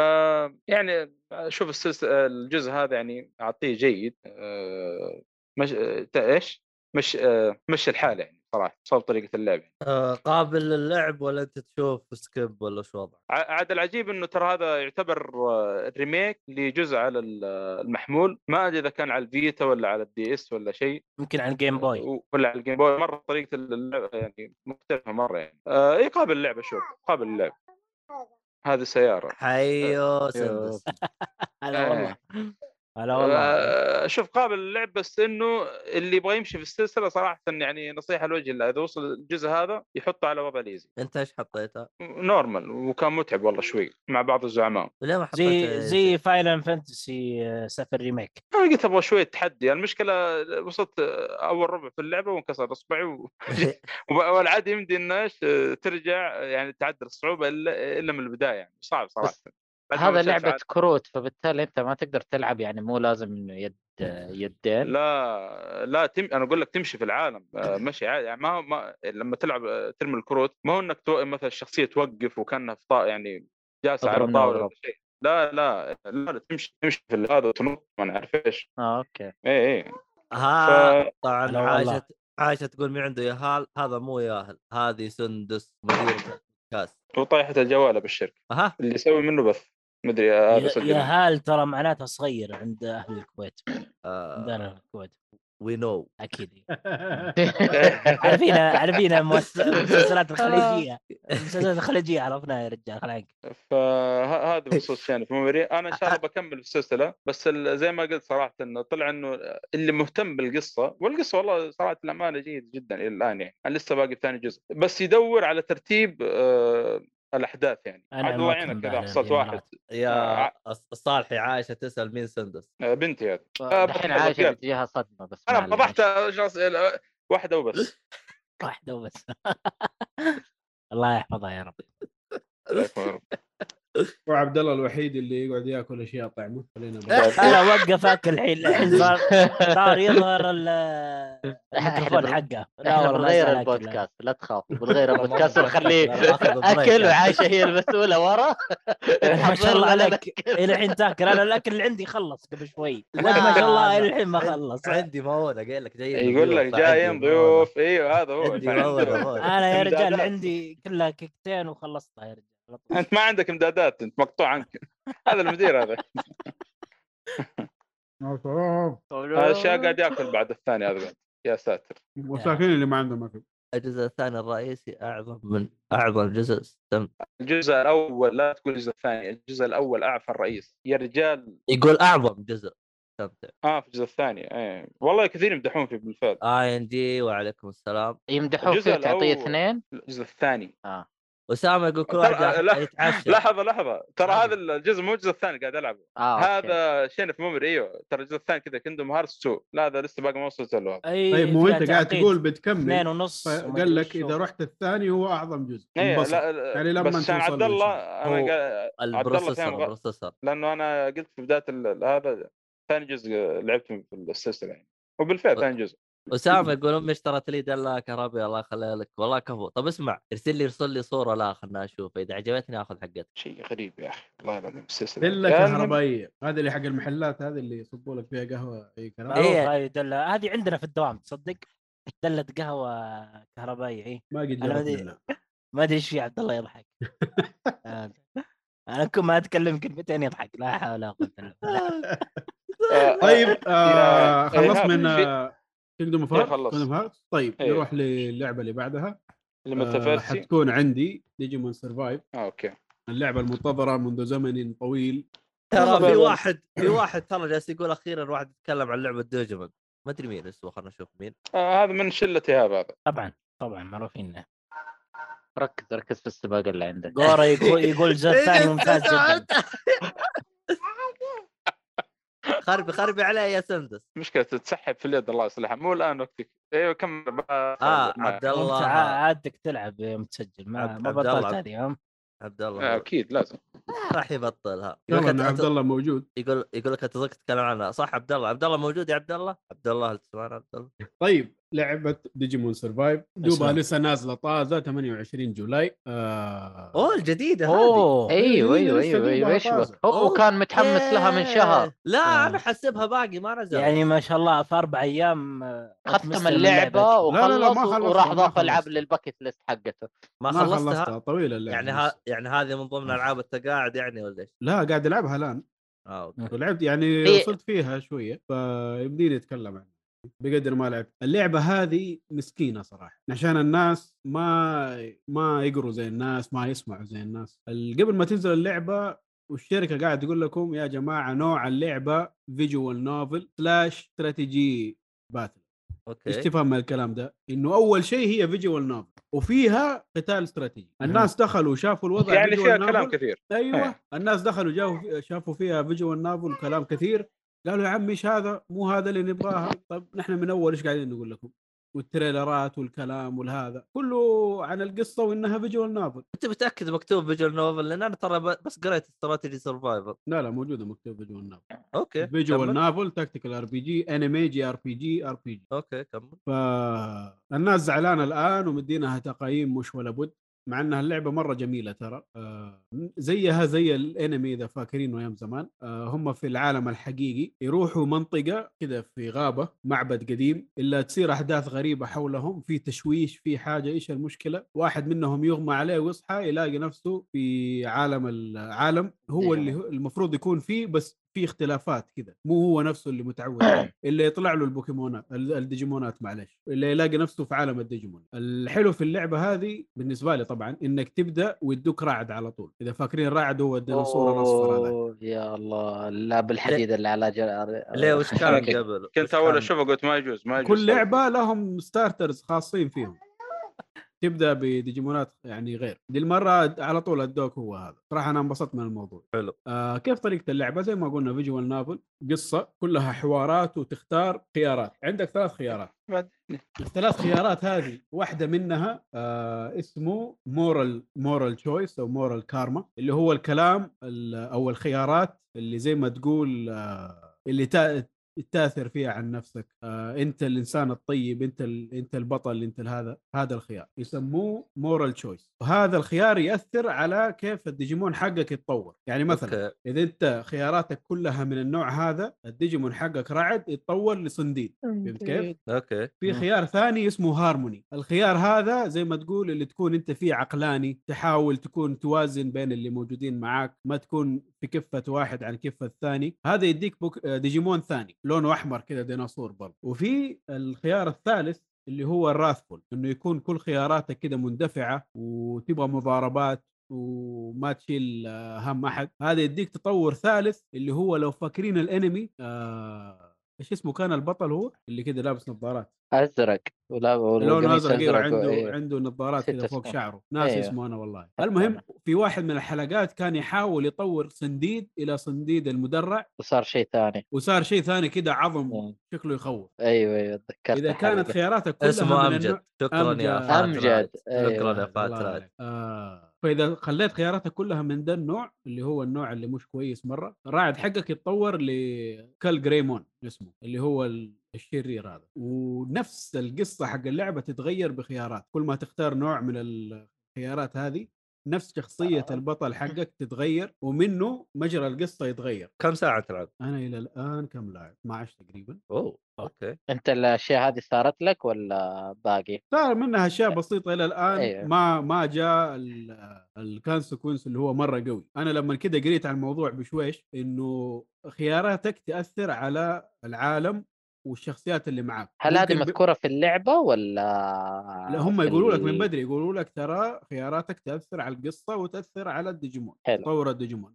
S5: يعني شوف السلس- الجزء هذا يعني اعطيه جيد آه، مش آه، تا- ايش مش آه، مش الحال يعني صراحه بسبب طريقه اللعب يعني.
S6: آه، قابل للعب ولا انت تشوف سكيب ولا شو وضعك؟
S5: ع- عاد العجيب انه ترى هذا يعتبر آه، ريميك لجزء على ال- المحمول ما ادري اذا كان على الفيتا ولا على الدي اس ولا شيء
S4: يمكن على الجيم بوي
S5: ولا على الجيم بوي مره طريقه اللعبه يعني مختلفه مره يعني آه إيه قابل اللعبه شوف قابل اللعب هذه سياره
S6: حيو
S5: يوه.
S6: سندس
S4: هلا
S5: إيه.
S4: والله هلا والله
S5: آه شوف قابل اللعب بس انه اللي يبغى يمشي في السلسله صراحه يعني نصيحه لوجه الله اذا وصل الجزء هذا يحطه على وضع الايزي
S6: انت ايش حطيتها؟
S5: نورمال وكان متعب والله شوي مع بعض الزعماء
S6: ليه ما حطيتها؟
S4: زي زي فاينل فانتسي 7 ريميك
S5: انا قلت ابغى شويه تحدي المشكله وصلت اول ربع في اللعبه وانكسر اصبعي و... والعادي يمدي انه ايش ترجع يعني تعدل الصعوبه الا إلا من البدايه يعني صعب صراحه
S3: بس
S5: بعد ما
S3: هذا
S5: مشيت
S3: لعبه
S5: عاد-
S3: كروت فبالتالي انت ما تقدر تلعب يعني مو لازم انه يد يدين
S5: لا لا تم... انا اقول لك تمشي في العالم آه، مشي عادي يعني ما, هو- ما لما تلعب آه، ترمي الكروت ما هو انك تو... مثلا الشخصيه توقف وكانها في طا... يعني جالسه على
S3: اضرب
S5: طاوله
S3: نضرب.
S5: ولا شيء لا لا لا لا، تمشي تمشي في هذا وتنط ما نعرف إيه، ايش
S3: اه اوكي
S5: اي اي
S6: ها
S4: هلا
S6: طبعا
S4: والله.
S6: عايشه عايشه تقول مين عنده ياهال هذا مو ياهل هذه سندس مدير كاس
S5: وطايحه الجواله بالشركه
S6: اها
S5: اللي يسوي منه بث مدري هذا
S4: يا-
S5: سجل
S4: يا هال ترى معناتها صغير عند اهل الكويت
S6: آه،
S4: عندنا في الكويت
S6: وي نو
S4: اكيد عارفين عارفين المؤس- المسلسلات الخليجيه المسلسلات الخليجيه عرفناها يا رجال خلاك
S5: فهذا
S4: إيه.
S5: بخصوص يعني في ميموري انا ان شاء
S4: أه.
S5: الله بكمل في السلسله بس ال- زي ما قلت صراحه انه طلع انه اللي مهتم بالقصه والقصه والله صراحه الامانه جيد جدا الى الان يعني انا لسه باقي في ثاني جزء بس يدور على ترتيب آه الاحداث يعني
S4: أنا
S5: عاد الله
S4: ما
S5: يعينك
S4: كنت
S5: اذا
S4: بعد
S5: حصلت
S4: ذي
S5: واحد
S4: المرات.
S6: يا الص- الصالحي عايشه تسال مين سندس
S5: آه، بنتي هذه آه،
S3: الحين
S5: بطل
S3: عايشه
S5: رجال.
S3: بتجيها صدمه بس
S5: انا
S3: معلم.
S5: فضحت شخص آه، واحده وبس
S4: واحده وبس الله يحفظها يا رب
S5: الله يكرمك.
S2: وعبد الله الوحيد اللي يقعد ياكل اشياء طعمه خلينا
S5: طيب.
S3: آه.
S4: انا وقف اكل الحين الحين صار صار يظهر ال-
S3: إحنا بن-
S4: الميكروفون حقه لا
S3: احنا
S4: والله ما زال
S3: بنغير
S4: أكل.
S3: البودكاست لا تخاف بنغير
S6: والله
S3: البودكاست
S6: ما-
S3: ونخليه
S6: لا، آخذ بريك.
S3: اكل وعايشه هي المسؤوله ورا
S4: ما شاء الله
S3: تحضر لنا
S4: عليك الى الحين تاكل انا الاكل اللي عندي خلص قبل شوي
S6: لا،
S4: لك ما شاء الله الى
S6: لا.
S4: الحين ما خلص
S6: عندي موونه قايل لك جاي
S5: يقول لك جايين ضيوف ايوه هذا هو
S6: عندي
S5: فعنده-
S6: موونه موونه
S3: إيه،
S4: انا يا رجال
S5: إمدادات.
S4: اللي عندي كلها كيكتين وخلصتها يا رجال على طول.
S5: انت ما عندك امدادات انت مقطوع عنك هذا المدير هذا
S2: نقول
S5: هذا الشيء قاعد ياكل بعد الثاني هذا بعد. يا ساتر
S2: مساكين اللي ما عندهم اكل
S6: الجزء الثاني الرئيسي اعظم من اعظم جزء استم...
S5: الجزء الاول لا تقول الجزء الثاني الجزء الاول اعفى الرئيس يا رجال
S6: يقول اعظم جزء استمتع
S5: اه في الجزء الثاني ايه والله كثير يمدحون فيه بالفعل
S6: اي ان دي وعليكم السلام
S3: يمدحوك
S5: الجزء
S3: فيه تعطيه
S5: الأول.
S3: اثنين
S5: الجزء الثاني
S6: اسامه يقول كل
S5: ترى-
S6: واحد
S5: لا-
S6: يتعشى
S5: لحظه لحظه ترى
S2: نعم.
S5: هذا الجزء مو الجزء الثاني قاعد العبه
S2: آه،
S3: اه أوكي.
S5: هذا شين في ممر ايوه ترى الجزء الثاني كذا كندوم هارس 2 لا هذا لسه باقي ما وصلت له إيه، هذا.
S4: اي
S2: طيب مو
S4: فيها
S2: انت قاعد
S4: تعقيد.
S2: تقول بتكمل
S4: إيه، اثنين ونص وما
S2: قال
S4: أدري
S2: لك
S4: شو.
S2: اذا رحت الثاني هو اعظم جزء
S5: إيه،
S2: انبسط.
S5: لا لا،
S2: يعني لما
S5: بس عشان
S2: توصل
S5: عبد
S2: له إن شاء
S5: الله
S2: الله.
S5: انا
S6: هو-
S5: قا-
S6: البروسيسور
S5: فاهم غلط.
S6: البروسيسور
S5: لانه انا قلت في بدايه ال- هذا ثاني جزء لعبته في السلسله يعني
S2: طيب.
S5: وبالفعل ثاني جزء
S6: اسامه يقول امي اشترت لي دلة كهربي الله يخليها لك والله كفو طب اسمع ارسل لي ارسل لي صوره لا خلنا اشوف اذا عجبتني اخذ حقتك
S5: شيء غريب يا اخي والله العظيم السلسله
S2: دله
S5: يعني
S2: كهربائيه هذه اللي حق المحلات هذه اللي يصبوا لك فيها قهوه اي كلام
S4: معروف
S6: إيه.
S4: هذه دله هذه عندنا في الدوام تصدق دله قهوه كهربائيه اي
S2: ما قد
S4: أنا بدي-
S2: جربنا
S4: ما ادري ايش في عبد الله يضحك آه. انا كل ما اتكلم كلمتين يضحك لا حول ولا قوه الا بالله
S5: آه،
S2: طيب آه
S5: يا-
S2: خلص
S5: إيهاب،
S2: من آه،
S5: في-
S2: كينجدوم اوف
S5: إيه، خلص.
S2: هارت طيب
S5: إيه.
S2: نروح للعبه اللي بعدها آه
S5: المتفرسي
S2: حتكون عندي ديجيمون سرفايف
S5: آه، اوكي
S2: اللعبه المنتظره منذ زمن طويل
S6: ترى في
S5: بالضبط.
S6: واحد في واحد ترى جالس يقول اخيرا واحد يتكلم عن لعبه دوجمن ما ادري مين اسمه خلنا نشوف مين
S5: آه، هذا من شله ايهاب هذا
S4: طبعا طبعا معروفين
S3: ركز ركز في السباق اللي عندك إيه،
S4: جورا يقول يقول الجزء الثاني ممتاز جدا
S6: خربي خربي عليه يا سندس
S5: مشكله تتسحب في اليد الله يصلحها مو الان وقتك ايوه كم
S6: اه
S5: آه
S6: عبد
S4: انت
S6: الله
S4: ع- عادتك تلعب يوم تسجل ما,
S6: عبد-
S4: ما
S6: عبد الله.
S4: بطلت هذه يوم
S6: عبد الله
S5: اكيد آه، لازم
S6: راح يبطلها يقول
S2: يلا
S6: لك
S2: إن عبد
S6: أت-
S2: الله موجود
S6: يقول يقول لك اتذكر تتكلم عنها صح عبد الله عبد الله موجود يا عبد الله عبد الله هل تسمعنا عبد الله
S2: طيب لعبه ديجيمون سرفايف دوبها
S4: اسلام.
S2: لسه نازله طازه 28 جولاي آه
S6: اوه الجديده هذه
S4: اوه
S2: إيه،
S3: ايوه ايوه
S2: لسه
S3: ايوه ايوه
S2: دوبها
S3: ايش بك؟
S2: طازة.
S6: أوه.
S3: هو كان متحمس لها من شهر
S6: إيه. لا
S4: آه.
S6: انا حسبها باقي ما نزل
S4: يعني ما شاء الله في اربع ايام آه،
S3: ختم
S4: أتمسلم
S3: اللعبه
S4: اللعبة.
S2: لا، لا، لا، ما
S3: وخلص
S2: خلصتها،
S3: وراح
S2: ما
S3: ضاف العاب
S2: خلصتها.
S3: للباكت ليست حقته
S6: ما
S2: ما
S6: خلصتها,
S2: خلصتها, طويله اللعبه
S6: يعني
S2: لسه.
S6: ها يعني هذه من ضمن العاب التقاعد يعني ولا ايش؟
S2: لا قاعد العبها الان
S6: آه، أوكي.
S2: ولعبت يعني
S3: إيه.
S2: وصلت فيها شويه فيمديني اتكلم عنها بقدر ما لعبت اللعبه هذه مسكينه صراحه عشان الناس ما ما يقروا زي الناس ما يسمعوا زي الناس ال- قبل ما تنزل اللعبه والشركه قاعد تقول لكم يا جماعه نوع اللعبه فيجوال نوفل سلاش استراتيجي باتل ايش
S6: اوكي
S2: تفهم من الكلام ده؟ انه اول شيء هي فيجوال نوفل وفيها قتال استراتيجي الناس دخلوا شافوا الوضع visual
S5: يعني فيها
S2: novel.
S5: كلام كثير
S2: ايوه
S5: إيه.
S2: الناس دخلوا جاوا شافوا فيها فيجوال نافل وكلام كثير قالوا يا عمي ايش هذا؟ مو هذا اللي نبغاها، طب نحن من اول ايش قاعدين نقول لكم؟ والتريلرات والكلام والهذا كله عن القصه وانها فيجوال نافل،
S6: انت متاكد مكتوب فيجوال نوفل لان انا ترى ب- بس قريت استراتيجي سرفايفر
S2: لا لا موجوده مكتوب فيجوال نافل،
S6: اوكي
S2: فيجوال
S6: كمل.
S2: نافل تكتيكال ار بي جي انمي جي ار بي جي ار بي جي
S6: اوكي كمل
S2: فالناس زعلانه الان ومدينها تقييم مش ولا بد مع انها اللعبه مره جميله ترى آه زيها زي الانمي اذا فاكرينه ايام زمان آه هم في العالم الحقيقي يروحوا منطقه كذا في غابه معبد قديم الا تصير احداث غريبه حولهم في تشويش في حاجه ايش المشكله واحد منهم يغمى عليه ويصحى يلاقي نفسه في عالم العالم هو اللي هو- المفروض يكون فيه بس في اختلافات كذا مو هو نفسه اللي متعود عليه اللي يطلع له البوكيمونات ال- الديجيمونات معلش اللي يلاقي نفسه في عالم الديجيمون الحلو في اللعبه هذه بالنسبه لي طبعا انك تبدا ويدوك رعد على طول اذا فاكرين رعد هو الديناصور الاصفر هذا
S3: أوه، يا الله لا بالحديد اللي على جل...
S2: آه،
S6: ليه وش كان
S5: أوكي.
S6: قبل؟
S5: كنت
S6: وش
S5: اول
S6: كان؟
S5: اشوفه قلت ما يجوز ما يجوز
S2: كل لعبه لهم ستارترز خاصين فيهم تبدا بديجيمونات يعني غير دي المره على طول الدوك هو هذا صراحه انا انبسطت من الموضوع
S6: حلو.
S2: آه كيف طريقه اللعبه زي ما قلنا فيجوال نافل قصه كلها حوارات وتختار خيارات عندك ثلاث خيارات
S5: بعد-
S2: الثلاث خيارات هذه واحده منها آه اسمه مورال مورال تشويس او مورال كارما اللي هو الكلام ال- او الخيارات اللي زي ما تقول آه اللي تا- تاثر فيها عن نفسك آه انت الانسان الطيب انت ال... انت البطل انت هذا هذا الخيار يسموه مورال تشويس وهذا الخيار ياثر على كيف الديجيمون حقك يتطور يعني مثلا
S6: اوكي
S2: اذا انت خياراتك كلها من النوع هذا الديجيمون حقك رعد يتطور لصنديد
S4: أمم،
S2: فهمت كيف؟
S6: اوكي
S2: في
S4: مم.
S2: خيار ثاني اسمه هارموني الخيار هذا زي ما تقول اللي تكون انت فيه عقلاني تحاول تكون توازن بين اللي موجودين معاك ما تكون في كفة واحد عن كفة الثاني هذا يديك بوك... آه، ديجيمون ثاني لونه احمر كذا ديناصور برضه وفي الخيار الثالث اللي هو الراثفول انه يكون كل خياراتك كده مندفعه وتبغى مضاربات وما تشيل آه، هم احد هذا يديك تطور ثالث اللي هو لو فاكرين الانمي آه ايش اسمه كان البطل هو اللي كده لابس نظارات
S3: ازرق ولا
S2: لونه
S3: والقميص
S2: ازرق أيوة، عنده
S3: إيه.
S2: عنده نظارات كذا
S3: ستة
S2: فوق
S3: أشهر.
S2: شعره ناس
S3: أيوة.
S2: اسمه انا والله المهم في واحد من الحلقات كان يحاول يطور صنديد الى صنديد المدرع
S3: صار شيء ثاني
S2: وصار شيء ثاني كده عظم
S3: مم.
S2: شكله يخوف
S3: ايوه ايوه تذكرت
S2: اذا
S3: الحلقة.
S2: كانت خياراتك كلها
S6: اسمه
S2: من
S6: امجد
S2: النوع-
S6: شكرا يا
S2: أمجد.
S6: فات
S3: أمجد.
S6: رايد.
S3: أيوه.
S5: إيه.
S6: شكرا يا
S2: الله
S6: فات رايد.
S2: عليك. آه. فاذا خليت خياراتك كلها من ذا النوع اللي هو النوع اللي مش كويس مره الراعد حقك يتطور لكال جريمون اسمه اللي هو ال- الشرير هذا ونفس القصه حق اللعبه تتغير بخيارات كل ما تختار نوع من الخيارات هذه نفس شخصيه البطل حقك تتغير ومنه مجرى القصه يتغير
S6: كم ساعه تلعب؟
S2: انا الى الان كم لاعب 12 تقريبا
S6: اوه
S2: أه.
S6: اوكي
S3: انت الاشياء هذه صارت لك ولا باقي؟
S2: صار منها اشياء بسيطه الى الان
S3: أيوه.
S2: ما ما جاء الكونسيكونس اللي هو مره قوي انا لما كده قريت عن الموضوع بشويش انه خياراتك تاثر على العالم والشخصيات اللي معاك
S3: هل هذه
S2: ممكن ب-
S3: مذكوره في اللعبه ولا
S2: لا هم
S3: في
S2: يقولوا لك
S3: ال-
S2: من بدري يقولوا لك ترى خياراتك تاثر على القصه وتاثر على الديجيمون
S3: حلو.
S2: تطور الديجيمون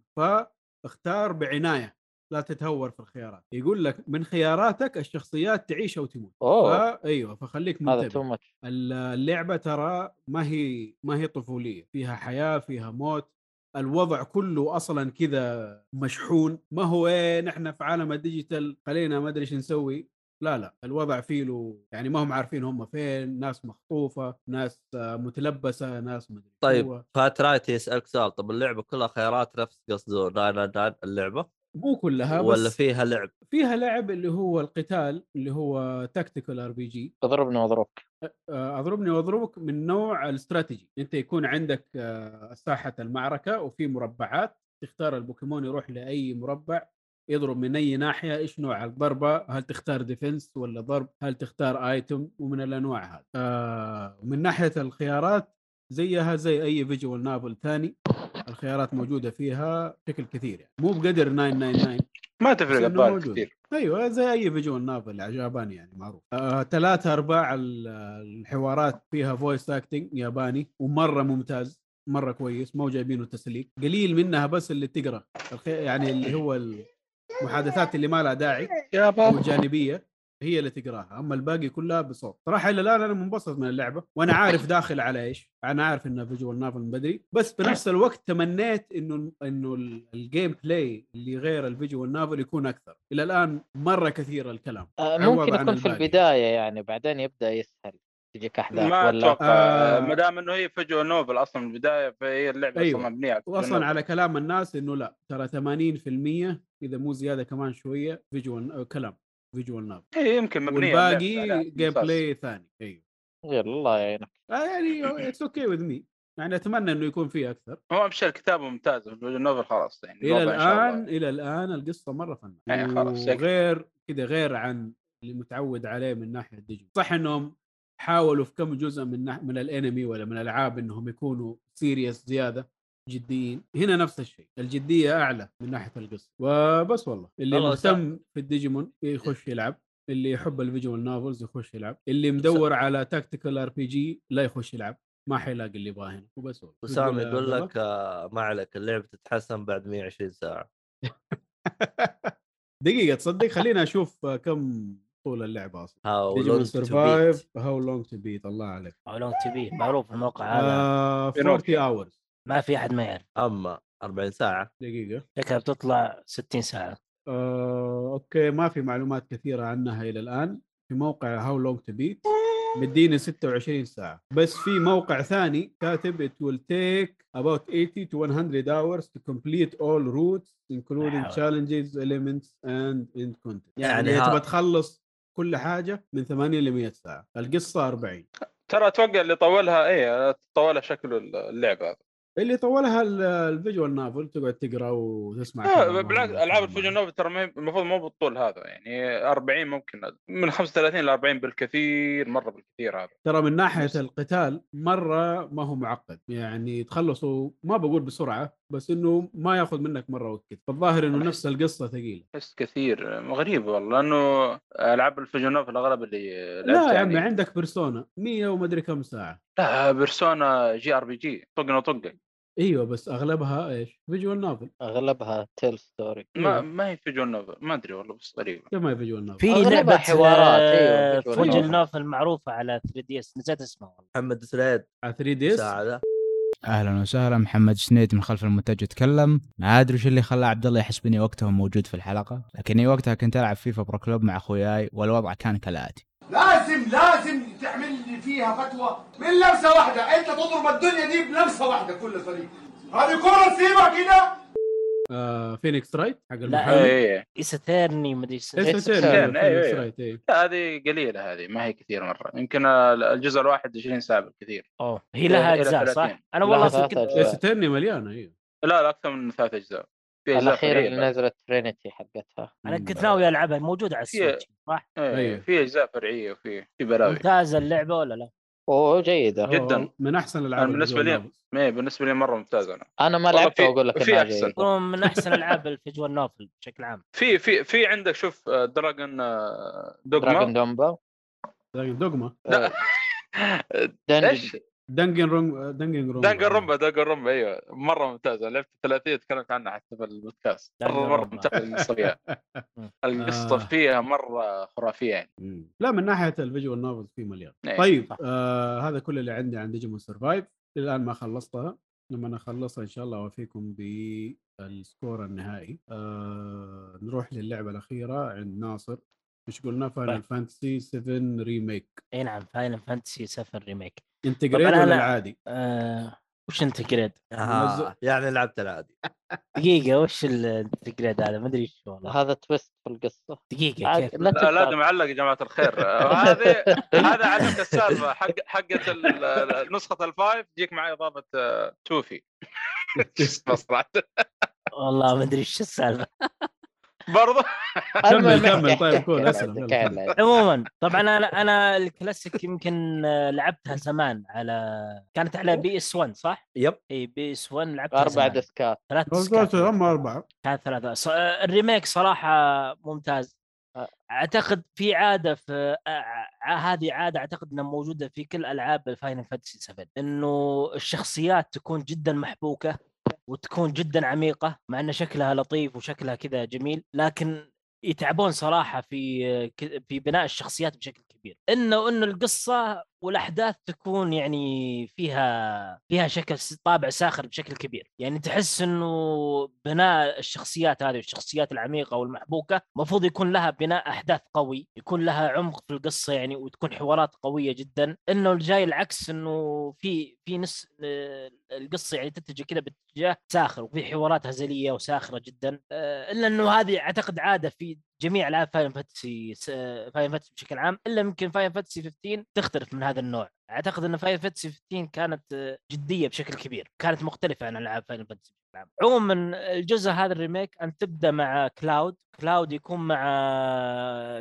S2: فاختار بعنايه لا تتهور في الخيارات يقول لك من خياراتك الشخصيات تعيش او تموت
S3: اوه
S2: فا- ايوه فخليك
S3: هذا تو
S2: منتبه
S3: ماتش
S2: ال- اللعبه ترى ما هي ما هي طفوليه فيها حياه فيها موت الوضع كله اصلا كذا مشحون ما هو ايه نحن في عالم الديجيتال خلينا ما ادري ايش نسوي لا لا الوضع فيه له يعني ما هم عارفين هم فين ناس مخطوفه ناس آه، متلبسه ناس ما ادري
S6: طيب.
S2: شو.
S6: فات رايت يسالك سؤال طب اللعبه كلها خيارات نفس قصده 999 اللعبه
S2: مو كلها بس
S6: ولا فيها لعب؟
S2: فيها لعب اللي هو القتال اللي هو تكتيكال ار بي جي
S3: اضربني واضربك
S2: آه، اضربني واضربك من نوع الاستراتيجي انت يكون عندك آه، ساحه المعركه وفي مربعات تختار البوكيمون يروح لاي مربع يضرب من اي ناحيه ايش نوع الضربه هل تختار ديفنس ولا ضرب هل تختار ايتم ومن الانواع هذه آه، من ناحيه الخيارات زيها زي اي فيجوال نابل ثاني الخيارات موجوده فيها بشكل كثير يعني مو بقدر 999
S5: ما
S2: بس
S5: تفرق
S2: إنه
S5: البال
S2: موجود.
S5: كثير
S2: ايوه زي اي فيجوال نافل عجباني يعني معروف آه، ثلاثة ارباع ال- الحوارات فيها فويس اكتنج ياباني ومره ممتاز مره كويس مو جايبينه تسليك قليل منها بس اللي تقرا الخي- يعني اللي هو المحادثات اللي ما لها داعي
S5: يا
S2: او
S5: بابا
S2: جانبيه هي اللي تقراها اما الباقي كلها بصوت صراحه الى الان انا منبسط من اللعبه وانا عارف داخل على ايش انا عارف انها فيجوال نافل من بدري بس بنفس الوقت تمنيت انه انه ال- الجيم بلاي اللي غير الفيجوال نافل يكون اكثر الى الان مره كثير الكلام
S3: آه،
S2: عوض
S3: ممكن
S2: عن
S3: يكون في
S2: الباقي.
S3: البدايه يعني بعدين يبدا يسهل تجيك احداث
S5: ما
S3: ولا
S5: اتوقع
S2: آه.
S5: ما دام انه هي فجوه نوبل اصلا من البدايه فهي اللعبه
S2: أيوة.
S5: اصلا مبنيه على
S2: واصلا على كلام الناس انه لا ترى 80% اذا مو زياده كمان شويه فيجوال كلام فيجوال نافل
S5: هي إيه، يمكن مبنيه اللعبة على
S2: والباقي جيم
S5: أساس.
S2: بلاي ثاني ايوه
S3: يلا الله يعينك
S2: آه، يعني اتس اوكي وذ مي يعني اتمنى انه يكون فيه اكثر
S5: هو ابشر كتابه ممتاز فيجوال نوبل خلاص يعني
S2: الى
S5: الوضع إن شاء الله.
S2: الان الى الان القصه مره فن
S5: إيه، خلاص، يكفي.
S2: غير كذا غير عن اللي متعود عليه من ناحيه الديجيتال صح انهم حاولوا في كم جزء من نح- من الانمي ولا من الالعاب انهم يكونوا سيريس زياده جديين هنا نفس الشيء الجديه اعلى من ناحيه القصه وبس والله اللي
S6: والله سا-
S2: مهتم في الديجيمون يخش يلعب اللي يحب الفيجوال نوفلز يخش يلعب اللي مدور على تاكتيكال ار بي جي لا يخش يلعب ما حيلاقي اللي يبغاه هنا وبس والله
S6: وسام
S2: بتقول يا
S6: يقول
S2: عبد
S6: لك آه، ما عليك اللعبه تتحسن بعد 120 ساعه
S2: دقيقة تصدق خلينا اشوف كم طول اللعبة اصلا
S6: هاو
S2: ديجيمون
S6: لونج تو
S2: سرفايف هاو لونج تو بيت الله عليك
S4: او لونج تي بي معروف الموقع هذا
S2: آه
S5: بينوكيو.
S2: 40 اورز
S4: ما في احد ما يعرف
S6: اما 40 ساعه
S2: دقيقة
S4: شكلها بتطلع 60 ساعه
S2: آه اوكي ما في معلومات كثيرة عنها الى الان في موقع هاو لونج تو بيت مديني 26 ساعة بس في موقع ثاني كاتب it will take about 80 to 100 hours to complete all routes including
S4: لا حول.
S2: challenges elements and end content
S6: يعني
S2: يعني, يعني
S6: ها-
S2: تبغى تخلص كل حاجة من 80 ل 100 ساعة القصة 40
S5: ترى اتوقع اللي طولها ايه طولها شكل اللعبه هذا
S2: اللي طولها ال- الفيجوال نافل تقعد تقرا وتسمع كلام
S5: لا،
S2: معهم
S5: آه، بالعكس
S2: وكلام
S5: العاب
S2: معهم.
S5: الفيجن نوفل ترى ما هي- المفروض مو بالطول هذا يعني 40 ممكن من 35 ل 40 بالكثير مره بالكثير هذا
S2: ترى من ناحيه
S5: نفس-
S2: القتال مره ما هو معقد يعني تخلصوا ما بقول بسرعه بس انه ما ياخذ منك مره وقت فالظاهر انه
S5: أنا
S2: نفس القصه ثقيله
S5: احس كثير غريب والله لانه العاب الفجنوف الاغلب اللي
S2: لا
S5: لعبتها
S2: يا عمي
S5: يعني-
S2: عندك بيرسونا 100 وما ادري كم ساعه
S5: لا بيرسونا جي ار بي جي طقنا طقه
S2: ايوه بس اغلبها ايش؟ فيجوال نوفل
S3: اغلبها تيل ستوري
S5: ما ما هي فيجوال نوفل ما ادري والله بس غريبه
S2: كيف ما هي فيجوال نوفل؟
S4: في آه،
S3: أغلبها
S4: لعبه
S3: حوارات، أيوة، فيجوال
S4: فوجن
S5: نوفل.
S4: نوفل المعروفه على 3 دي اس نسيت اسمها والله
S6: محمد سريد
S2: على 3 دي اس
S6: ساعه ذا
S7: اهلا وسهلا محمد سنيد من خلف المونتاج يتكلم ما ادري وش اللي خلى عبد الله يحسب اني وقتها موجود في الحلقه لكني وقتها كنت العب فيفا برو كلوب مع اخوياي والوضع كان كالاتي
S8: لازم لازم تعمل لي فيها فتوى من لمسه واحده انت تضرب الدنيا دي بلمسه واحده كل فريق هذه كره نسيبها كده
S2: آه فينيكس رايت حق
S5: إيه،
S2: المحامي
S5: اي
S4: ايستيرني مدري ايش
S2: إيه،
S5: إيه،
S2: سنتين، أيوة،
S5: سنتين، أيوة،
S2: فينيكس
S5: أيوة.
S2: رايت إيه.
S5: هذه قليله هذه ما هي كثير مره يمكن الجزء الواحد 20 ساعه بالكثير
S4: اوه هي لها
S3: إيه،
S5: إلى
S4: اجزاء صح؟
S5: 30.
S4: انا والله
S3: لها
S4: أصلاً كنت
S3: ثلاثة
S2: إيه،
S3: أجزاء.
S2: ستيرني مليانه ايوه
S5: لا لا اكثر من ثلاث اجزاء في اجزاء
S3: الاخيره اللي
S5: فرعيه
S3: نزلت ترينيتي حقتها
S4: انا كنت ناوي العبها موجوده على
S5: في-
S4: السويتش صح؟
S5: إيه،
S2: أيوة.
S5: في اجزاء فرعيه وفي في بلاوي
S4: ممتازه اللعبه ولا لا؟
S3: اوه جيده
S5: جداً.
S2: هو من احسن الالعاب
S5: أنا بالنسبة
S2: الفيجوال
S5: لي-
S2: نوفل.
S5: ما هي بالنسبه لي مره ممتاز انا
S3: انا ما
S5: والله
S3: لعبتها
S5: في-
S3: واقول لك
S5: في
S3: انها
S5: أحسن.
S3: جيده
S4: يكون من احسن العاب الفيجوال نوفل بشكل عام
S5: في في في عندك شوف آه، دراجون
S3: دراجون
S5: دوغما
S3: دومبا
S2: دراجون دوغما
S5: لا.
S3: دنج-
S5: ايش؟
S2: دنجن رونج دنجن رونج
S5: دانجر رومبا دانجر رومبا ايوه مره ممتازه لعبت الثلاثيه تكلمت عنها حتى في البودكاست مره مره
S4: دانجنرومبا.
S5: ممتازه القصه فيها
S2: آه.
S5: القصه فيها مره خرافيه يعني
S2: مم. لا من ناحيه الفيجوال نوفلز في مليان
S5: إيه.
S2: طيب آه هذا كل اللي عندي عن ديجيمون سرفايف الان ما خلصتها لما انا اخلصها ان شاء الله اوافيكم بالسكور النهائي آه نروح للعبه الاخيره عند ناصر مش قلنا فاينل
S4: طيب.
S2: فانتسي 7 ريميك
S4: اي نعم فاينل فانتسي 7 ريميك
S2: انتجريت
S4: طيب، أنا-
S2: ولا
S4: أنا-
S2: العادي؟
S4: آه، وش انت جريد؟
S6: آه. يعني لعبت العادي
S4: دقيقة وش الانتر جريد هذا ما ادري ايش والله
S3: هذا تويست في القصه
S4: دقيقة
S3: آه، عاد
S4: كيف
S3: لا
S5: لا لا
S3: تقطع.
S5: ده معلق يا جماعه الخير آه، هذه هذا عادة السالفه حق حقت ال- ال- نسخه الفايف تجيك مع اضافه آه، توفي شو اسمه صراحه
S4: والله ما ادري ايش السالفة
S5: برضه
S3: المهم
S2: كمل، كمل،
S3: احكي-
S2: طيب،
S3: احكي
S2: كمل،
S3: عن
S2: أسلم،
S3: عندك،
S2: يلا،
S3: عن
S2: كمل.
S3: عندك.
S4: عموما طبعا انا انا الكلاسيك يمكن آه، لعبتها زمان على كانت على بي اس 1 صح؟
S6: يب.
S4: اي بي اس 1 لعبتها
S3: اربع
S4: زمان
S3: دسكات
S4: ثلاث
S2: بالضبط،
S4: ديسكات.
S2: هم اربعه
S4: كان ثلاثة ص- الريميك صراحة ممتاز
S3: أ-
S4: اعتقد في عاده في آ- آ- هذه عاده اعتقد انها موجوده في كل العاب الفاينل فانتسي 7 انه الشخصيات تكون جدا محبوكه وتكون جدا عميقه مع ان شكلها لطيف وشكلها كذا جميل لكن يتعبون صراحه في ك- في بناء الشخصيات بشكل كبير انه انه القصه والاحداث تكون يعني فيها فيها شكل س- طابع ساخر بشكل كبير يعني تحس انه بناء الشخصيات هذه والشخصيات العميقه والمحبوكه المفروض يكون لها بناء احداث قوي يكون لها عمق في القصه يعني وتكون حوارات قويه جدا انه الجاي العكس انه في في نس آه، القصه يعني تتجه كذا باتجاه ساخر وفي حوارات هزليه وساخره جدا آه، الا انه هذه اعتقد عاده في جميع العاب فاين فانتسي فاين فانتسي بشكل عام الا يمكن فاين فانتسي 15 تختلف من هذا النوع اعتقد ان فاين فانتسي 15 كانت آه، جديه بشكل كبير كانت مختلفه عن العاب فاين فانتسي بشكل عام عموما الجزء هذا الريميك ان تبدا مع كلاود كلاود يكون مع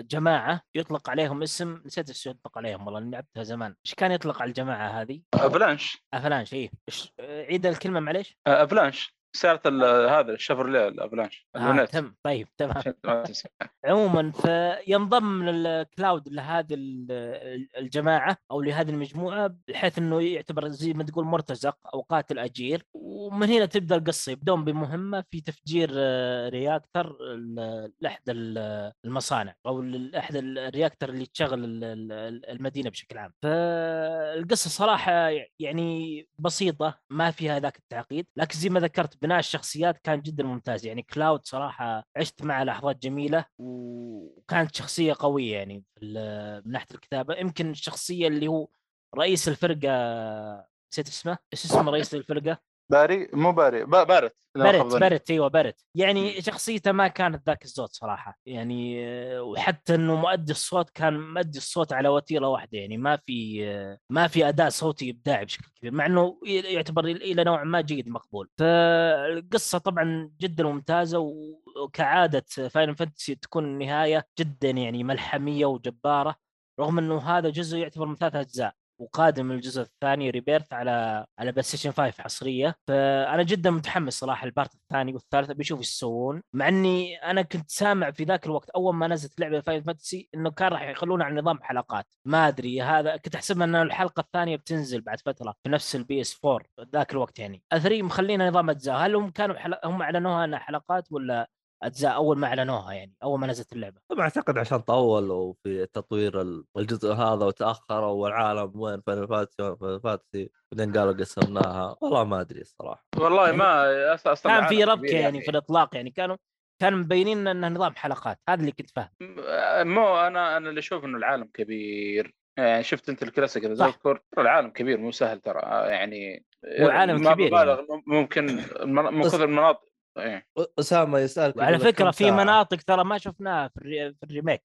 S4: جماعه يطلق عليهم اسم نسيت ايش يطلق عليهم والله أنا لعبتها زمان ايش كان يطلق على الجماعه هذه
S2: آه.
S5: افلانش
S4: افلانش اي إيش- آه، عيد الكلمه معليش
S5: آه، افلانش سياره ال- هذا الشفرليه الافلانش
S4: آه
S5: البنات.
S4: تم طيب تمام
S5: عشان ما تنسى.
S4: عموما فينضم الكلاود لهذه ال- الجماعه او لهذه المجموعه بحيث انه يعتبر زي ما تقول مرتزق او قاتل اجير ومن هنا تبدا القصه يبدون بمهمه في تفجير آه، رياكتر ال- لاحدى ال- المصانع او ل- لاحدى ال- الرياكتر اللي تشغل ال- ال- المدينه بشكل عام فالقصه صراحه يعني بسيطه ما فيها ذاك التعقيد لكن زي ما ذكرت بناء الشخصيات كان جدا ممتاز يعني كلاود صراحه عشت معه لحظات جميله وكانت شخصيه قويه يعني في ال- من ناحيه الكتابه يمكن الشخصيه اللي هو رئيس الفرقه نسيت اسمه ايش اسمه رئيس الفرقه
S5: باري مو باري با- بارت لا ما خاب
S4: برت
S5: ظني.
S4: برت ايوه برت يعني شخصيته ما كانت ذاك الزود صراحه يعني آه، وحتى انه مؤدي الصوت كان مؤدي الصوت على وتيره واحده يعني ما في آه، ما في اداء صوتي ابداعي بشكل كبير مع انه ي- يعتبر الى إلى نوع ما جيد مقبول فالقصه طبعا جدا ممتازه و- وكعاده فاينل فانتسي تكون النهايه جدا يعني ملحميه وجباره رغم انه هذا جزء يعتبر من ثلاث اجزاء وقادم الجزء الثاني ريبيرث على على بلاي ستيشن 5 حصريه فانا جدا متحمس صراحه البارت الثاني والثالث بشوف ايش يسوون مع اني انا كنت سامع في ذاك الوقت اول ما نزلت لعبه فاينل فانتسي انه كان راح يخلونه على نظام حلقات ما ادري هذا كنت احسب ان الحلقه الثانيه بتنزل بعد فتره في نفس البي اس 4 ذاك الوقت يعني اثري مخلينا نظام اجزاء هل هم كانوا حل... هم اعلنوها انها حلقات ولا اجزاء اول ما اعلنوها يعني اول ما نزلت اللعبه
S6: طبعا اعتقد عشان طولوا في تطوير ال- الجزء هذا وتاخروا والعالم وين فاينل فانتسي وين فاينل فانتسي بعدين قالوا قسمناها والله ما ادري الصراحه
S5: والله ما أس- اصلا
S4: كان في
S5: عالم
S4: ربكه
S5: كبير
S4: يعني في الاطلاق يعني كانوا كانوا مبينين انه نظام حلقات هذا اللي كنت فاهم
S5: م- مو انا انا اللي اشوف انه العالم كبير يعني شفت انت الكلاسيك اذا
S4: صح.
S5: تذكر ترى العالم كبير مو سهل ترى آه، يعني
S4: هو عالم
S5: ما
S4: كبير يعني.
S5: ببالغ مم- ممكن المنا- من
S6: بس-
S5: كثر المناطق إيه.
S6: أ- اسامه يسالك
S4: وعلى
S6: يقول لك
S4: فكره
S6: كم
S4: في
S6: ساعة؟
S4: مناطق ترى ما شفناها في, الري... في الريميك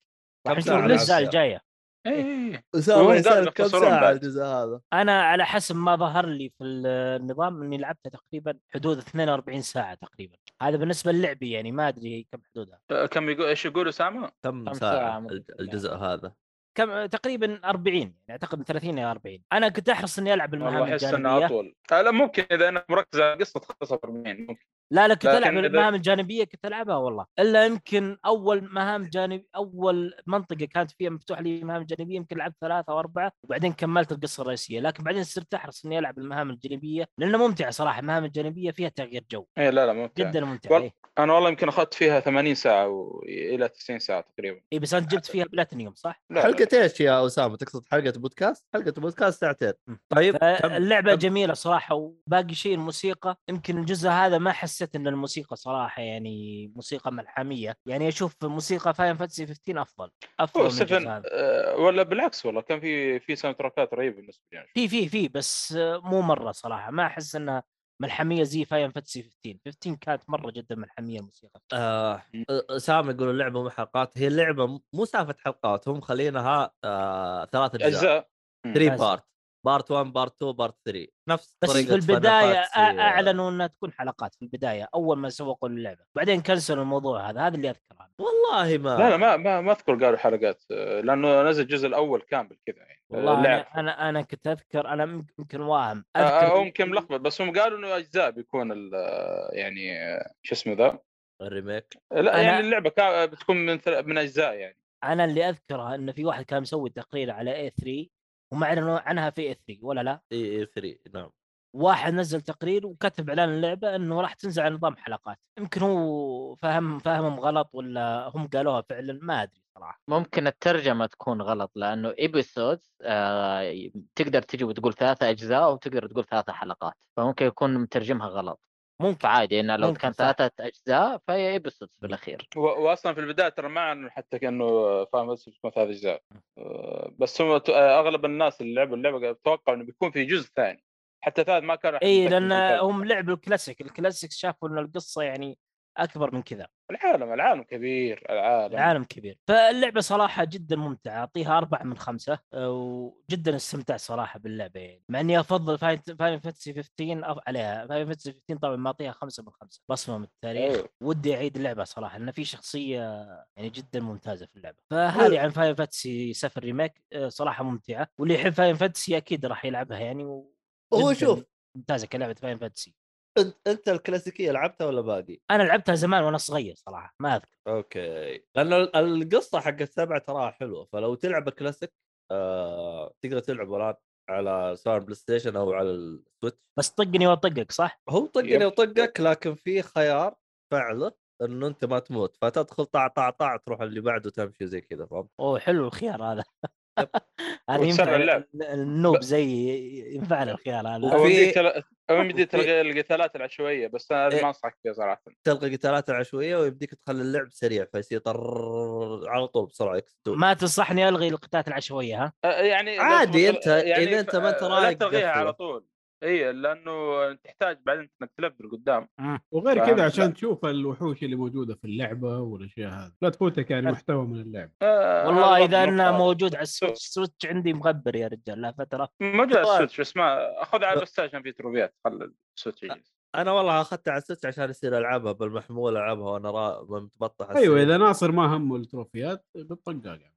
S6: كم
S4: راح
S6: ساعة
S4: نشوف الاجزاء
S6: الأشياء؟
S4: الجايه
S5: إيه. وهم
S6: اسامه
S5: قالوا
S6: يسالك كم
S5: بيخسرون
S6: ساعه
S5: بعد.
S6: الجزء هذا
S4: انا على حسب ما ظهر لي في ال- النظام اني لعبتها تقريبا حدود 42 ساعه تقريبا هذا بالنسبه للعبي يعني ما ادري كم حدودها
S5: آه، كم يقول ايش يقول اسامه؟
S6: كم
S4: ساعة
S6: ساعه
S4: ممكن يعني؟
S6: الج-
S4: تلعب.
S6: الجزء هذا
S4: كم تقريبا 40 يعني اعتقد من 30 الى 40 انا كنت احرص اني العب المهام
S5: والله احس انه
S4: الجانبيه
S5: اطول آه، لا ممكن اذا انا مركز على القصه تخلصها في 40 ممكن
S4: لا لا كنت
S5: لكن
S4: العب
S5: إذا-
S4: المهام الجانبيه كنت العبها والله الا يمكن اول مهام جانب اول منطقه كانت فيها مفتوح لي مهام جانبيه يمكن لعبت ثلاثه او اربعه وبعدين كملت القصه الرئيسيه لكن بعدين صرت احرص اني العب المهام الجانبيه لانها ممتعه صراحه المهام الجانبيه فيها تغيير جو إيه.
S5: اي إيه، لا لا ممتع
S4: جدا ممتعه اي
S5: انا والله يمكن اخذت فيها 80 ساعه و... الى 90 ساعه تقريبا
S4: إيه بس انت جبت فيها بلاتينيوم صح؟
S5: لا،
S6: حلقه ايش يا اسامه تقصد حلقه بودكاست حلقه بودكاست ساعتين
S4: مم.
S6: طيب كم
S4: اللعبة
S6: كم-
S4: جميلة صراحة وباقي شيء الموسيقى يمكن الجزء هذا ما حسيت ان الموسيقى صراحة يعني موسيقى ملحمية يعني اشوف موسيقى فاين فانتسي 15 افضل افضل
S5: هو
S4: من الجزء
S5: سفن
S4: هذا
S5: آه، ولا بالعكس والله كان في في ساوند تراكات رهيبه بالنسبه لي يعني.
S4: في في في بس مو مرة صراحة ما احس انها ملحمية زي فاين فانتسي 15 15 كانت مرة جدا ملحمية الموسيقى
S6: آه اسامه يقول اللعبه مو حلقات هي اللعبه مو سالفه حلقات هم خلينها آه ثلاث اجزاء
S5: اجزاء
S6: 3
S4: بس.
S6: بارت بارت 1 بارت 2 بارت 3 نفس
S4: بس
S6: طريقة
S4: في
S6: Final
S4: البداية
S6: Fantasy. آه.
S4: أ- اعلنوا انها تكون حلقات في البداية اول ما سوقوا اللعبة بعدين كنسلوا الموضوع هذا هذا اللي اذكره
S6: والله ما
S5: لا لا ما ما, ما اذكر قالوا حلقات آه، لانه نزل الجزء الاول كامل كذا يعني
S4: والله
S5: اللعب.
S4: انا انا, أنا كنت اذكر انا ممكن- يمكن واهم
S5: آه، آه،
S4: اذكر
S5: هو يمكن ملخبط بس هم قالوا انه اجزاء بيكون ال- آه، يعني آه، شو اسمه ذا
S6: الريميك
S5: آه، لا
S4: أنا-
S5: يعني اللعبه كا- بتكون من ثل- من اجزاء يعني
S4: انا اللي اذكرها انه في واحد كان مسوي تقرير على اي 3 وما اعلنوا عنها في اي 3 ولا لا
S6: اي اي 3 نعم
S4: واحد نزل تقرير وكتب اعلان اللعبه انه راح تنزل على نظام حلقات يمكن هو فهم فهمهم غلط ولا هم قالوها فعلا ما ادري صراحه
S3: ممكن الترجمه تكون غلط لانه ايبيسود آه تقدر تجي وتقول ثلاثة اجزاء وتقدر تقول ثلاثة حلقات فممكن يكون مترجمها غلط
S4: ممكن
S3: فعادي انه لو
S4: ممكن،
S3: كان
S4: صح.
S3: ثلاثة اجزاء فهي ايبيسود بالاخير
S5: و- واصلا في البدايه ترى ما عنه حتى كانه فاهم بس بتكون ثلاث اجزاء آه، بس هم ت- آه، اغلب الناس اللي لعبوا اللعبه قالوا- توقعوا انه بيكون في جزء ثاني حتى ثالث ما كان راح
S4: اي
S5: يتأكد
S4: لان
S5: من ثالث.
S4: إيه، هم لعبوا الكلاسيك الكلاسيك شافوا ان القصه يعني اكبر من كذا
S5: العالم العالم كبير العالم
S4: العالم كبير فاللعبه صراحه جدا ممتعه اعطيها أربعة من خمسة أه، وجدا استمتع صراحه باللعبه يعني مع اني افضل فاين فانتسي 15 أف- عليها فاين فانتسي 15 طبعا ما اعطيها خمسة من خمسة بصمه من التاريخ
S5: أيوه.
S4: ودي اعيد اللعبه صراحه لان في شخصيه يعني جدا ممتازه في اللعبه
S6: أيوه.
S4: فهذه عن فاين فانتسي 7 ريميك أه، صراحه ممتعه واللي يحب فاين فانتسي اكيد راح يلعبها يعني و...
S6: هو
S4: جداً
S6: شوف
S4: ممتازه كلعبه فاين فانتسي
S6: انت, انت الكلاسيكيه لعبتها ولا باقي؟
S4: انا لعبتها زمان وانا صغير صراحه ما اذكر
S6: اوكي لان ال- القصه حق السبعه تراها حلوه فلو تلعب الكلاسيك آه تقدر تلعب الان على سواء بلاي ستيشن او على السويتش
S4: بس طقني واطقك صح؟
S6: هو
S5: يب.
S6: طقني وطقك لكن في خيار فعله انه انت ما تموت فتدخل طع طع طع تروح اللي بعده تمشي زي كذا فهمت؟
S4: اوه حلو الخيار هذا
S6: يب.
S4: هذا
S5: وتسرع
S4: ينفع
S5: اللعب.
S4: ال- النوب زي ينفعنا الخيار هذا
S5: أو
S6: وفي-
S5: يمديك تل- أو يمديك
S6: وفي-
S5: تلقى القتالات العشوائيه بس انا
S4: إيه.
S5: هذه ما انصحك فيها صراحه
S6: تلقى قتالات عشوائيه ويمديك تخلي اللعب سريع فيصير طر- على طول بسرعه اكس 2
S4: ما تنصحني الغي القتالات العشوائيه ها؟
S5: آه، يعني لو
S6: عادي
S5: تبغى-
S6: أنت- إذا أنت ما أنت
S5: آه، لا
S6: رايق
S5: تلغيها
S6: قفله.
S5: على طول اي لانه تحتاج بعدين انك تلفل قدام
S2: وغير
S5: فهمت؟
S2: كذا عشان تشوف الوحوش اللي موجوده في اللعبه والاشياء هذه لا تفوتك يعني محتوى من اللعبه
S5: أه،
S4: والله اذا انه موجود على السويتش السويتش عندي مغبر يا رجال لا فتره
S5: موجود على
S6: طبعاً.
S5: السويتش بس ما خذ على بس عشان في تروبيات خل السويتش يجلس.
S6: انا والله اخذتها على السويتش عشان يصير العبها بالمحمول العبها وانا را... متبطح
S2: ايوه
S6: السرير.
S2: اذا ناصر ما همه التروفيات بالطقاق يعني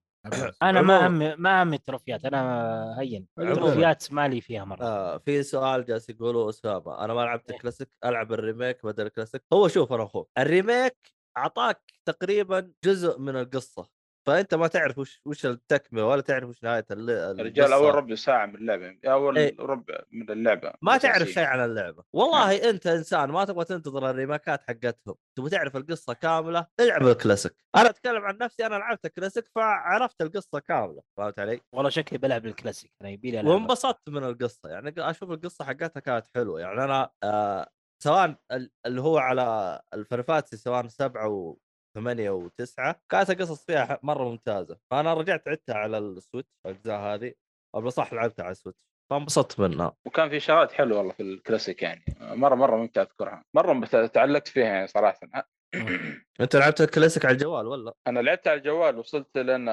S4: انا ما همي ما همي التروفيات انا هين التروفيات مالي فيها مره
S6: آه في سؤال جالس يقوله اسامه انا ما لعبت الكلاسيك العب الريميك بدل الكلاسيك هو شوف انا اخوك الريميك اعطاك تقريبا جزء من القصه فانت ما تعرف وش وش التكمله ولا تعرف وش نهايه الل- القصه
S5: الرجال اول ربع ساعه من اللعبه اول
S6: إيه.
S5: ربع من اللعبه
S6: ما تعرف
S5: الأساسية.
S6: شيء عن نعم. اللعبه والله انت انسان ما تبغى تنتظر الريماكات حقتهم تبغى تعرف القصه كامله العب الكلاسيك انا اتكلم عن نفسي انا لعبت الكلاسيك فعرفت القصه كامله فهمت علي
S4: والله شكلي بلعب الكلاسيك انا يبي
S6: نعم.
S4: لي ألعبها.
S6: وانبسطت من القصه يعني اشوف القصه حقتها كانت حلوه يعني انا آه سواء ال- اللي هو على الفرفاتسي سواء سبعه و ثمانية وتسعة كانت القصص فيها ح- مرة ممتازة فأنا رجعت عدتها على السويتش الأجزاء هذه أو بالأصح لعبتها على السويتش فانبسطت منها
S5: وكان في شغلات حلوه والله في الكلاسيك يعني مره مره ممتع اذكرها مره مت- تعلقت فيها يعني صراحه
S6: أنت لعبت الكلاسيك على الجوال ولا؟
S5: انا لعبت على الجوال وصلت لين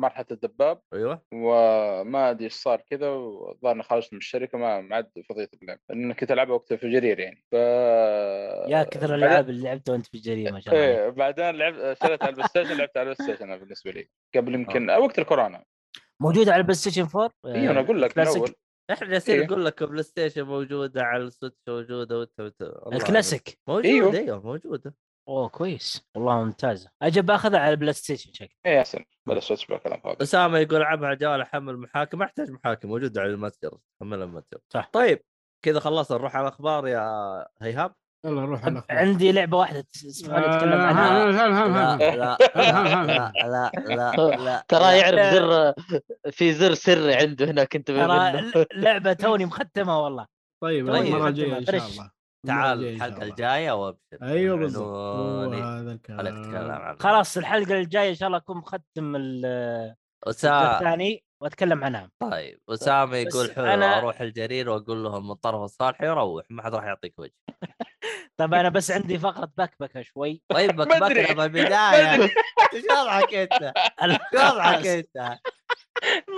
S5: مرحله الدباب
S6: أيوه
S5: وما ادري ايش صار كذا والظاهر اني خرجت من الشركه ما ما عاد فضيت اللعب لان كنت العبها وقت الفجرير يعني ف
S4: يا
S5: آه،
S4: كثر الالعاب اللي لعبتها وانت في الجريمه ما شاء الله عليك.
S5: ايه بعدين لعبت شريت على البلاي ستيشن لعبت على البلاي ستيشن أنا بالنسبه لي قبل يمكن وقت الكورونا
S4: موجوده على البلاي ستيشن 4
S5: اي انا اقول لك من
S4: كلاسيك.
S5: اول
S6: احنا جالسين
S5: إيه.
S6: نقول لك بلاي ستيشن موجوده على السويتش موجوده وانت وانت- والله أعلم.
S4: الكلاسيك
S6: موجوده
S5: أيوه.
S6: ايوه, أيوه موجوده
S4: اوه كويس والله ممتازه اجي باخذها على البلاي ستيشن شكل
S5: اي احسن بلا صوت كلام فاضي
S6: اسامه يقول العبها على جوال احمل محاكم ما احتاج محاكم موجود على المتجر حملها المتجر
S4: صح.
S6: طيب كذا خلصنا نروح على الاخبار يا هيهاب
S2: يلا نروح على الأخبار.
S4: عندي لعبه واحده اسمها
S2: آه،
S4: نتكلم
S2: ها-
S4: عنها
S2: ها- ها- ها-
S6: لا
S2: ها.
S6: لا
S2: هم- هم-
S6: لا لا لا, لا.
S3: ترى
S6: لا.
S3: يعرف زر في زر سري عنده هناك انت
S4: ترى
S3: منه
S4: لعبه توني مختمها والله
S2: طيب
S6: طيب.
S2: المره الجايه ان شاء
S4: فريش.
S2: الله
S6: تعال
S2: المرة الجاية إن شاء
S6: الحلقه
S2: الله.
S6: الجايه وابشر
S2: ايوه بالضبط
S6: عنواني.
S2: هو هذا
S6: خليك تتكلم
S2: الكلام
S6: عنه
S4: أيوة، خلاص الحلقه الجايه ان شاء الله اكون مختم ال- الجزء
S6: أسا...
S4: الثاني واتكلم عنها
S6: طيب اسامه
S4: بس
S6: يقول حلو
S4: أنا-
S6: اروح الجرير واقول لهم من طرف الصالح يروح ما حد راح يعطيك وجه
S4: طب انا طيب، بس عندي فقره بكبكه شوي
S6: طيب
S5: أدري.
S6: بكبكنا
S5: ما
S6: بالبدايه
S5: ادري
S6: ايش وضعك انت؟ ايش وضعك انت؟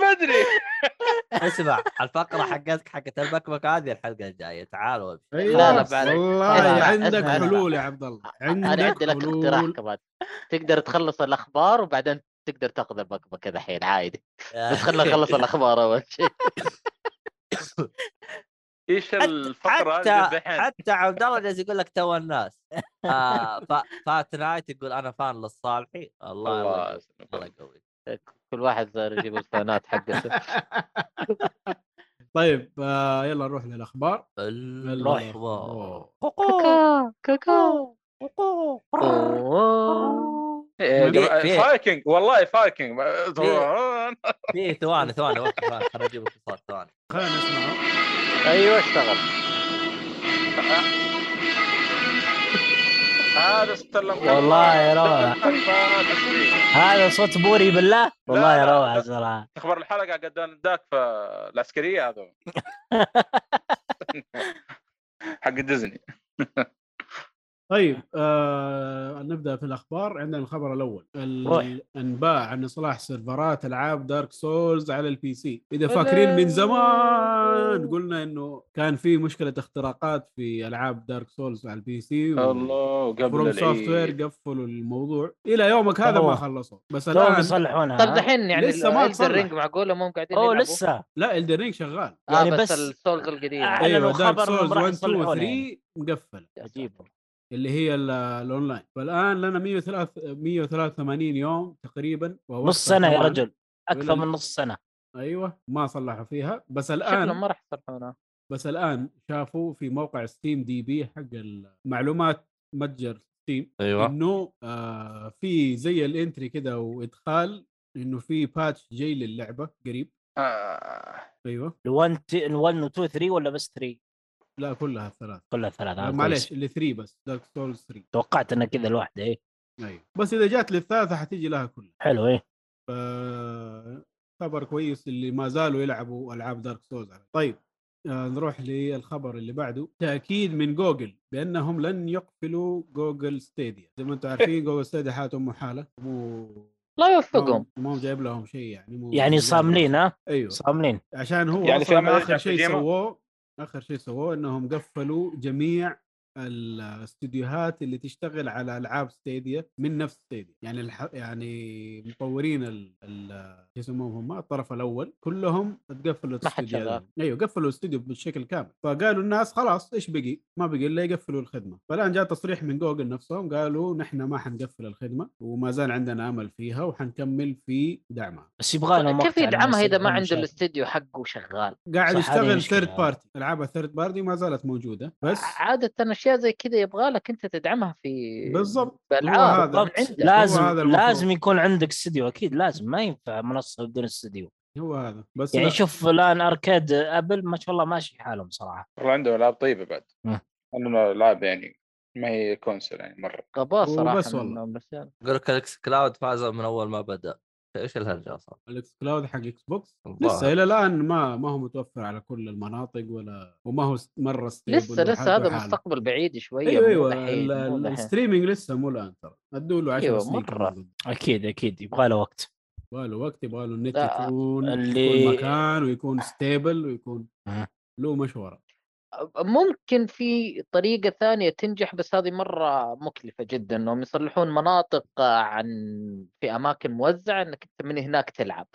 S5: ما ادري
S6: اسمع الفقره إيه، حقتك حقت البكبك هذه الحلقه الجايه تعالوا ابشر.
S3: لا،
S2: ايوه
S3: لا،
S6: بعد-
S2: والله
S3: اسمع،
S2: عندك
S3: اسمع، اسمع.
S2: حلول يا عبد الله
S3: انا
S2: عندك
S3: عندي لك اقتراح
S2: حلول
S3: كمان تقدر تخلص الاخبار وبعدين تقدر تاخذ البكبكه دحين عادي
S6: آه،
S3: بس خلنا نخلص الاخبار اول شيء
S5: ايش الفقره هذه
S6: حتى
S5: دحين
S6: حتى عبد الله جالس يقول لك تو الناس آه ف- فات نايت يقول انا فان للصالحي الله الله
S5: الله
S6: يقويك، الله يقويك
S3: كل واحد صار يجيب الفانات حقته
S2: طيب آه يلا نروح للاخبار
S6: الاخبار
S3: كاكا
S5: إيه،
S6: في-
S5: جماعة-
S6: في-
S5: فايكنج والله فايكنج
S6: في ثواني ثواني وقت ثواني خليني اجيب اتصال ثواني
S2: خلينا نسمع
S5: أيوة،
S3: ايوه اشتغل
S5: هذا استلم
S4: والله روعة. هذا صوت بوري بالله والله
S5: لا، لا،
S4: روعه
S5: لا.
S4: صراحه
S5: تخبر الحلقه قد ذاك في العسكريه هذا حق ديزني
S2: طيب آه نبدا في الاخبار عندنا الخبر الاول
S4: روح.
S2: الانباء عن اصلاح سيرفرات العاب دارك سولز على البي سي اذا فاكرين من زمان قلنا انه كان في مشكله اختراقات في العاب دارك سولز على البي سي و-
S5: الله قبل
S2: فروم سوفت
S5: العيد
S2: وير
S4: إيه.
S2: قفلوا الموضوع الى يومك هذا ما
S4: أوه.
S2: خلصوا بس
S4: توهم
S2: الان
S4: يصلحونها
S3: طب
S4: ها؟
S3: دحين يعني
S2: لسه ما تصلح.
S3: الرينج معقوله مو قاعدين
S4: اوه
S3: يلعبوا؟
S4: لسه
S2: لا الدرينج شغال
S3: آه بس,
S4: يعني
S3: أيوه،
S4: بس-
S3: بس السولز القديمه
S4: أعلنوا
S2: ايوه دارك
S4: خبر إنهم
S2: سولز
S4: راح
S2: 1 2
S4: يصلحونه
S2: 3
S4: يعني.
S2: مقفله
S4: عجيب
S2: اللي هي ال- الاونلاين فالان لنا 103 183 يوم تقريبا وهو
S4: نص
S2: أكثر
S4: سنه يا
S2: كمان.
S4: رجل اكثر
S2: ولا-
S4: من نص سنه
S2: ايوه ما صلحوا فيها بس
S3: شكلهم
S2: الان
S3: ما راح يصلحونه
S2: بس الان شافوا في موقع ستيم دي بي حق المعلومات متجر ستيم
S4: أيوة.
S6: ايوه
S2: انه آه في زي الانتري كده وادخال انه في باتش جاي للعبه قريب
S5: آه،
S2: ايوه
S4: ال1 1 و 2 3 ولا بس 3
S2: لا كلها الثلاث
S4: كلها ثلاثه
S2: آه
S4: آه،
S2: معلش
S4: كويس.
S2: اللي 3 بس دارك سولز 3
S4: توقعت انها كذا الواحده ايه
S2: ايوه بس اذا جات للثالثه حتيجي لها كلها
S4: حلو ايه
S2: ف- خبر كويس اللي ما زالوا يلعبوا العاب دارك سولز طيب آه، نروح للخبر اللي بعده تاكيد من جوجل بانهم لن يقفلوا جوجل ستيديا زي ما انتم
S4: إيه.
S2: عارفين جوجل ستيديا حالته مو حاله مو
S3: لا
S2: مو
S3: يوفقهم
S2: مو جايب لهم شيء يعني مو
S4: يعني
S2: مو جايب-
S4: صاملين ها
S2: ايوه
S4: صاملين
S2: عشان هو
S5: يعني
S2: يعني
S5: في عملية
S2: اخر شيء
S5: كوجيما؟
S2: سووه اخر شيء سووه انهم قفلوا جميع الاستديوهات اللي تشتغل على العاب ستيديا من نفس ستيديا يعني الح... يعني مطورين ال... ال... شو يسموهم هم الطرف الاول كلهم تقفلوا
S3: ما حد
S2: الاستوديو
S3: شغال.
S2: هذا. ايوه قفلوا الاستوديو بشكل كامل فقالوا الناس خلاص ايش بقي ما بقي الا يقفلوا الخدمه فالان جاء تصريح من جوجل نفسهم قالوا نحن ما حنقفل الخدمه وما زال عندنا امل فيها وحنكمل في دعمها
S4: بس يبغى لهم
S3: طيب، كيف
S4: وقت يعني
S3: يدعمها
S4: على الناس
S3: اذا ما
S4: يبغى لهم
S3: عنده
S4: شغل.
S3: الاستديو حقه شغال
S2: قاعد
S4: صح، هذه
S2: يشتغل
S4: مشكلة.
S2: ثيرد بارتي العاب الثيرد بارتي ما زالت موجوده بس
S3: عاده اشياء زي كذا يبغى لك انت تدعمها في
S2: بالضبط
S3: بالعاب
S2: هو هذا.
S3: من
S4: بالضبط.
S3: عندك.
S2: لا، هو هذا
S4: لازم
S2: المفروض.
S4: لازم يكون عندك استديو اكيد لازم ما ينفع منصه بدون استديو
S2: هو هذا بس
S4: يعني
S2: لا.
S4: شوف الان اركاد ابل ما شاء الله ماشي حالهم صراحه
S5: والله عندهم العاب طيبه بعد
S4: مم.
S5: عندهم العاب يعني ما هي كونسل يعني مره
S3: غباء
S2: هو
S3: صراحه
S2: بس والله.
S3: منهم، بس يلا.
S6: يقول لك الاكس كلاود فاز من اول ما بدا ايش الهرجه اصلا؟
S2: الاكس كلاود حق اكس بوكس
S6: الظاهر.
S2: لسه الى الان ما ما هو متوفر على كل المناطق ولا وما هو س- مره ستيبل
S3: لسه لسه هذا مستقبل بعيد شويه
S2: ايوه
S3: مو
S2: ايوه
S3: دحين،
S2: ال-
S3: مو
S2: ال-
S3: دحين.
S2: الستريمينج لسه مو الان ترى ادوا له 10
S3: أيوة،
S2: سنين
S3: مرة.
S2: كمان.
S4: اكيد اكيد يبغى له وقت
S2: يبغى له وقت يبغى له النت
S3: لا،
S2: يكون
S4: اللي-
S2: يكون مكان ويكون ستيبل ويكون
S4: أه.
S2: له مشوره
S3: ممكن في طريقة ثانية تنجح بس هذه مرة مكلفة جدا انهم يصلحون مناطق آه، عن في اماكن موزعة انك انت من هناك تلعب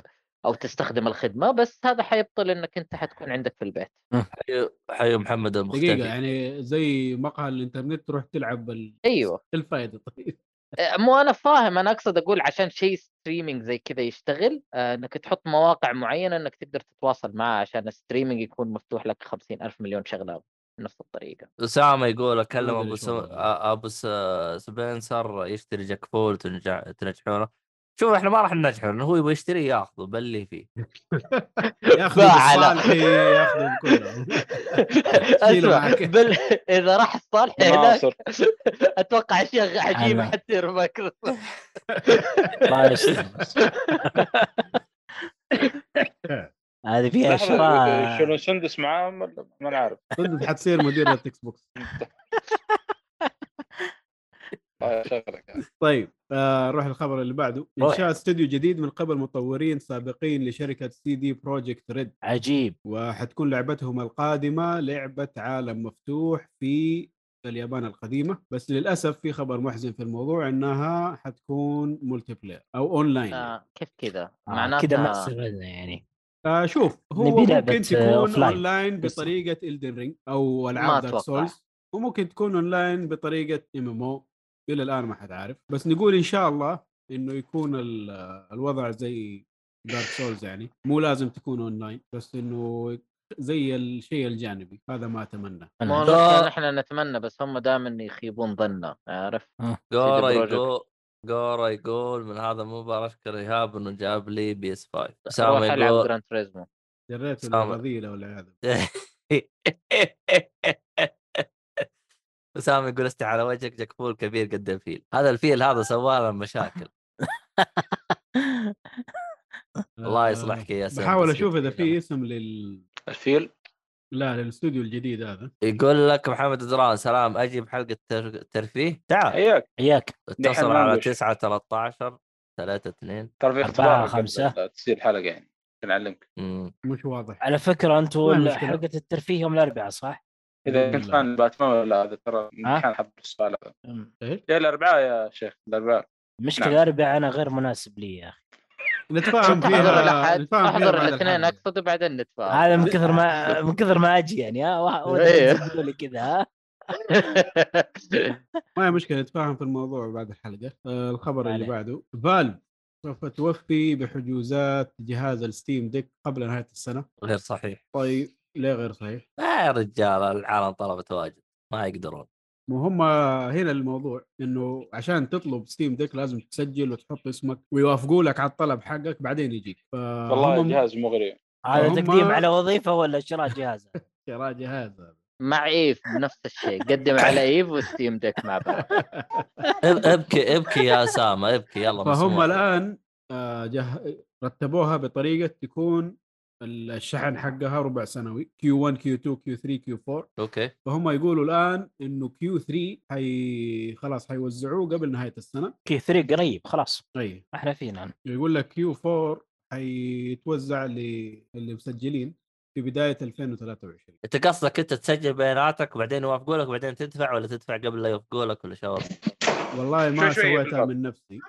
S3: او تستخدم الخدمة بس هذا حيبطل انك انت حتكون عندك في البيت
S6: حي- حي محمد
S2: دقيقه
S6: المختفي
S2: يعني زي مقهى الانترنت تروح تلعب ال-
S3: ايوه
S2: الفائده طيب
S3: آه، مو انا فاهم انا اقصد اقول عشان شيء ستريمينج زي كذا يشتغل آه، انك تحط مواقع معينة انك تقدر تتواصل معها عشان الستريمينج يكون مفتوح لك خمسين الف مليون شغلة بنفس الطريقة
S6: اسامه يقول اكلم
S2: ما أدري
S6: ابو
S2: إيش
S6: سم...
S2: والله.
S6: آ- ابو س... سبنسر يشتري جاك فول تنجح... تنجحونه شوف احنا ما راح ننجحه لانه هو يبغى يشتري ياخذه بلي فيه
S2: ياخذوا
S3: باع على-
S2: بالصالحي ياخذوا كلهم شيله
S3: اسمع
S2: معك.
S3: بل... اذا راح الصالح هناك
S5: ناصر
S3: اتوقع اشياء عجيبه
S4: أنا-
S3: حتصير مايكروسوفت
S4: الله يستر هذه فيها
S5: لحظة،
S4: شراء
S5: شنو سندس معاهم ولا ما أنا عارف
S2: صدق حتصير مدير الاكس بوكس
S5: طيب، شغلك يعني.
S2: طيب آه نروح للخبر اللي بعده
S4: روح.
S2: انشاء استوديو جديد من قبل مطورين سابقين لشركه سي دي بروجكت ريد
S4: عجيب
S2: وحتكون لعبتهم القادمه لعبه عالم مفتوح في اليابان القديمه بس للاسف في خبر محزن في الموضوع انها حتكون ملتي بلاير او اونلاين آه.
S3: آه كيف كذا؟
S4: آه كذا ما
S3: معناتها
S4: استفدنا يعني
S2: آه شوف هو
S4: نبي لعبة،
S2: ممكن
S4: آه،
S2: تكون
S4: أوفلاين.
S2: اونلاين بطريقه الدن رينج او العاب دارك
S3: أتوقع.
S2: سولز وممكن تكون اونلاين بطريقه ام ام او الى الان ما حد عارف بس نقول ان شاء الله انه يكون ال- الوضع زي دارك سولز يعني مو لازم تكون اونلاين بس انه زي الشيء الجانبي هذا ما اتمنى
S3: ما هو
S4: أنا-
S3: المشكلة نحن نتمنى بس هم دائما يخيبون ظننا عارف؟
S6: جورا
S3: بروجكت.
S6: يقول جورا يقول من هذا المباراة اشكر ايهاب انه جاب لي بي اس 5
S3: روح
S6: اسامه
S3: العب
S6: يقول
S3: جراند تريزمو
S2: دريت
S6: سامر.
S2: الرذيله والعياذ
S6: اسامه يقول استح على وجهك جاك فول كبير قد الفيل هذا الفيل هذا سوى لنا مشاكل الله يصلحك يا سامر
S2: بحاول اشوف اذا في اسم لل
S5: الفيل
S2: لا للاستوديو الجديد هذا
S6: يقول لك محمد دران سلام اجي بحلقه تر- ترفيه تعال
S5: حياك
S4: اياك
S5: دحين
S6: اتصل
S5: ما
S6: على
S5: عندوش.
S6: 9 13 3 2
S5: ترى في
S4: أربعة،
S5: اختبار
S4: خمسة.
S5: خمسة تصير الحلقه يعني نعلمك
S6: مم.
S2: مش واضح
S4: على فكره
S2: وين
S4: انتم
S2: المشكلة؟
S4: حلقه الترفيه يوم الاربعاء صح؟
S5: اذا كنت
S2: لا.
S5: فان باتمان ولا هذا ترى
S4: آه.
S5: امتحان حط السؤال هذا
S4: أمم.
S2: ايش
S5: يا الاربعاء يا شيخ الاربعاء
S4: مشكله
S5: نعم.
S4: الاربعاء انا غير مناسب لي يا اخي
S2: نتفاهم
S3: احضر
S2: فيها
S3: الاحد
S2: نتفاهم فيها
S3: احضر
S2: بعد
S3: الاثنين
S2: الحلقة.
S3: اقصد وبعدين نتفاهم
S4: هذا من كثر ما من كثر ما اجي يعني ها واحد-
S3: إيه.
S4: واحد يقول لي كذا ها
S2: ما هي مشكله نتفاهم في الموضوع بعد الحلقه آه الخبر اللي
S4: عليه.
S2: بعده فالف سوف توفي بحجوزات جهاز الستيم ديك قبل نهايه السنه
S6: غير صحيح
S2: طيب ليه غير صحيح؟
S6: آه يا رجال العالم طلبت واجد ما يقدرون
S2: مو هم هنا الموضوع انه عشان تطلب ستيم ديك لازم تسجل وتحط اسمك ويوافقوا لك على الطلب حقك بعدين يجيك
S5: والله
S2: فهم
S5: جهاز مغري
S4: هذا
S2: هم-
S4: تقديم على وظيفه ولا شراء جهاز
S2: شراء جهاز هذا
S3: مع ايف نفس الشيء قدم على ايف وستيم ديك مع بعض
S6: اب- ابكي ابكي يا اسامه ابكي يلا
S2: فهم
S6: مسموح لك.
S2: الان آه، جه... رتبوها بطريقه تكون ال- الشحن حقها ربع سنوي كيو 1 كيو 2 كيو 3 كيو 4
S6: اوكي
S2: فهم يقولوا الان انه كيو 3 حي خلاص حيوزعوه قبل نهايه السنه
S4: كي 3 قريب خلاص
S5: طيب.
S2: اي
S4: احنا طيب. فينا
S2: يقول لك كيو 4 حيتوزع ل- اللي مسجلين في بدايه 2023
S6: انت قصدك انت تسجل بياناتك وبعدين يوافقوا لك وبعدين تدفع ولا تدفع قبل لا يوافقوا لك ولا شو وضعك؟
S2: والله ما
S5: شوي شوي
S2: سويتها
S5: بالضبط.
S2: من نفسي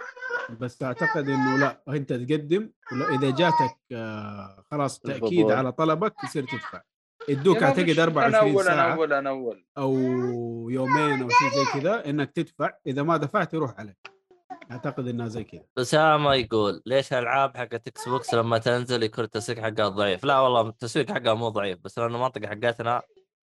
S2: بس اعتقد انه لا انت تقدم ولا اذا جاتك آه، خلاص تاكيد
S3: الفضول.
S2: على طلبك يصير تدفع يدوك
S5: يا ما مش-
S2: اعتقد 24
S5: انا
S2: ساعه
S5: اول انا اول
S2: او يومين او شيء زي كذا انك تدفع اذا ما دفعت يروح عليك اعتقد انها زي كذا
S6: اسامه يقول ليش الالعاب حقت اكس بوكس لما تنزل يكون التسويق حقها ضعيف؟ لا والله التسويق حقها مو ضعيف بس لان المنطقه حقتنا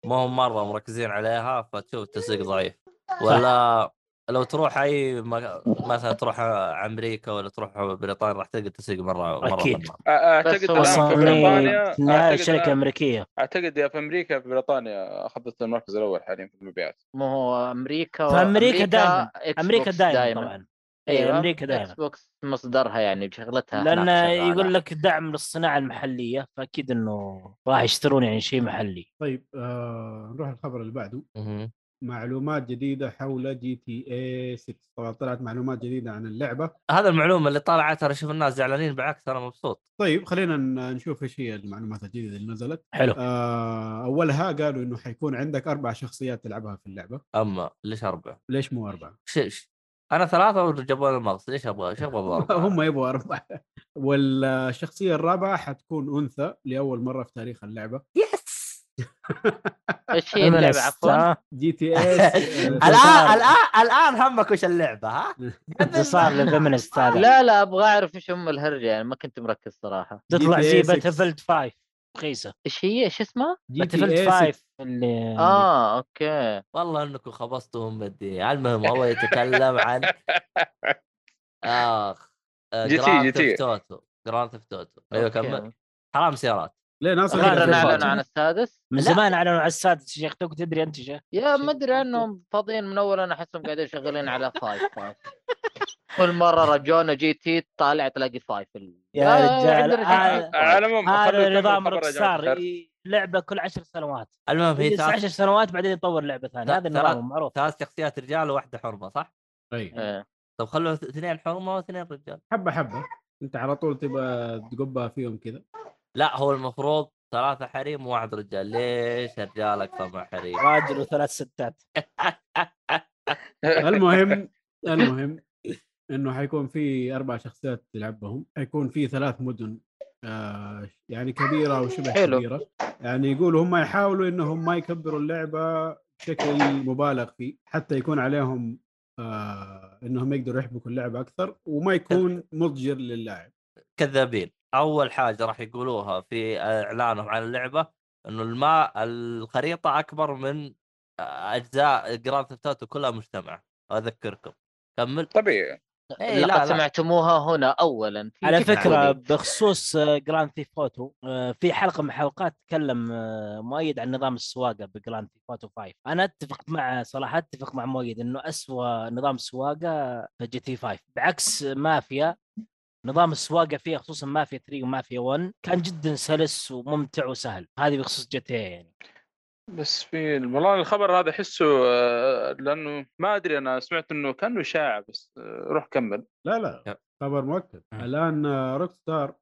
S6: ما هم مره مركزين عليها فتشوف التسويق ضعيف ولا لو تروح اي مك... مثلا تروح امريكا ولا تروح بريطانيا راح تلقى التسويق مره مره
S4: أكيد.
S6: فنان.
S5: اعتقد
S3: هو
S5: الان في بريطانيا
S4: تصنيع
S5: أعتقد
S4: شركه
S5: الآن-
S4: امريكيه
S5: اعتقد يا في امريكا في بريطانيا اخذت المركز الاول حاليا في المبيعات
S3: ما هو امريكا
S4: فأمريكا دايماً. امريكا دائما
S3: دائما
S4: طبعا
S3: أيوه.
S4: اي امريكا دائما
S3: اكس بوكس أيوة. مصدرها يعني بشغلتها
S4: لان يقول لك دعم للصناعه المحليه فاكيد انه راح يشترون يعني شيء محلي
S2: طيب آه نروح الخبر اللي بعده
S6: مهم.
S2: معلومات جديده حول جي تي اي 6 طبعا طلعت معلومات جديده عن اللعبه
S6: هذا المعلومه اللي طالعه ترى شوف الناس زعلانين بالعكس انا مبسوط
S2: طيب خلينا ن- نشوف ايش هي المعلومات الجديده اللي نزلت
S4: حلو
S2: آه اولها قالوا انه حيكون عندك اربع شخصيات تلعبها في اللعبه
S6: اما ليش اربعه؟
S2: ليش مو اربعه
S6: شيش انا ثلاثه وجابوا لي المغص ليش ابغى ايش ابغى أربعة؟
S2: هم يبغوا اربعه والشخصيه الرابعه حتكون انثى لاول مره في تاريخ اللعبه
S6: يس
S3: ايش هي اللعبه عفوا؟
S2: جي تي إيه اس
S6: الان الان الان همك وش اللعبه ها؟
S4: انتصار للفيمنست هذا
S3: لا لا ابغى اعرف ايش ام الهرجه يعني ما كنت مركز صراحه
S4: تطلع
S2: GTA
S4: زي
S2: 6.
S4: باتل فيلد 5 رخيصه
S3: ايش هي ايش اسمها؟
S2: جي
S4: باتل
S2: تي إيه
S4: فيلد 5
S2: اي
S4: اللي
S3: اه اوكي
S6: والله انكم خبصتهم بدي المهم هو يتكلم عن آه، اخ
S5: جي تي- جي
S6: جراند
S5: تي.
S6: اوف توتو جراند اوف توتو ايوه
S3: أوكي.
S6: كمل حرام سيارات
S2: ليه ناصر
S4: غير
S2: يقدر
S3: غير
S4: أنا-
S3: اعلنوا
S2: يفوت؟
S4: أنا-
S3: عن السادس
S4: من
S6: لا.
S4: زمان اعلنوا على السادس يا شيخ توك تدري انت يا شيخ
S3: يا ما ادري عنهم فاضيين من اول انا احسهم قاعدين شغالين على فايف كل مره رجعونا جي تي طالع تلاقي فايف
S4: يا
S3: آه،
S4: رجال،
S3: عندنا
S4: آه،
S3: شيء.
S5: على العموم خلوا
S4: هذا
S5: يكملوا
S4: نظام
S5: الخبر يا جماعة
S4: روكستار
S5: الخير.
S4: ي- لعبه كل عشر سنوات
S6: المهم هي
S4: يجلس
S6: ثلاث
S4: عشر سنوات بعدين يطور لعبه ثانيه
S6: لا،
S4: هذا
S6: ترى-
S4: النظام المعروف
S6: ثلاث شخصيات رجال وواحده حرمه صح؟
S2: طيب
S3: إيه.
S6: طب خلوا اثنين حرمه واثنين رجال
S2: حبه حبه انت على طول تبغى تقبها فيهم كذا
S6: لا هو المفروض ثلاثه حريم وواحد رجال ليش الرجال اكثر من حريم؟
S4: راجل وثلاث ستات
S2: المهم المهم انه حيكون في اربع شخصيات تلعبهم حيكون في ثلاث مدن آه يعني كبيره او شبه
S3: حلو.
S2: كبيره يعني يقولوا هم يحاولوا انهم ما يكبروا اللعبه بشكل مبالغ فيه حتى يكون عليهم آه انهم يقدروا يحبكوا اللعبه اكثر وما يكون مضجر للاعب
S6: كذابين اول حاجه راح يقولوها في اعلانهم عن اللعبه انه الماء الخريطه اكبر من آه، اجزاء جراند ثيفت أوتو كلها مجتمع اذكركم كمل
S5: طبيعي
S6: إيه، لا،
S3: لقد
S6: لا.
S3: سمعتموها هنا اولا في
S4: على
S3: جدة.
S4: فكره بخصوص آه، جراند ثيف اوتو آه، في حلقه من حلقات تكلم آه، مؤيد عن نظام السواقه بجراند ثيف اوتو 5 انا اتفق مع صراحه اتفق مع مؤيد انه أسوأ نظام سواقه في جي تي 5 بعكس مافيا نظام السواقه فيها خصوصا مافيا 3 ومافيا 1 كان جدا سلس وممتع وسهل هذه بخصوص جي تي يعني
S5: بس في والله الخبر هذا احسه آه، لانه ما ادري انا سمعت انه كانه شاع بس آه، روح كمل
S2: لا لا
S6: يب. إمم.
S2: خبر مؤكد الان روك ستار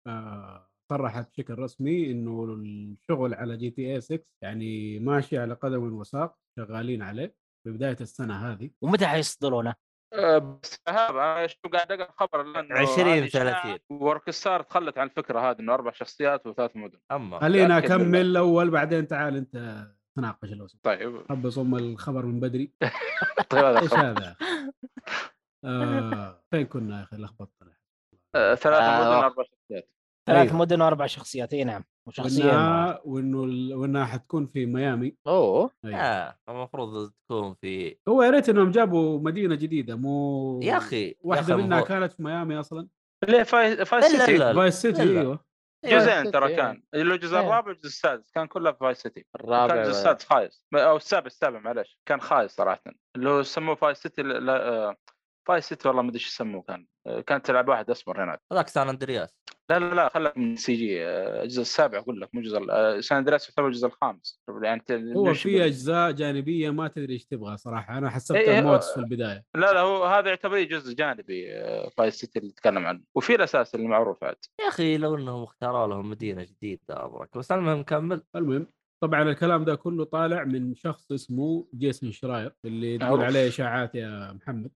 S2: صرحت بشكل رسمي انه الشغل على جي تي اي 6 يعني ماشي على قدم وساق شغالين عليه في بدايه السنه هذه
S4: ومتى حيصدرونه؟
S5: آه، بس هذا انا شو قاعد اقرا خبر الان
S6: 20 30
S5: ورك ستار تخلت عن الفكره هذه انه اربع شخصيات وثلاث مدن
S6: اما
S2: خلينا
S5: أكد بالله.
S2: اكمل الاول بعدين تعال انت تناقش لو سمحت.
S5: طيب
S2: حب صم الخبر من بدري
S5: طيب هذا
S2: ايش
S5: خبر.
S2: هذا يا أخي؟ آه، فين كنا يا اخي لخبطنا
S5: آه، ثلاث
S3: آه،
S5: مدن
S3: آه.
S5: اربع شخصيات
S4: ثلاث
S2: أيوه.
S4: مدن واربع شخصيات اي نعم وشخصيه امرأة.
S2: وانها وانه ال- وانها حتكون في ميامي
S3: اوه
S2: أيوه.
S6: آه المفروض تكون في
S2: هو يا ريت انهم جابوا مدينه جديده مو
S6: يا اخي
S2: واحده منها
S6: كان
S2: كانت في ميامي اصلا
S5: ليه فايز فايز
S6: لا، لا، لا.
S5: سيتي
S2: فايس سيتي
S6: لا.
S2: ايوه
S5: جزئين
S3: إيه.
S5: ترى كان اللي هو الجزء
S3: إيه.
S5: الرابع والجزء السادس كان كلها في فايز سيتي كان
S3: الرابع
S5: الجزء السادس خايس او السابع السابع معلش كان خايس صراحه اللي هو سموه فايز سيتي لا- لا، آه، فايز سيتي والله ما ادري ايش يسموه كان آه، كان تلعب واحد اسمر هناك
S6: هذاك سان اندرياس
S5: لا لا لا خلك من سي جي آه، الجزء السابع اقول لك مو الجزء ال- آه، سان اندرياس يعتبر الجزء الخامس يعني ت-
S2: هو
S5: نشبه.
S2: في اجزاء جانبيه ما تدري ايش تبغى صراحه انا
S5: إيه،
S2: حسبتها
S5: إيه،
S6: آه.
S2: مودز في البدايه
S5: لا لا هو هذا يعتبر جزء جانبي آه، فايس سيتي اللي تكلم عنه وفي الاساس المعروف عاد
S6: يا اخي لو انهم اختاروا لهم مدينه جديده ابرك بس المهم كمل
S2: المهم طبعا الكلام ده كله طالع من شخص اسمه جيسون شراير اللي تقول
S5: معروف.
S2: عليه اشاعات يا محمد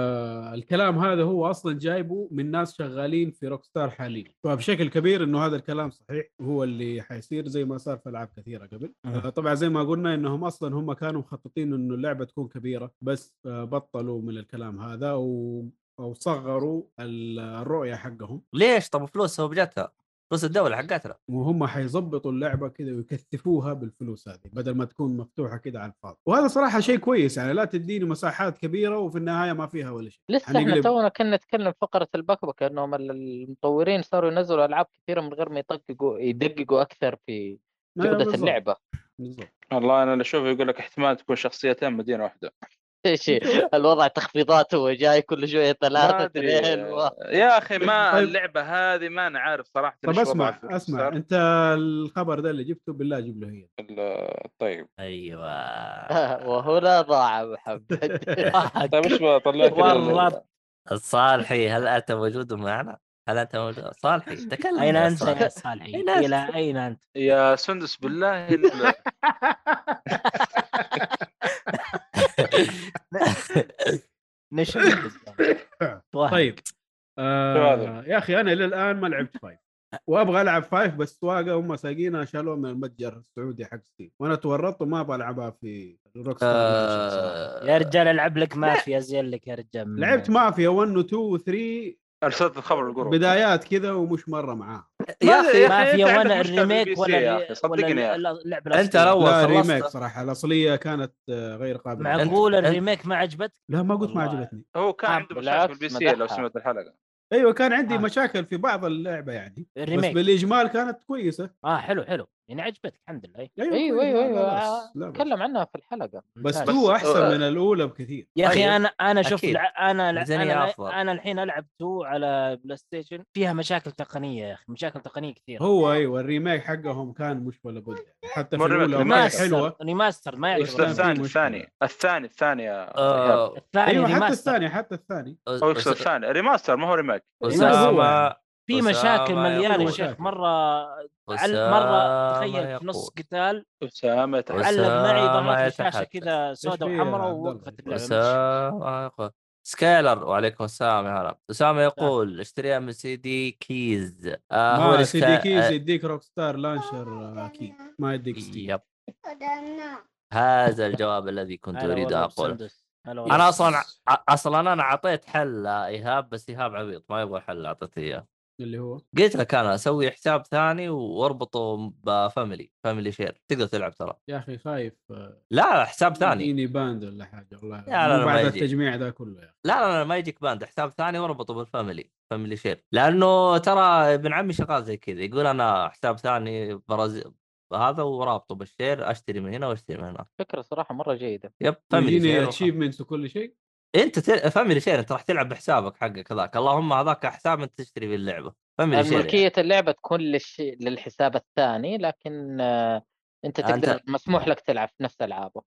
S2: فالكلام هذا هو اصلا جايبه من ناس شغالين في روكستار حاليا فبشكل كبير انه هذا الكلام صحيح هو اللي حيصير زي ما صار في العاب كثيره قبل
S4: أها.
S2: آه، طبعا زي ما قلنا انهم اصلا هم كانوا مخططين انه اللعبه تكون كبيره بس آه، بطلوا من الكلام هذا و او صغروا ال- الرؤيه حقهم
S6: ليش طب فلوسها وبجتها فلوس الدوله حقتنا
S2: وهم حيظبطوا اللعبه كذا ويكثفوها بالفلوس هذه بدل ما تكون مفتوحه كذا على الفاضي وهذا صراحه شيء كويس يعني لا تديني مساحات كبيره وفي النهايه ما فيها ولا شيء
S3: لسه احنا
S2: حنقلب-
S3: تونا كنا نتكلم في فقره البكبكه انهم ال- المطورين صاروا ينزلوا العاب كثيره من غير ما يدققوا يدققوا اكثر في
S2: لا، لا،
S3: جوده
S2: بالضبط،
S3: اللعبه
S2: بالضبط
S5: والله انا اللي اشوفه يقول لك احتمال تكون شخصيتين مدينه واحده
S3: ايش الوضع تخفيضات هو جاي كل شويه
S5: ما
S3: ثلاثه
S5: ادري
S3: اثنين و-
S5: يا اخي ما
S2: طيب.
S5: اللعبه هذه ما انا عارف صراحه
S2: طب
S5: إيش وضعها
S2: اسمع
S5: في
S2: اسمع
S5: الصار.
S2: انت الخبر ده اللي جبته بالله جيب له هي
S5: ال- طيب
S6: ايوه
S3: وهنا ضاع محمد
S5: طيب ايش بطلع لك
S4: والله.
S6: صالحي هل انت موجود معنا؟ هل انت موجود؟ صالحي تكلم
S4: اين
S6: يا
S4: انت
S6: صالح.
S4: يا صالحي؟
S6: أين أنت؟
S4: الى اين انت؟
S5: يا سندس بالله ال-
S4: نشر
S2: طيب آه
S5: هذا؟
S2: يا اخي انا الى الان ما لعبت فايف وابغى العب فايف بس واقع هم ساقينها شالوها من المتجر السعودي حق ستيم وانا تورطت وما ابغى العبها في روك
S4: يا
S6: آه،
S4: رجال العب لك مافيا زين لك يا رجال من-
S2: لعبت مافيا 1 و 2 و 3
S5: ارسلت الخبر الجروب
S2: بدايات كذا ومش مره معاها
S6: يا
S5: ما- يا
S6: اخي
S5: أخي
S4: مافيا
S5: أنت عندك
S4: ولا
S5: مشكلة في البي
S4: الريميك
S5: سي
S4: ولا
S5: يا
S4: ال-
S5: أخي، صدقني يا أخي.
S4: ولا اللعبه
S6: أنت روّق.
S4: الأصلية.
S6: أول
S2: لا
S6: خلصت.
S2: ريميك صراحه الاصليه كانت آه، غير قابله للعب.
S4: معقول
S6: أنت-
S4: الريميك ما عجبتك؟
S2: لا ما قلت ما
S4: والله.
S2: عجبتني
S5: هو كان
S3: آه،
S5: عنده مشاكل في
S3: بالعكس،
S5: البي سي لو
S3: مدحها.
S5: سمعت الحلقه
S2: ايوه كان عندي
S4: آه.
S2: مشاكل في بعض اللعبه يعني بس
S4: الريميك
S2: بالاجمال كانت كويسه
S4: اه حلو حلو يعني عجبتك الحمد لله
S2: ايوه
S3: ايوه
S2: كويسة،
S3: ايوه
S2: لا بأس،
S3: ايوه
S2: لا بأس.
S3: تكلم عنها في الحلقه
S2: بس
S4: ممتاز.
S2: تو احسن
S5: آه.
S2: من الاولى بكثير
S4: يا اخي
S6: طيب.
S4: انا انا شوف
S6: أكيد.
S4: لع- انا لع-
S6: ميزانية
S4: انا
S6: أفضل.
S4: انا الحين العب 2 على بلاي ستيشن فيها مشاكل تقنيه يا اخي مشاكل تقنيه كثيره
S2: هو ايوه الريميك حقهم كان مش ولا بد حتى في
S5: مرة
S2: الاولى
S5: ريميك.
S2: ما
S5: ريماستر.
S2: كانت حلوه
S4: ريماستر ما
S5: بس
S2: يعتبر
S4: يعجبك
S2: أستاذ.
S5: الثاني
S2: مشكلة.
S5: الثاني الثاني الثاني يا إيهاب.
S6: آه،
S4: الثاني
S2: ايوه حتى
S4: ريماستر
S2: الثانيه حتى الثانيه
S6: أس-
S5: هو يقصد
S6: أس-
S5: الثاني ريماستر ما هو ريميك
S6: اسامه
S4: في
S6: أسامة
S4: مشاكل مليانه
S6: آه،
S4: يا
S6: يقول.
S4: شيخ مره
S6: أسامة
S4: عل- مره تخيل في
S6: يقول.
S4: نص قتال
S5: اسامه يتحدث.
S4: علق معي ضغط
S6: أسامة
S4: لي شاشه
S6: يتحدث.
S4: كذا سوداء
S2: فيها يا
S4: وحمراء
S2: عبد الله؟
S4: ووقفت اللعبه
S6: أسامة يقول. سكايلر وعليكم السلام يا هلا اسامه يقول اشتريها من سي دي كيز آه هو
S2: ما
S6: اللي
S2: سي دي
S6: اشترى-
S2: كيز
S6: آه،
S2: يديك روك ستار لانشر آه، اكيد ما يديك ستيم
S6: يب هذا الجواب الذي كنت
S4: هلا
S6: اريد
S4: والله
S6: اقوله
S4: بسندس. هلا والله
S6: انا اصلا أ- اصلا انا اعطيت حل ايهاب بس ايهاب عبيط ما يبغى حل اعطيته اياه
S2: اللي هو
S6: قلت لك انا اسوي حساب ثاني واربطه بفاميلي فاميلي شير تقدر تلعب ترى
S2: يا اخي خايف آه،
S6: لا لا حساب ثاني
S2: يجيني باند ولا حاجه والله
S6: لا، لا، ما
S2: مو بعد
S6: يجي.
S2: التجميع ذا كله يعني. يا
S6: لا لا لا ما يجيك باند حساب ثاني واربطه بالفاميلي فاميلي شير لانه ترى ابن عمي شغال زي كذا يقول انا حساب ثاني برازيل هذا ورابطه بالشير اشتري من هنا واشتري من هنا
S3: فكره صراحه مره جيده
S6: يب
S2: اخي
S6: فاميلي
S2: يجيني
S6: شير وخلاص.
S2: اتشيفمنتس وكل شيء
S6: انت تل... فاميلي شير انت راح تلعب بحسابك حقك هذاك اللهم هذاك حساب انت تشتري في اللعبه فاميلي شير يعني.
S3: ملكيه اللعبه تكون للش... للحساب الثاني لكن آه، انت
S6: أنت-
S3: تقدر مسموح لك تلعب في نفس العابه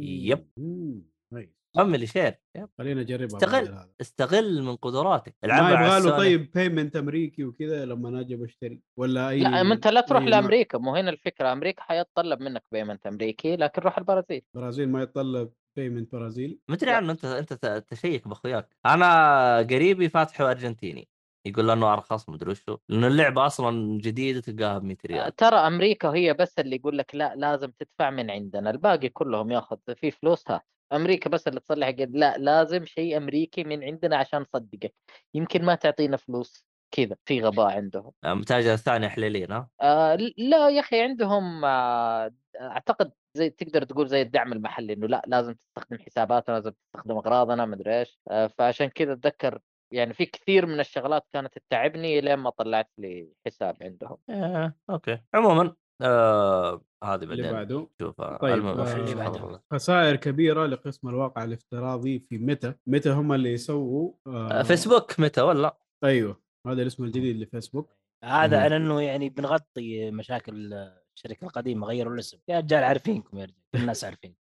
S6: يب.
S2: مم، كويس.
S6: فاميلي شير يب.
S2: خلينا نجربها
S6: استغل.
S2: بالموديل هذا.
S6: استغل من قدراتك
S2: ما
S6: العبها على
S2: يبغى له
S6: السوني.
S2: طيب بيمنت امريكي وكذا لما انا اجي بشتري ولا اي
S3: لا ما انت لا تروح
S2: أي
S3: لامريكا مو هنا الفكره امريكا حيتطلب منك بيمنت امريكي لكن روح البرازيل
S2: برازيل ما يتطلب بيمنت برازيلي
S6: مدري عنه انت انت ت- تشيك باخوياك انا قريبي فاتحه ارجنتيني يقول لانه ارخص مدري وشو لانه اللعبه اصلا جديده تلقاها ب 100 ريال
S3: أه، ترى امريكا هي بس اللي يقول لك لا لازم تدفع من عندنا الباقي كلهم ياخذ في فلوس هات امريكا بس اللي تصلح قد لا لازم شيء امريكي من عندنا عشان نصدقك يمكن ما تعطينا فلوس كذا في غباء عندهم
S2: آه.
S6: المتاجر الثانيه آه، حليلين ها
S3: آه ل- لا يا اخي عندهم آه اعتقد زي تقدر تقول زي الدعم المحلي انه لا لازم تستخدم حساباتنا لازم تستخدم اغراضنا مدري ايش آه فعشان كذا اتذكر يعني في كثير من الشغلات كانت تتعبني لين ما طلعت لي حساب عندهم
S6: آه، اوكي عموما آه هذه
S2: اللي
S6: بعدين
S2: بعده
S6: شوفها
S2: طيب،
S6: المهم
S2: آه،
S6: إيش
S4: اللي
S6: خبر
S4: بعده.
S2: خسائر كبيره لقسم الواقع الافتراضي في ميتا ميتا هم اللي يسووا
S6: آه،
S2: آه
S6: فيسبوك متى ولا
S2: ايوه هذا الاسم الجديد لفيسبوك
S4: هذا
S7: مم.
S4: على انه يعني بنغطي مشاكل الشركه القديمه غيروا الاسم يا رجال عارفينكم يا رجال كل الناس عارفين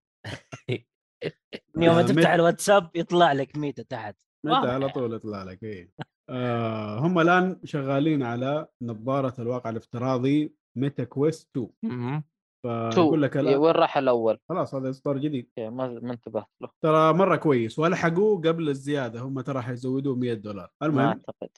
S4: من يوم ما
S2: آه، مت-
S4: تفتح الواتساب يطلع لك ميتا تحت
S2: متى
S4: واضح
S2: على
S4: يعني.
S2: طول يطلع لك ايه آه هم الان شغالين على نظاره الواقع الافتراضي ميتا كويست 2
S1: مهم.
S2: فاقول لك
S3: إيه،
S2: الآن
S3: وين راح الاول؟
S2: خلاص هذا اصدار جديد
S3: إيه، ما ما انتبهت له
S2: ترى مره كويس والحقوه قبل الزياده هم ترى حيزودوه 100 دولار
S3: ما
S2: المهم
S3: اعتقد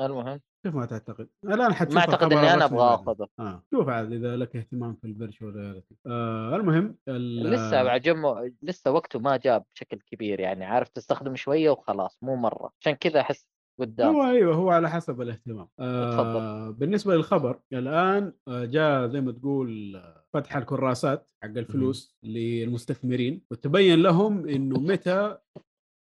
S3: المهم
S2: كيف ما تعتقد الان حتشوف
S3: ما اعتقد
S2: الخبر
S3: اني انا
S2: الرسمي
S3: ابغى
S2: بعدين.
S3: اخذه
S2: آه. شوف عاد اذا لك اهتمام في الفيرتشوال رياليتي آه المهم ال-
S3: لسه بعد جمه لسه وقته ما جاء بشكل كبير يعني عارف تستخدم شويه وخلاص مو مره عشان كذا احس قدام
S2: هو ايوه هو على حسب الاهتمام آه
S3: نعم. اتفضل.
S2: بالنسبه للخبر الان آه، جاء زي ما تقول آه، فتح الكراسات حق الفلوس للمستثمرين وتبين لهم انه متى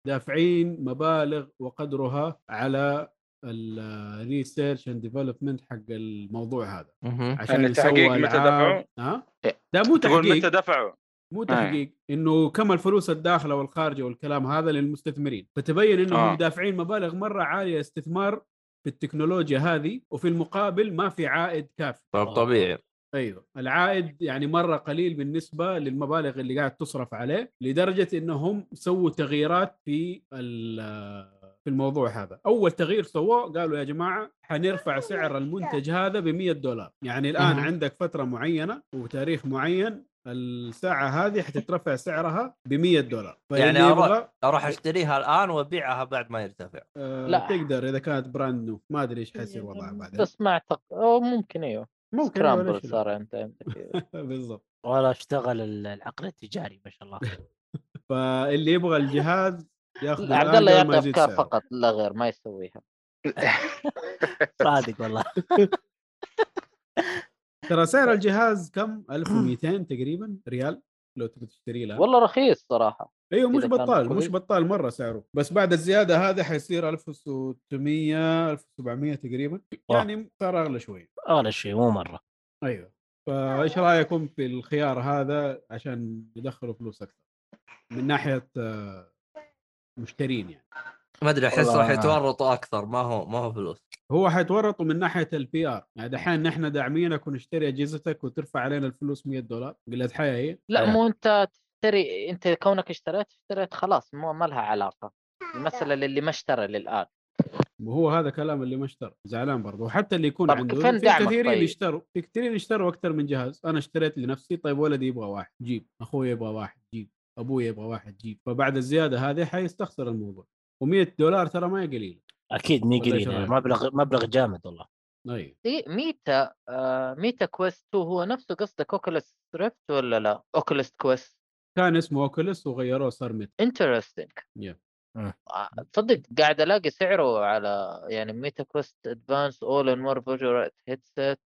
S2: دافعين مبالغ وقدرها على آه، الريسيرش اند ديفلوبمنت حق الموضوع هذا
S1: مهم.
S2: عشان
S5: يعني
S2: يسووا
S5: تحقيق متى
S2: ألعاب.
S5: دفعوا؟
S2: ها؟
S5: إيه.
S2: ده مو
S5: تقول
S2: تحقيق
S5: متى دفعوا؟
S2: مو تحقيق انه كم الفلوس الداخله والخارجه والكلام هذا للمستثمرين فتبين انهم آه.
S5: آه.
S2: دافعين مبالغ مره عاليه استثمار في التكنولوجيا هذه وفي المقابل ما في عائد كافي
S1: طب طبيعي
S2: ايوه العائد يعني مره قليل بالنسبه للمبالغ اللي قاعد تصرف عليه لدرجه انهم سووا تغييرات في ال- في الموضوع هذا اول تغيير سووه قالوا يا جماعه حنرفع سعر
S3: يعني
S2: المنتج هذا ب 100 دولار يعني الان
S1: مهم.
S2: عندك فتره معينه وتاريخ معين الساعه هذه حتترفع سعرها ب 100 دولار فاللي
S1: يعني أروح-
S2: يبغى،
S1: اروح اشتريها الان وابيعها بعد ما يرتفع
S2: آه
S3: لا.
S2: لا. تقدر اذا كانت براند نو ما ادري ايش حيصير وضعها بعدين
S3: بس ما اعتقد او ممكن ايوه
S2: ممكن ولا
S3: سكرامبل
S2: شيء.
S3: صار انت عندك
S2: بالضبط
S4: والله اشتغل ال- العقل التجاري ما شاء الله
S2: فاللي يبغى الجهاز ياخذ الآن
S3: عبد الله
S2: قبل ما
S3: يعطي
S2: يزيد
S3: افكار
S2: سعره.
S3: فقط لا غير ما يسويها
S4: صادق والله
S2: ترى
S3: طيب.
S2: سعر الجهاز كم 1200 تقريبا ريال لو تبي تشتري لها
S3: والله رخيص صراحه
S2: ايوه مش
S3: إذا كان
S2: بطال مش
S3: كويس.
S2: بطال مره سعره بس بعد الزياده هذا حيصير 1600 1700 تقريبا
S4: آه.
S2: يعني صار اغلى شوي
S4: ولا شيء مو مره
S3: أيوه.
S2: ايوه فايش رايكم في الخيار هذا عشان يدخلوا فلوس اكثر من ناحيه آه، مشترين يعني
S1: ما ادري احس
S7: والله
S1: راح
S7: أنا-
S1: يتورطوا اكثر ما هو ما هو فلوس
S2: هو حيتورطوا من ناحيه البي ار يعني دحين نحن داعمينك ونشتري اجهزتك وترفع علينا الفلوس 100 دولار قله حياه هي
S3: لا
S1: إيه.
S3: مو انت تشتري انت كونك اشتريت اشتريت خلاص مو ما لها علاقه المساله للي ما اشترى للان
S2: وهو هذا كلام اللي ما اشترى زعلان برضه وحتى اللي يكون
S3: طب
S2: عنده
S3: فين
S2: في
S3: دعمك
S2: كثيرين
S3: طيب؟
S2: يشتروا في كثيرين يشتروا اكثر من جهاز انا اشتريت لنفسي طيب ولدي يبغى واحد جيب اخوي يبغى واحد جيب ابوي يبغى واحد جيب فبعد الزياده هذه حيستخسر الموضوع و100 دولار ترى ما هي قليله
S4: اكيد مي
S2: والله
S4: قليل
S2: شغال.
S4: مبلغ مبلغ جامد والله
S2: اي
S3: إيه، ميتا آه ميتا كويست 2 هو نفسه قصدك اوكلس ريفت ولا لا اوكلس كويست
S2: كان اسمه اوكوليس وغيروه صار ميتا
S3: انترستنج
S2: Yeah.
S4: مم.
S3: تصدق آه. قاعد الاقي سعره على يعني ميتا كويست ادفانس اول ان ور فيجوال هيدسيت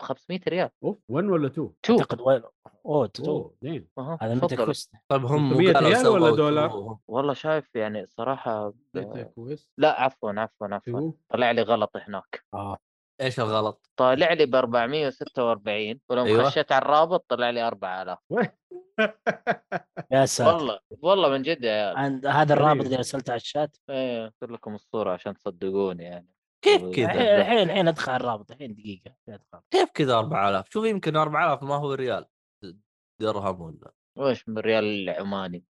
S3: 500 آه، ريال
S2: اوف 1 ولا 2
S3: تو
S4: اعتقد وين اوه تو
S2: اوه دين
S3: أها،
S4: هذا متى
S3: تفضل.
S4: كوست
S6: طيب،
S1: طب هم
S2: 300
S1: قالوا
S2: ريال ولا
S1: سووا
S2: دولار؟
S1: تو-
S3: والله شايف يعني صراحه
S2: ميتا كويس أيوه.
S3: لا عفوا عفوا عفوا
S2: 2
S3: طلع لي غلط هناك
S1: ايش الغلط؟
S3: طالع لي ب 446 ولما
S1: أيوة.
S3: أيوة. خشيت على الرابط طلع لي 4000
S4: يا ساتر
S3: والله والله من جد يا عيال
S4: عند هذا الرابط
S2: غريب.
S4: اللي ارسلته على الشات
S3: ايه ارسل لكم الصوره عشان تصدقوني يعني
S1: كيف
S3: والله.
S1: كذا؟
S4: الحين الحين الحين ادخل على الرابط الحين دقيقه أدخل.
S1: كيف كذا 4000 شوف يمكن 4000 ما هو ريال درهم ولا
S3: وش من ريال العماني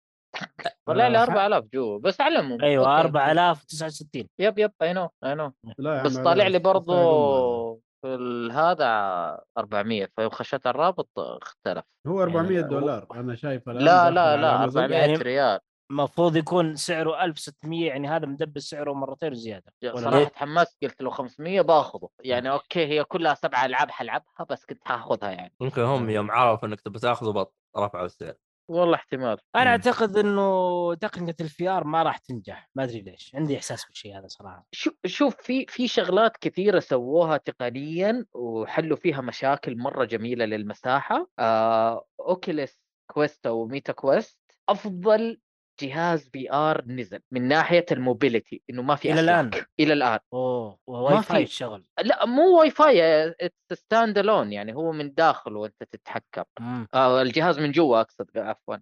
S3: طلع لي
S2: آه،
S3: 4000 جوا بس على العموم
S4: ايوه
S3: إيه، أوكي.
S4: 4069
S3: يب يب اي نو اي نو
S2: لا يا
S3: بس
S2: عم
S3: طالع
S2: علي،
S3: لي
S2: بس- بس أقوم
S3: برضو في ال- هذا 400 فيوم خشيت على الرابط اختلف
S2: أنا. هو 400
S3: يعني-
S2: دولار انا شايف الآن
S3: لا
S2: داخل
S3: لا
S2: على
S3: لا
S2: Amazon.
S3: 400
S4: يعني-
S3: ريال
S4: المفروض يكون سعره 1600 يعني هذا مدبس سعره مرتين زياده
S3: صراحه تحمست قلت لو 500 باخذه يعني اوكي هي كلها سبعة العاب حلعبها بس كنت حاخذها يعني
S1: يمكن هم يوم عرفوا انك تبي تاخذه بط رفعوا السعر
S3: والله احتمال
S4: انا اعتقد انه تقنيه الفي ار ما راح تنجح ما ادري ليش عندي احساس بالشيء هذا صراحه
S3: شو- شوف في في شغلات كثيره سووها تقنيا وحلوا فيها مشاكل مره جميله للمساحه آه، اوكيليس كويست او ميتا كويست افضل جهاز بي ار نزل من ناحيه الموبيليتي انه ما في
S4: إلى الآن.
S3: أسلاك. الى الان
S4: اوه واي فاي
S3: في.
S4: الشغل
S3: لا مو واي فاي ستاند الون يعني هو من داخل وانت تتحكم
S4: مم. إيه.
S3: آه، الجهاز من جوا اقصد عفوا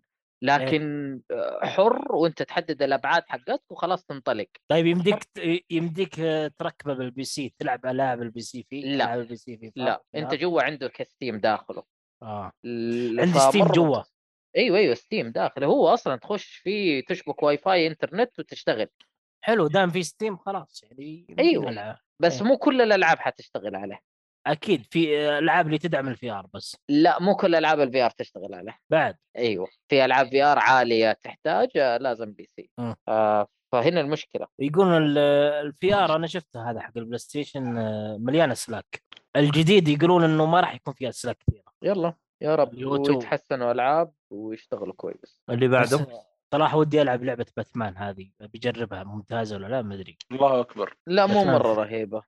S3: لكن آه، حر وانت تحدد الابعاد حقتك وخلاص تنطلق
S4: طيب
S3: أه.
S4: يمديك يمديك آه، تركبه بالبي سي تلعب العاب البي سي فيه
S3: لا.
S4: ألعاب البي سي فيه
S3: لا انت
S4: نعم.
S3: جوا عندك ستيم داخله
S4: اه
S3: ال-
S4: عندي ستيم
S3: فمرة-
S4: جوا
S3: ايوه ايوه ستيم داخله هو اصلا تخش فيه تشبك واي فاي انترنت وتشتغل
S4: حلو دام في ستيم خلاص يعني
S3: أيوة.
S4: نلعب.
S3: بس
S4: إيه.
S3: مو كل الالعاب حتشتغل عليه
S4: اكيد في آه، العاب اللي تدعم الفي ار بس
S3: لا مو كل العاب الفي ار تشتغل عليه
S4: بعد
S3: ايوه في العاب في ار عاليه تحتاج آه، لازم بي سي
S4: مم.
S3: آه فهنا المشكله
S4: يقولون الفي ار انا شفته هذا حق البلاي ستيشن آه، مليان اسلاك الجديد يقولون انه ما راح يكون فيه اسلاك كثيره
S3: يلا يا رب
S4: اليوتيوب.
S3: ويتحسنوا العاب ويشتغلوا كويس
S1: اللي
S4: بس
S1: بعده
S4: صراحه ودي العب لعبه باتمان هذه بجربها ممتازه ولا لا ما ادري
S5: الله اكبر
S3: لا مو
S4: باتمان.
S3: مره رهيبه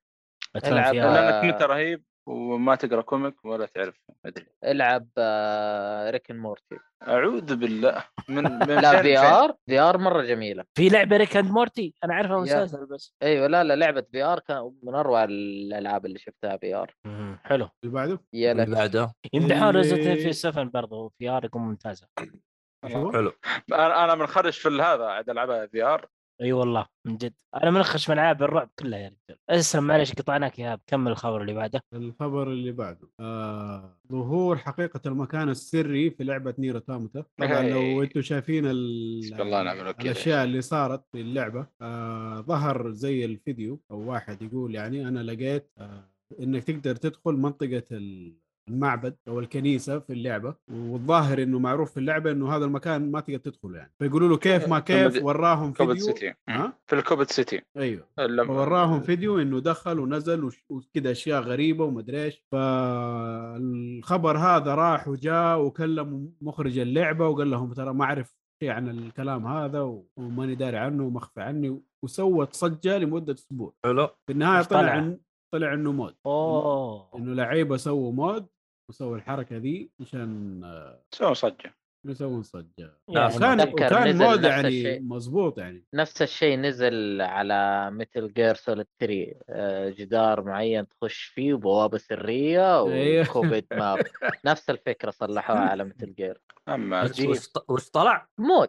S4: باتمان
S3: العب
S4: في
S3: آه.
S4: ار
S5: لانك متى رهيب وما تقرا كوميك ولا تعرف ادري
S3: العب آه ريكن مورتي
S5: اعوذ بالله من, من
S3: لا
S5: فين
S3: في
S5: لفين.
S3: ار في ار مره جميله
S4: في لعبه ريك اند مورتي انا اعرفها مسلسل بس
S3: ايوه لا لا لعبه في ار كان من اروع الالعاب اللي شفتها في ار
S4: مم، حلو
S2: اللي بعده
S3: يا
S1: اللي
S3: لك
S1: بعده
S4: يمدحون
S2: اللي-
S4: ريزنت ايفل 7 برضه في ار يكون ممتازه
S3: أه.
S2: أيوة.
S1: حلو
S5: انا انا منخرج في هذا عاد العبها في ار
S4: اي والله من جد انا منخش من العاب الرعب كلها يا رجال اسلم معلش قطعناك يا هاب كمل الخبر اللي بعده
S2: الخبر اللي بعده آه، ظهور حقيقه المكان السري في لعبه نير اوتوماتا طبعا لو
S5: هاي.
S2: انتم شايفين ال-
S5: بسم الله نعم ونعم الوكيل.
S2: الاشياء اللي صارت في اللعبه آه، ظهر زي الفيديو او واحد يقول يعني انا لقيت آه، انك تقدر تدخل منطقه ال- المعبد او الكنيسه في اللعبه والظاهر انه معروف في اللعبه انه هذا المكان ما تقدر تدخله يعني فيقولوا له
S5: آه،
S2: كيف ما كيف
S5: كوبد-
S2: وراهم
S5: كوبت
S2: فيديو
S5: سيتي مم.
S2: ها
S5: في الكوبت سيتي
S2: ايوه
S5: لما-
S2: فوراهم فيديو انه دخل ونزل وش- وكذا اشياء غريبه ومدري ايش فالخبر هذا راح وجاء وكلم مخرج اللعبه وقال لهم ترى ما اعرف شيء عن الكلام هذا و- وماني داري عنه ومخفى عني وسوت صجه لمده اسبوع
S1: حلو
S2: في النهايه
S4: إيش طلع؟
S2: طلع إن- طلع انه مود
S4: اوه
S2: انه لعيبه سووا مود وسووا الحركه دي عشان آه،
S5: سووا صجه
S2: يسوون صجه
S1: ناس
S4: يعني
S2: وكان
S3: أتذكر
S2: وكان
S3: نزل
S2: مود
S3: نفس
S2: يعني
S3: الشيء.
S2: مضبوط يعني
S3: نفس الشيء نزل على متل جير سوليد 3 آه، جدار معين تخش فيه وبوابه سريه
S2: أيوه.
S3: وكوبيد ماب نفس الفكره صلحوها على متل جير
S5: اما
S1: بس وش ط- وش طلع؟
S3: مود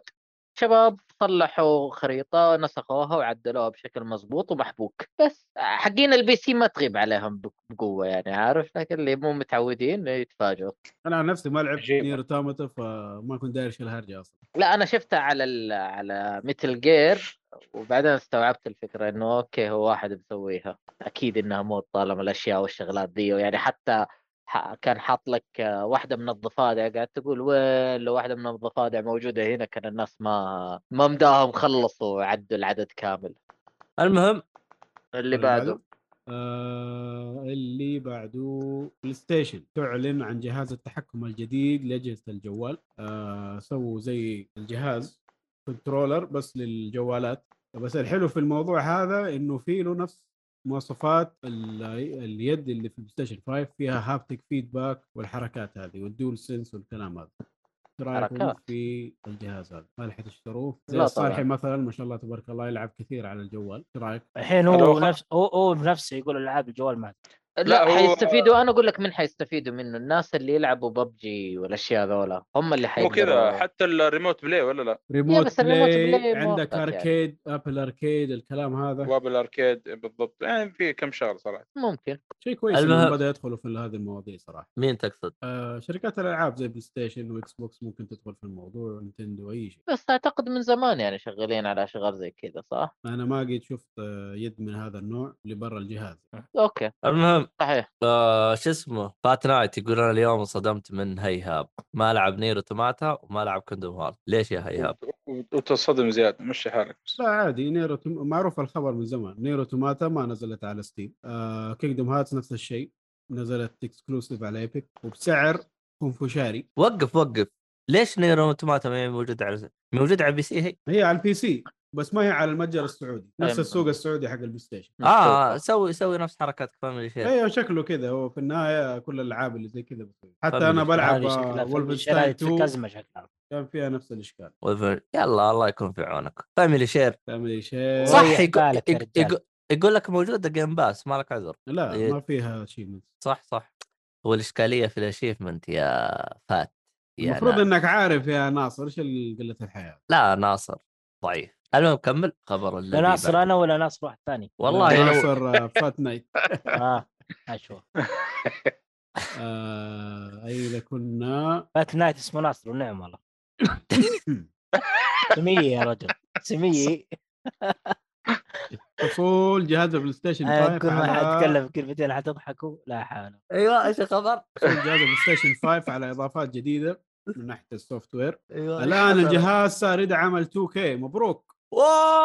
S3: شباب صلحوا خريطه نسخوها وعدلوها بشكل مزبوط ومحبوك بس آه، حقين البي سي ما تغيب عليهم بق- بقوه يعني عارف لكن اللي مو متعودين يتفاجئوا
S2: انا عن نفسي ما لعبت
S5: عجيبة.
S2: نير اوتوماتا فما كنت داير ايش الهرجه اصلا
S3: لا انا شفتها على ال... على ميتل جير وبعدين استوعبت الفكره انه اوكي هو واحد مسويها اكيد انها مو طالما الاشياء والشغلات دي يعني حتى ح... كان حاط لك آه، واحده من الضفادع قاعد تقول وين لو واحده من الضفادع موجوده هنا كان الناس ما ما مداهم خلصوا عدوا العدد كامل
S1: المهم
S2: اللي
S3: اللي
S5: طيب،
S3: بعده
S2: آه اللي بعده بلاي ستيشن تعلن عن جهاز التحكم الجديد لاجهزه الجوال آه سووا زي الجهاز كنترولر بس للجوالات بس الحلو في الموضوع هذا انه في له نفس مواصفات ال- اليد اللي في البلاي ستيشن 5 فيها هابتك فيدباك والحركات هذه والدول سنس والكلام هذا إيش رايكم
S3: حركات.
S2: في الجهاز هذا هل حتشتروه
S3: لا
S2: زي
S3: طبعاً.
S2: الصالحي مثلا ما شاء الله تبارك الله يلعب كثير على الجوال ايش رايك
S4: الحين
S5: أنا
S4: هو
S5: وخ-
S4: نفس هو هو بنفسه يقول العاب الجوال ما
S3: لا,
S5: لا، هو-
S3: حيستفيدوا انا اقول لك من حيستفيدوا منه الناس اللي يلعبوا ببجي والاشياء ذولا هم اللي
S5: مو
S3: حيقدروا
S5: كذا حتى الريموت بلاي ولا لا
S2: ريموت
S3: بس الريموت
S2: بلاي
S3: بلاي
S2: عندك
S3: مؤقت يعني.
S2: اركيد ابل اركيد الكلام هذا
S5: باب الاركيد بالضبط يعني في كم شغله صراحه
S3: ممكن
S2: شيء كويس
S1: المهم-
S2: انهم بدا يدخلوا في هذه المواضيع صراحه
S1: مين تقصد؟
S2: آه شركات الالعاب زي بلاي ستيشن واكس بوكس ممكن تدخل في الموضوع ونتندو اي شيء
S3: بس اعتقد من زمان يعني شغالين على اشغال زي كذا صح؟
S2: انا ما قد شفت آه، يد من هذا النوع اللي برا الجهاز
S3: اوكي
S1: المهم
S3: صحيح
S1: آه شو اسمه فات نايت يقول انا اليوم انصدمت من هيهاب ما لعب نير اوتوماتا وما لعب كندوم هارت ليش يا هيهاب؟
S5: وت- وتنصدم زياده مشي حالك
S2: لا عادي نيرو توم- معروف الخبر من زمان نيرو توماتا ما نزلت على ستيم آه كينجدوم هاتس نفس الشيء نزلت اكسكلوسيف على ايبك وبسعر خنفشاري
S1: وقف وقف ليش نير اوتوماتا ما هي موجوده على موجوده على البي سي هي؟
S2: هي على البي سي بس ما هي على المتجر السعودي نفس
S3: أيوة.
S2: السوق السعودي حق البلاي ستيشن
S1: اه سوي سوي نفس حركات فاميلي شير
S2: ايوه شكله كذا هو في النهايه كل الالعاب اللي زي كذا بتصير حتى
S1: فبالفعل
S2: انا بلعب
S4: هذه شكلها في
S2: ولفنشتاين
S4: الشرايط في
S2: 2
S4: كازمه شكلها
S2: كان فيها نفس الاشكال
S1: يلا الله يكون في عونك فاميلي شير
S2: تعمل شيء
S4: صح.
S1: صح
S4: ريح
S1: يقو-
S4: بالك يا
S1: يقو-
S4: رجال.
S1: يقو- يقول لك موجوده جيم باس ما لك عذر
S2: لا
S1: إيه.
S2: ما فيها شيء من
S1: صح صح هو الاشكاليه في الاشيفمنت يا فات
S2: المفروض
S6: يعني
S2: انك عارف يا ناصر ايش ال- قله الحياه
S6: لا ناصر ضعيف المهم كمل خبر
S4: لا
S6: الذي
S4: ناصر
S6: بعد.
S4: انا ولا ناصر واحد ثاني
S6: والله لو
S2: ناصر آه، فات نايت
S4: اه اشوف
S2: آه، اين كنا
S4: فات نايت اسمه ناصر ونعم والله سميه يا رجل سميه
S2: فصول جهاز البلاي ستيشن 5
S4: آه، كل ما
S2: على-
S4: حتكلم كلمتين حتضحكوا لا حول
S6: ايوه ايش الخبر؟
S2: فصول جهاز البلاي ستيشن 5 على اضافات جديده من ناحيه السوفت وير
S6: ايوه
S2: الان
S6: حصل.
S2: الجهاز صار يدعم ال 2K مبروك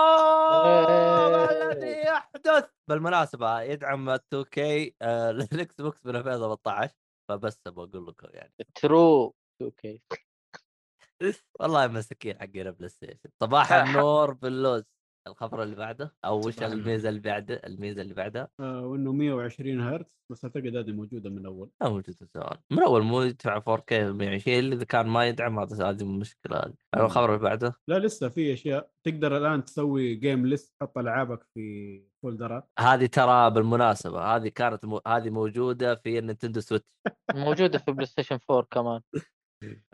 S6: واو
S4: إيه.
S6: الذي يحدث بالمناسبه يدعم 2 كي الاكس بوكس من 2017 فبس ابغى اقول لكم يعني
S3: ترو اوكي
S6: والله مساكين حقين بلاي ستيشن صباح النور باللوز الخبر اللي بعده او وش
S2: صباح النور.
S6: الميزه اللي بعده الميزه اللي بعدها
S2: آه، وانه 120 هرتز بس اعتقد هذه موجوده من الاول
S6: لا موجود سؤال من اول مو يدفع 4K 120 اللي اذا كان ما يدعم هذا هذه المشكله هذه
S2: مم.
S6: الخبر اللي بعده
S2: لا لسه في اشياء تقدر الان تسوي جيم ليست تحط العابك في فولدرات
S6: هذه ترى بالمناسبه هذه كانت مو... هذه موجوده في النينتندو سويتش
S3: موجوده في بلاي ستيشن 4 كمان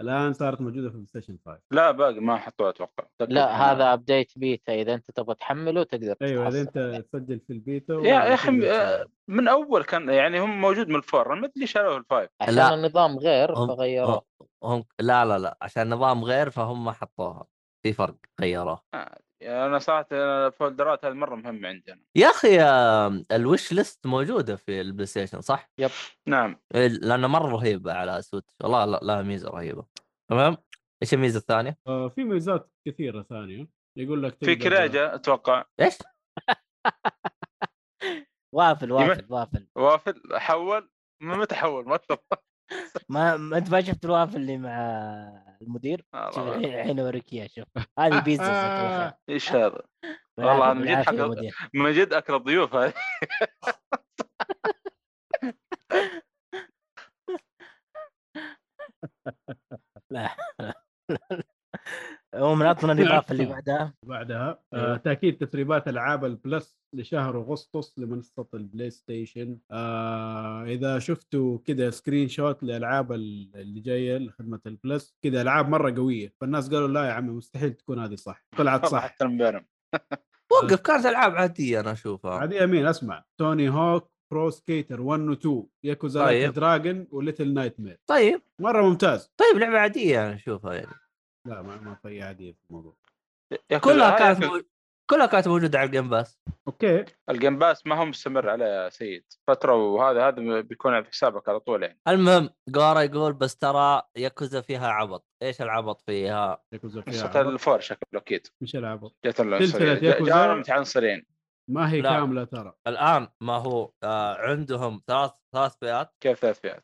S2: الان صارت موجوده في البلاي ستيشن 5
S5: لا باقي ما حطوها اتوقع
S3: لا هذا ابديت بيتا اذا انت تبغى تحمله تقدر
S2: ايوه اذا انت
S3: تتحصل عليه.
S2: تسجل في البيتا
S5: يا أخي،
S2: وتقدر
S5: آه،
S2: تسوي.
S5: من اول كان يعني هم موجود من الفور أنا ما ادري شالوه الفايف
S3: عشان
S6: لا.
S3: النظام غير
S6: هم-
S3: فغيروه
S6: هم لا لا لا عشان نظام غير فهم حطوها في فرق غيروه
S5: انا صراحه يعني الفولدرات هذه مره مهمه عندنا
S6: يا اخي آم، الوش ليست موجوده في البلاي ستيشن صح؟
S5: نعم
S6: إيه، لانه مره رهيبه على سويتش والله لا, لا ميزه رهيبه تمام ايش الميزه الثانيه؟
S2: آه، في ميزات كثيره ثانيه يقول لك
S5: في
S2: تقدر-
S5: كريجه اتوقع
S6: ايش؟
S4: وافل وافل
S5: يبقى-
S4: وافل
S5: وافل حول من متى حول ما اتوقع
S4: ما ما- انت ما شفت الوافل اللي مع المدير شوف الحين الحين اوريك اياه شوف هذه بيتزا جزاك الله خير.
S5: ايش هذا؟ والله أنا
S4: بالعافية-
S5: من جد
S4: بالعافية يا
S5: حقق-
S4: مدير.
S5: من جد اكل الضيوف هذه
S4: عموما عطنا الاضافه اللي بعدها
S2: بعدها
S4: أيوة.
S2: آه، تاكيد تسريبات العاب البلس لشهر اغسطس لمنصه البلاي ستيشن آه، اذا شفتوا كذا سكرين شوت لالعاب ال- اللي جايه لخدمه البلس كذا العاب مره قويه فالناس قالوا لا يا عمي مستحيل تكون هذه صح طلعت صح
S5: حتى المبارم
S6: وقف كانت العاب عاديه انا اشوفها
S2: عادي امين اسمع توني هوك برو سكيتر 1 و 2 ياكوزا
S6: طيب.
S2: طيب. دراجون وليتل نايت مير
S6: طيب
S2: مره ممتاز
S6: طيب لعبه عاديه انا اشوفها يعني
S2: لا ما ما في عاديه في الموضوع
S5: آه،
S6: كلها كانت مو... كلها كانت موجوده على الجيم باس
S2: اوكي
S5: الجيم باس ما هو مستمر عليه يا سيد فتره وهذا هذا بيكون في حسابك على طول يعني
S6: المهم جورا يقول بس ترى ياكوزا فيها عبط ايش العبط فيها؟
S2: ياكوزا فيها
S5: نسخه
S2: عبط.
S5: الفور شكله اكيد
S2: مش العبط
S5: جت
S2: سلسلة
S5: العنصريه
S2: ياكوزا.
S5: جانا متعنصرين
S2: ما هي
S6: لا.
S2: كامله ترى
S6: الان ما هو آه عندهم ثلاث ثلاث فئات
S5: كيف ثلاث فئات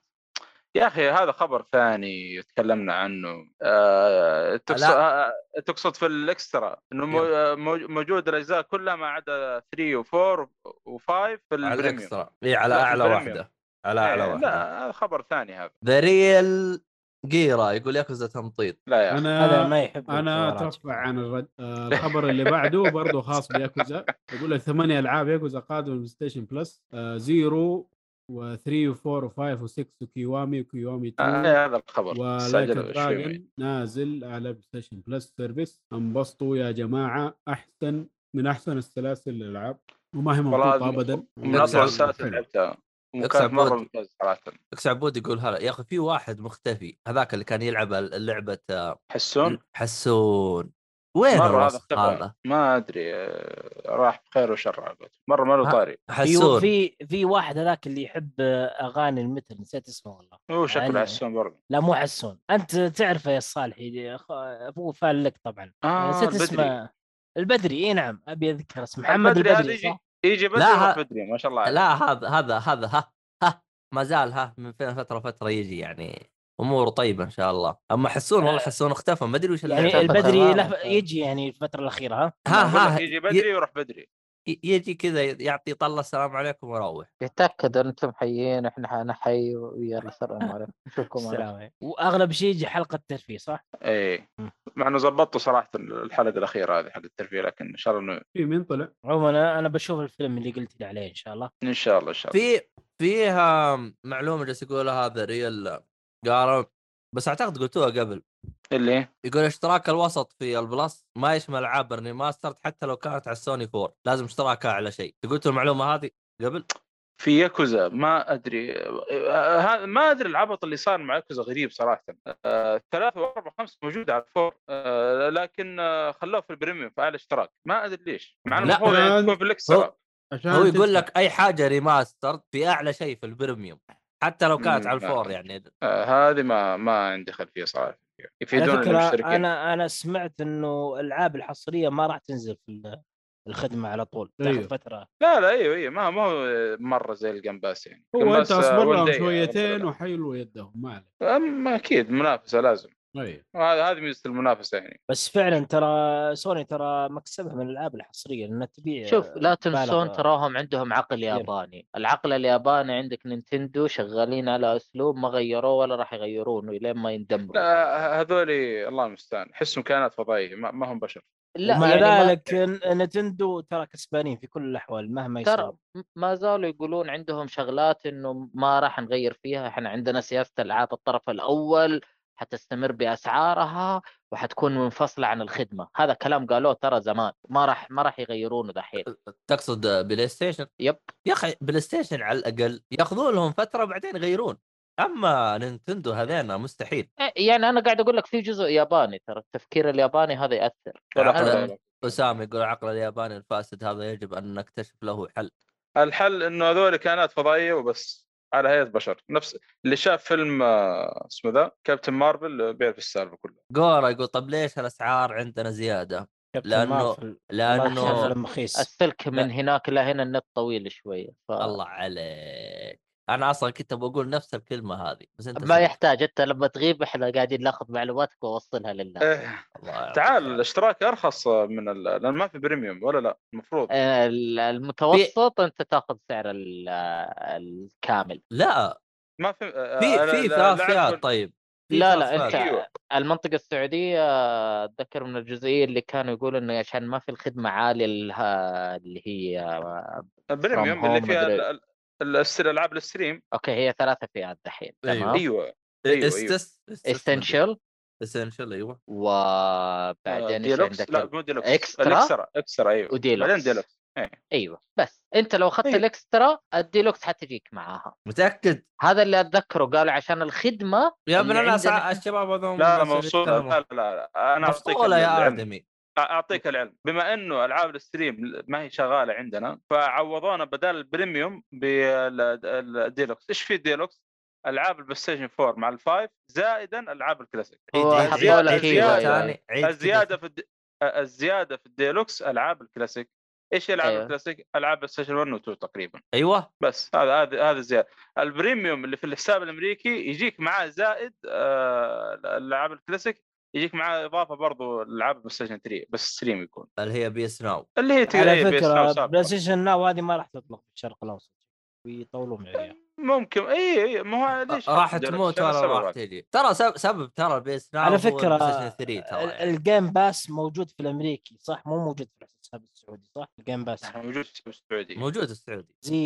S5: يا اخي هذا خبر ثاني تكلمنا عنه آه، تقصد, آه، تقصد في الاكسترا انه مو- آه، مو- موجود الاجزاء كلها ما عدا 3 و4 و5 في
S6: على
S5: البريميوم
S6: الاكسترا اي على
S5: لا، في
S6: اعلى
S5: البريميوم.
S6: واحده على اعلى
S5: إيه،
S6: واحده
S5: لا هذا خبر ثاني هذا
S6: ذا ريل جيرا يقول ياكوزا تمطيط
S5: لا يا اخي
S4: هذا
S2: انا
S4: ما يحب
S2: انا
S4: الحوارات.
S2: اترفع عن الرد... آه، الخبر اللي بعده برضه خاص بياكوزا يقول لك ثمانية العاب ياكوزا قادمه للبلاي ستيشن بلس آه، زيرو و3 و4 و5 و6 وكيوامي وكيوامي 2
S5: آه، هذا الخبر
S2: ولايك
S5: استعجلوا شوي.
S2: دراجون نازل على بلاي ستيشن بلس سيرفيس انبسطوا يا جماعه احسن من احسن السلاسل الالعاب وما هي
S5: والله
S2: ممقوطه ابدا
S5: من افضل
S6: نكسر-
S5: السلاسل اللي
S2: حلو.
S5: لعبتها
S6: نكسر
S5: وكانت مره
S6: بود.
S5: ممتازه صراحه
S6: اكس عبود يقول هلا يا اخي في واحد مختفي هذاك اللي كان يلعب ال- لعبه آه،
S5: حسون
S6: حسون وين
S5: مره هذا
S6: الوسخ
S5: اختفى
S6: هذا
S5: ما ادري آه، راح بخير وشر على قولتهم. مره ما له
S6: ها.
S5: طاري
S4: في
S6: حسون
S4: في في واحد هذاك اللي يحب اغاني المثل نسيت اسمه والله
S5: هو شكله
S4: علي.
S5: حسون برضه
S4: لا مو حسون انت تعرفه يا الصالحي أخ- ابوه فال لك طبعا
S5: اه
S4: نسيت
S5: البدري
S4: اسمه البدري اي نعم ابي اذكر اسمه محمد
S5: البدري هذا
S4: البدري
S5: يجي-
S4: صح؟
S5: يجي بدري
S6: ها-
S5: ويروح بدري ما شاء الله عليه.
S6: لا هذا هذا هذا ها ها ما زال ها من فين فتره فتره يجي يعني اموره طيبه ان شاء الله اما حسون والله حسون اختفى ما ادري وش اللي
S4: آه. يعني
S6: حصل.
S4: البدري
S3: تمام،
S4: له
S3: تمام.
S4: يجي يعني الفتره الاخيره ها
S6: ها
S5: أقول
S6: ها
S5: لك
S4: إيه.
S5: يجي
S6: ي-
S5: بدري ويروح بدري
S6: ي- يجي كذا يعطي طله السلام عليكم ويروح
S3: يتاكد انتم حيين احنا انا حي ويلا سلام عليكم نشوفكم على
S4: السلام عليكم. واغلب شيء يجي حلقه ترفيه صح؟
S5: اي إيه. مع انه ظبطته صراحه الحلقه الاخيره هذه حق الترفيه لكن ان شاء الله إنه-
S2: في مين طلع؟
S4: عموما أنا- انا بشوف الفيلم اللي قلت لي عليه ان شاء الله
S5: ان شاء الله ان شاء الله
S6: في فيها معلومه جالس يقولها هذا ريال قالوا آه، بس اعتقد قلتوها قبل
S5: اللي
S6: يقول اشتراك الوسط في البلس ما يشمل العاب برني ماسترد حتى لو كانت على السوني 4 لازم اشتراكها على شيء قلت المعلومه هذه قبل
S5: في ياكوزا ما ادري آه، هذا ما ادري العبط اللي صار مع ياكوزا غريب صراحه آه، ثلاثة وأربعة خمسة موجودة على الفور آه، لكن آه، خلوه في البريميوم في اعلى اشتراك ما ادري ليش مع
S6: لا،
S5: المفروض
S2: آه،
S5: يعني تكون في الاكس
S6: هو-
S2: عشان
S6: هو يقول
S2: تدفع.
S6: لك اي حاجه ريماسترد في اعلى شيء في البريميوم حتى لو كانت
S5: مم،
S6: على الفور
S5: آه.
S6: يعني
S5: آه، هذه ما ما عندي خلفيه صراحه يفيدون
S4: على فكره
S5: المشتركين
S4: انا انا سمعت انه الالعاب الحصريه ما راح تنزل في ال- الخدمه على طول تاخذ
S2: أيوه.
S4: فتره
S5: لا لا ايوه ايوه ما ما هو مره زي الجمباس يعني
S2: هو انت
S5: الجمباس، آه،
S2: اصبر لهم
S5: one day،
S2: شويتين
S5: آه،
S2: وحيلوا يدهم ما عليك
S5: اما اكيد منافسه لازم
S2: طيب
S5: وهذا هذه ميزه المنافسه يعني
S4: بس فعلا ترى سوني ترى مكسبها من الالعاب الحصريه لانها تبيع
S3: شوف لا
S4: مبالغ.
S3: تنسون تراهم عندهم عقل
S4: كبيرة.
S3: ياباني العقل الياباني عندك نينتندو شغالين على اسلوب ما غيروه ولا راح يغيرونه لين ما يندمروا
S5: لا هذول الله المستعان احسهم كائنات فضائيه ما, ما هم بشر
S3: لا
S4: ومع
S3: يعني ما-
S4: ذلك ن- نتندو ترى كسبانين في كل الاحوال مهما
S3: ترى
S4: يصير
S3: م- ما زالوا يقولون عندهم شغلات انه ما راح نغير فيها احنا عندنا سياسه العاب الطرف الاول حتستمر باسعارها وحتكون منفصله عن الخدمه هذا كلام قالوه ترى زمان ما راح ما راح يغيرونه دحين
S6: تقصد بلاي ستيشن
S3: يب
S6: يا اخي بلاي ستيشن على الاقل ياخذون لهم فتره بعدين يغيرون اما نينتندو هذين مستحيل
S3: إيه، يعني انا قاعد اقول لك في جزء ياباني ترى التفكير الياباني هذا ياثر
S5: ولا
S3: أنا-
S5: حول ولا
S6: اسامه يقول العقل الياباني الفاسد هذا يجب ان نكتشف له حل
S5: الحل انه هذول كائنات فضائيه وبس على هيئه بشر نفس اللي شاف فيلم آه، اسمه ذا كابتن مارفل آه، بيعرف السالفه كلها
S6: جورا يقول طب ليش الاسعار عندنا زياده؟
S4: كابتن
S6: لأنه-
S4: مارفل-
S6: لانه
S4: مارفل فيلم رخيص
S3: السلك من هناك لهنا النت طويل شويه ف...
S5: آه.
S6: الله عليك انا اصلا كنت بقول نفس الكلمه هذه بس انت
S3: ما
S6: سمعت.
S3: يحتاج انت لما تغيب احنا قاعدين ناخذ معلوماتك واوصلها لله
S5: إيه،
S6: الله يعطيك
S5: تعال
S6: العافية.
S5: الاشتراك ارخص من ال... لان ما في بريميوم ولا لا المفروض
S3: إيه. ال- المتوسط انت تاخذ سعر ال- الكامل
S6: لا
S5: ما في آه،
S6: في
S5: أنا-
S6: في
S5: لا-
S6: ثلاث
S5: لا أقول-
S6: فئات طيب في
S3: لا
S6: ثلاث
S3: لا
S6: فئات.
S3: انت
S5: أيوة.
S3: المنطقه السعوديه اتذكر من الجزئيه اللي كانوا يقولوا انه عشان ما في الخدمه عاليه لها- اللي هي
S5: بريميوم
S3: From
S5: اللي
S3: home
S5: فيها
S3: مدري.
S5: ال- ال- الأس- الالعاب الستريم
S3: اوكي هي ثلاثه فئات دحين
S6: أيوة.
S3: تمام
S5: ايوه أيوة، أيوة.
S6: استس
S5: آه،
S3: اسنشال
S6: اسنشال ايوه
S3: وبعدين ايش
S5: ديلوكس
S3: عندك طيب؟
S5: لا مو ديلوكس
S3: إكسترا؟
S5: الاكسترا اكسترا ايوه
S3: وديلوكس.
S5: بعدين ديلوكس
S3: ايوه بس انت لو اخذت
S5: أيوة.
S3: الاكسترا الديلوكس حتجيك معاها
S6: متاكد
S3: هذا اللي اتذكره قالوا عشان الخدمه
S6: يا ابن
S3: اللي
S6: الناس
S3: عندنا-
S6: الشباب هذول
S5: يعني لا لا موصولة لا لا, لا. انا اعطيك
S6: مفصوله يا
S5: العلم.
S6: ادمي
S5: اعطيك العلم بما انه العاب الستريم ما هي شغاله عندنا فعوضونا بدل البريميوم بالديلوكس ايش في ديلوكس؟ العاب البلاي ستيشن 4 مع الفايف زائدا العاب الكلاسيك
S3: هو
S6: عيد-
S5: حطوا
S6: عيد-
S5: لك
S6: عيد
S5: إيوه،
S6: كذا
S5: أيوة.
S6: ثاني، عيد كذا
S5: الزياده في الد... الزياده في الديلوكس العاب الكلاسيك ايش العاب
S3: أيوة.
S5: أيوة. الكلاسيك؟ العاب بلاي ستيشن 1 و 2 تقريبا
S6: ايوه
S5: بس هذا هذا هذا الزياده البريميوم اللي في الحساب الامريكي يجيك معاه زائد آه، الالعاب الكلاسيك يجيك معاه اضافه برضو العاب بلاي ستيشن 3 بس ستريم يكون
S6: اللي هي بي اس ناو
S5: اللي هي إيه، تقريباً
S3: إيه،
S4: على
S5: بي إس ناو
S4: فكره
S5: سابقاً.
S4: بلاي ستيشن ناو هذه ما راح تطلق في الشرق الاوسط بيطولون
S6: إيه،
S4: عريان
S5: ممكن اي اي ما هو ليش
S6: راح
S5: يحط
S6: تموت
S5: ديلوكس؟
S6: ولا
S5: السبب
S6: راح
S5: هذا.
S6: تجي ترى سب- سبب ترى بي اس ناو
S4: على
S6: هو
S4: فكرة،
S6: PlayStation 3 ترى
S4: ال-
S6: يعني.
S4: الجيم باس موجود في الامريكي صح مو موجود في الحساب السعودي صح الجيم باس
S5: يعني موجود في إيه، السعوديه
S6: يعني. موجود السعودي
S4: زي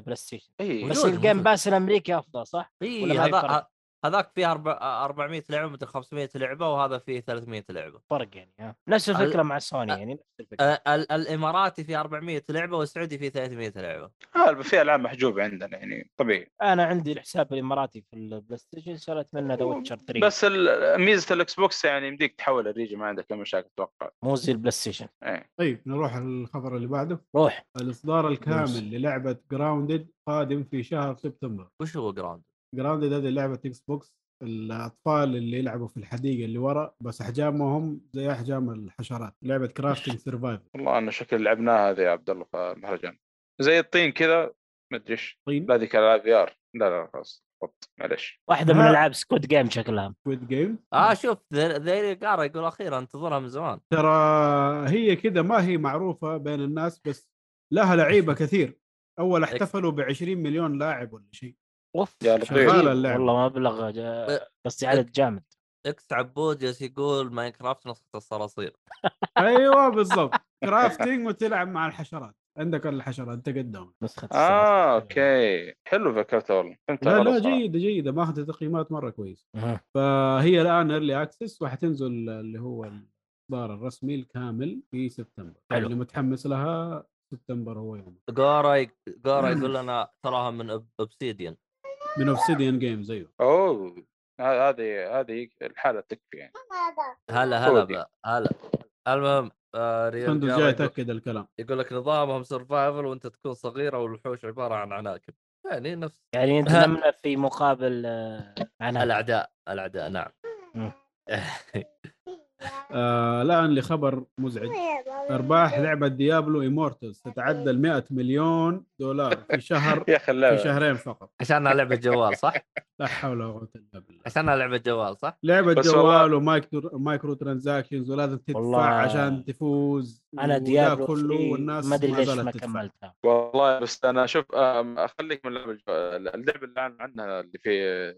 S4: بلاي ستيشن
S5: اي
S4: بس
S6: موجود،
S4: الجيم
S6: موجود.
S4: باس الامريكي افضل صح؟ ولا
S6: اي
S4: ما
S6: إيه، هذا
S4: يفرق؟
S6: ه- هذاك فيه أربع- 400 لعبه مثل 500 لعبه وهذا فيه 300 لعبه
S4: فرق يعني ها. نفس
S6: ال-
S4: الفكره مع سوني يعني نفس الفكره
S6: آه، ال- الاماراتي فيه 400 لعبه والسعودي فيه 300 لعبه
S5: هذا في العاب محجوبه عندنا يعني طبيعي
S4: انا عندي الحساب الاماراتي في البلاي ستيشن شريت منه ذا ويتشر
S2: إيه.
S4: 3
S5: بس
S4: بس
S5: ال- ميزه الاكس بوكس يعني يمديك تحول الريجن ما عندك اي مشاكل اتوقع
S4: مو زي البلاي ستيشن
S5: إيه.
S2: طيب نروح الخبر اللي بعده
S4: روح
S2: الاصدار
S4: بس.
S2: الكامل للعبه جراوندد قادم في شهر سبتمبر
S6: وش هو جراوند؟
S2: جراوندد هذه لعبه اكس بوكس الاطفال اللي يلعبوا في الحديقه اللي ورا بس احجامهم زي احجام الحشرات لعبه كرافتنج سرفايف
S5: والله انا شكل لعبناها هذه يا عبد الله في المهرجان زي الطين كذا ما ادري ايش
S2: طين
S5: لا ذيك العاب في ار لا لا خلاص بط. معلش
S4: واحده من
S2: ها.
S4: العاب سكوت جيم شكلها
S2: كويت جيم
S6: اه شوف ذيري قارا يقول اخيرا انتظرها من زمان
S2: ترى هي كذا ما هي معروفه بين الناس بس لها لعيبه كثير اول احتفلوا ب 20 مليون لاعب ولا شيء
S4: اوف
S5: يا لطيف.
S2: شغالة اللعبة.
S4: والله مبلغ جا- بس عدد جامد
S6: اكس عبود جالس يقول ماينكرافت نسخه الصراصير
S2: ايوه بالضبط كرافتنج أيوة، وتلعب مع الحشرات عندك الحشرات تقدم
S4: نسخه
S5: اه
S4: السنة.
S5: اوكي حلو فكرته والله فهمت
S2: إيه. لا
S5: غلط
S2: لا
S5: صراحة.
S2: جيده جيده ماخذه تقييمات مره كويس
S4: أها.
S2: فهي الان ايرلي اكسس وحتنزل اللي هو الاصدار الرسمي الكامل في سبتمبر
S4: حلو.
S2: اللي متحمس لها سبتمبر هو يوم
S6: جورا جورا يقول لنا تراها من اوبسيديان
S2: من اوبسيديان جيمز ايوه
S5: اوه ه- هذه هذه الحاله تكفي يعني
S6: هلا هلا
S5: كودي.
S6: بقى، هلا المهم آه، ريال
S2: الفندق
S6: جارا
S2: جاي
S6: يقول-
S2: تاكد الكلام
S6: يقول لك نظامهم سرفايفل وانت تكون صغيره والوحوش عباره عن عناكب يعني نفس
S4: يعني انت
S6: ها.
S4: لمنا في مقابل آه، عنها
S6: الاعداء الاعداء نعم
S4: مم.
S2: آه الان لخبر مزعج ارباح لعبه ديابلو ايمورتلز تتعدى ال 100 مليون دولار في شهر
S5: يا اخي
S2: في
S5: اللعبه
S2: شهرين فقط
S6: عشانها لعبه جوال صح؟
S2: لا حول ولا قوه الا بالله
S6: عشانها لعبه جوال صح؟
S2: لعبه
S5: بس
S2: جوال ومايكرو مايكرو ترانزاكشنز ولازم تدفع
S4: والله.
S2: عشان تفوز
S4: انا
S2: وذا
S4: ديابلو
S2: كله
S4: شيء
S2: والناس
S4: ما ادري ليش
S2: زالت
S4: ما
S2: تدفع.
S4: كملتها
S5: والله بس انا شوف أم، اخليك من اللعبه الج- اللعبه اللي أعلن عنها اللي في أه،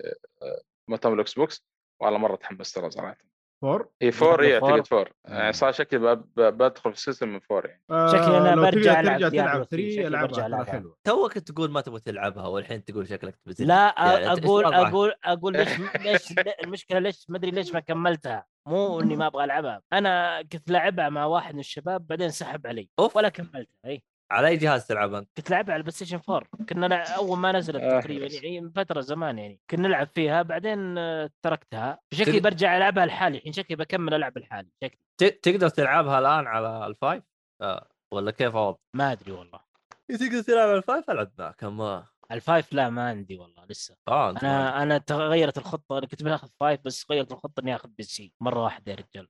S5: مؤتمر الاكس بوكس والله مره تحمست ترى صراحه
S2: فور
S5: هي فور هي
S4: Diablo four.
S5: اعتقد فور يعني صار شكلي ب- ب- بدخل في السيستم من فور يعني
S2: آه،
S4: شكلي أنا
S2: لو
S4: برجع
S2: تبي ترجع
S4: ألعب
S2: تلعب
S4: ديابلو
S2: 3
S4: شكلي
S2: العبها ترى
S4: برجع ألعبها.
S2: حلوه
S6: توك تقول ما تبغى تلعبها والحين تقول شكلك تبي تلعب.
S4: لا
S6: يعني
S4: أ-
S6: أنت إيش
S4: اقول
S6: وضعك؟
S4: اقول اقول ليش ليش لا- المشكله ليش ما ادري ليش ما كملتها مو اني ما ابغى العبها انا كنت لاعبها مع واحد من الشباب بعدين سحب علي
S6: اوف
S4: ولا كملتها إيه. اي
S6: على اي جهاز تلعب انت؟
S4: كنت لعبها على البلاي ستيشن 4 كنا نا- اول ما نزلت
S5: آه،
S4: تقريبا
S5: بس.
S4: يعني من فتره زمان يعني كنا نلعب فيها بعدين آه، تركتها شكلي
S6: تد-
S4: برجع العبها لحالي الحين شكلي بكمل العب لحالي شكلي
S6: ت- تقدر تلعبها الان على الفايف؟ آه. ولا كيف وضع؟
S4: ما ادري والله
S6: تقدر تلعب على الفايف العب معك اما
S4: الفايف لا ما عندي والله لسه
S6: اه انت ما عندك.
S4: انا انا تغيرت الخطه انا كنت باخذ فايف بس غيرت الخطه اني اخذ بي سي مره واحده يا رجال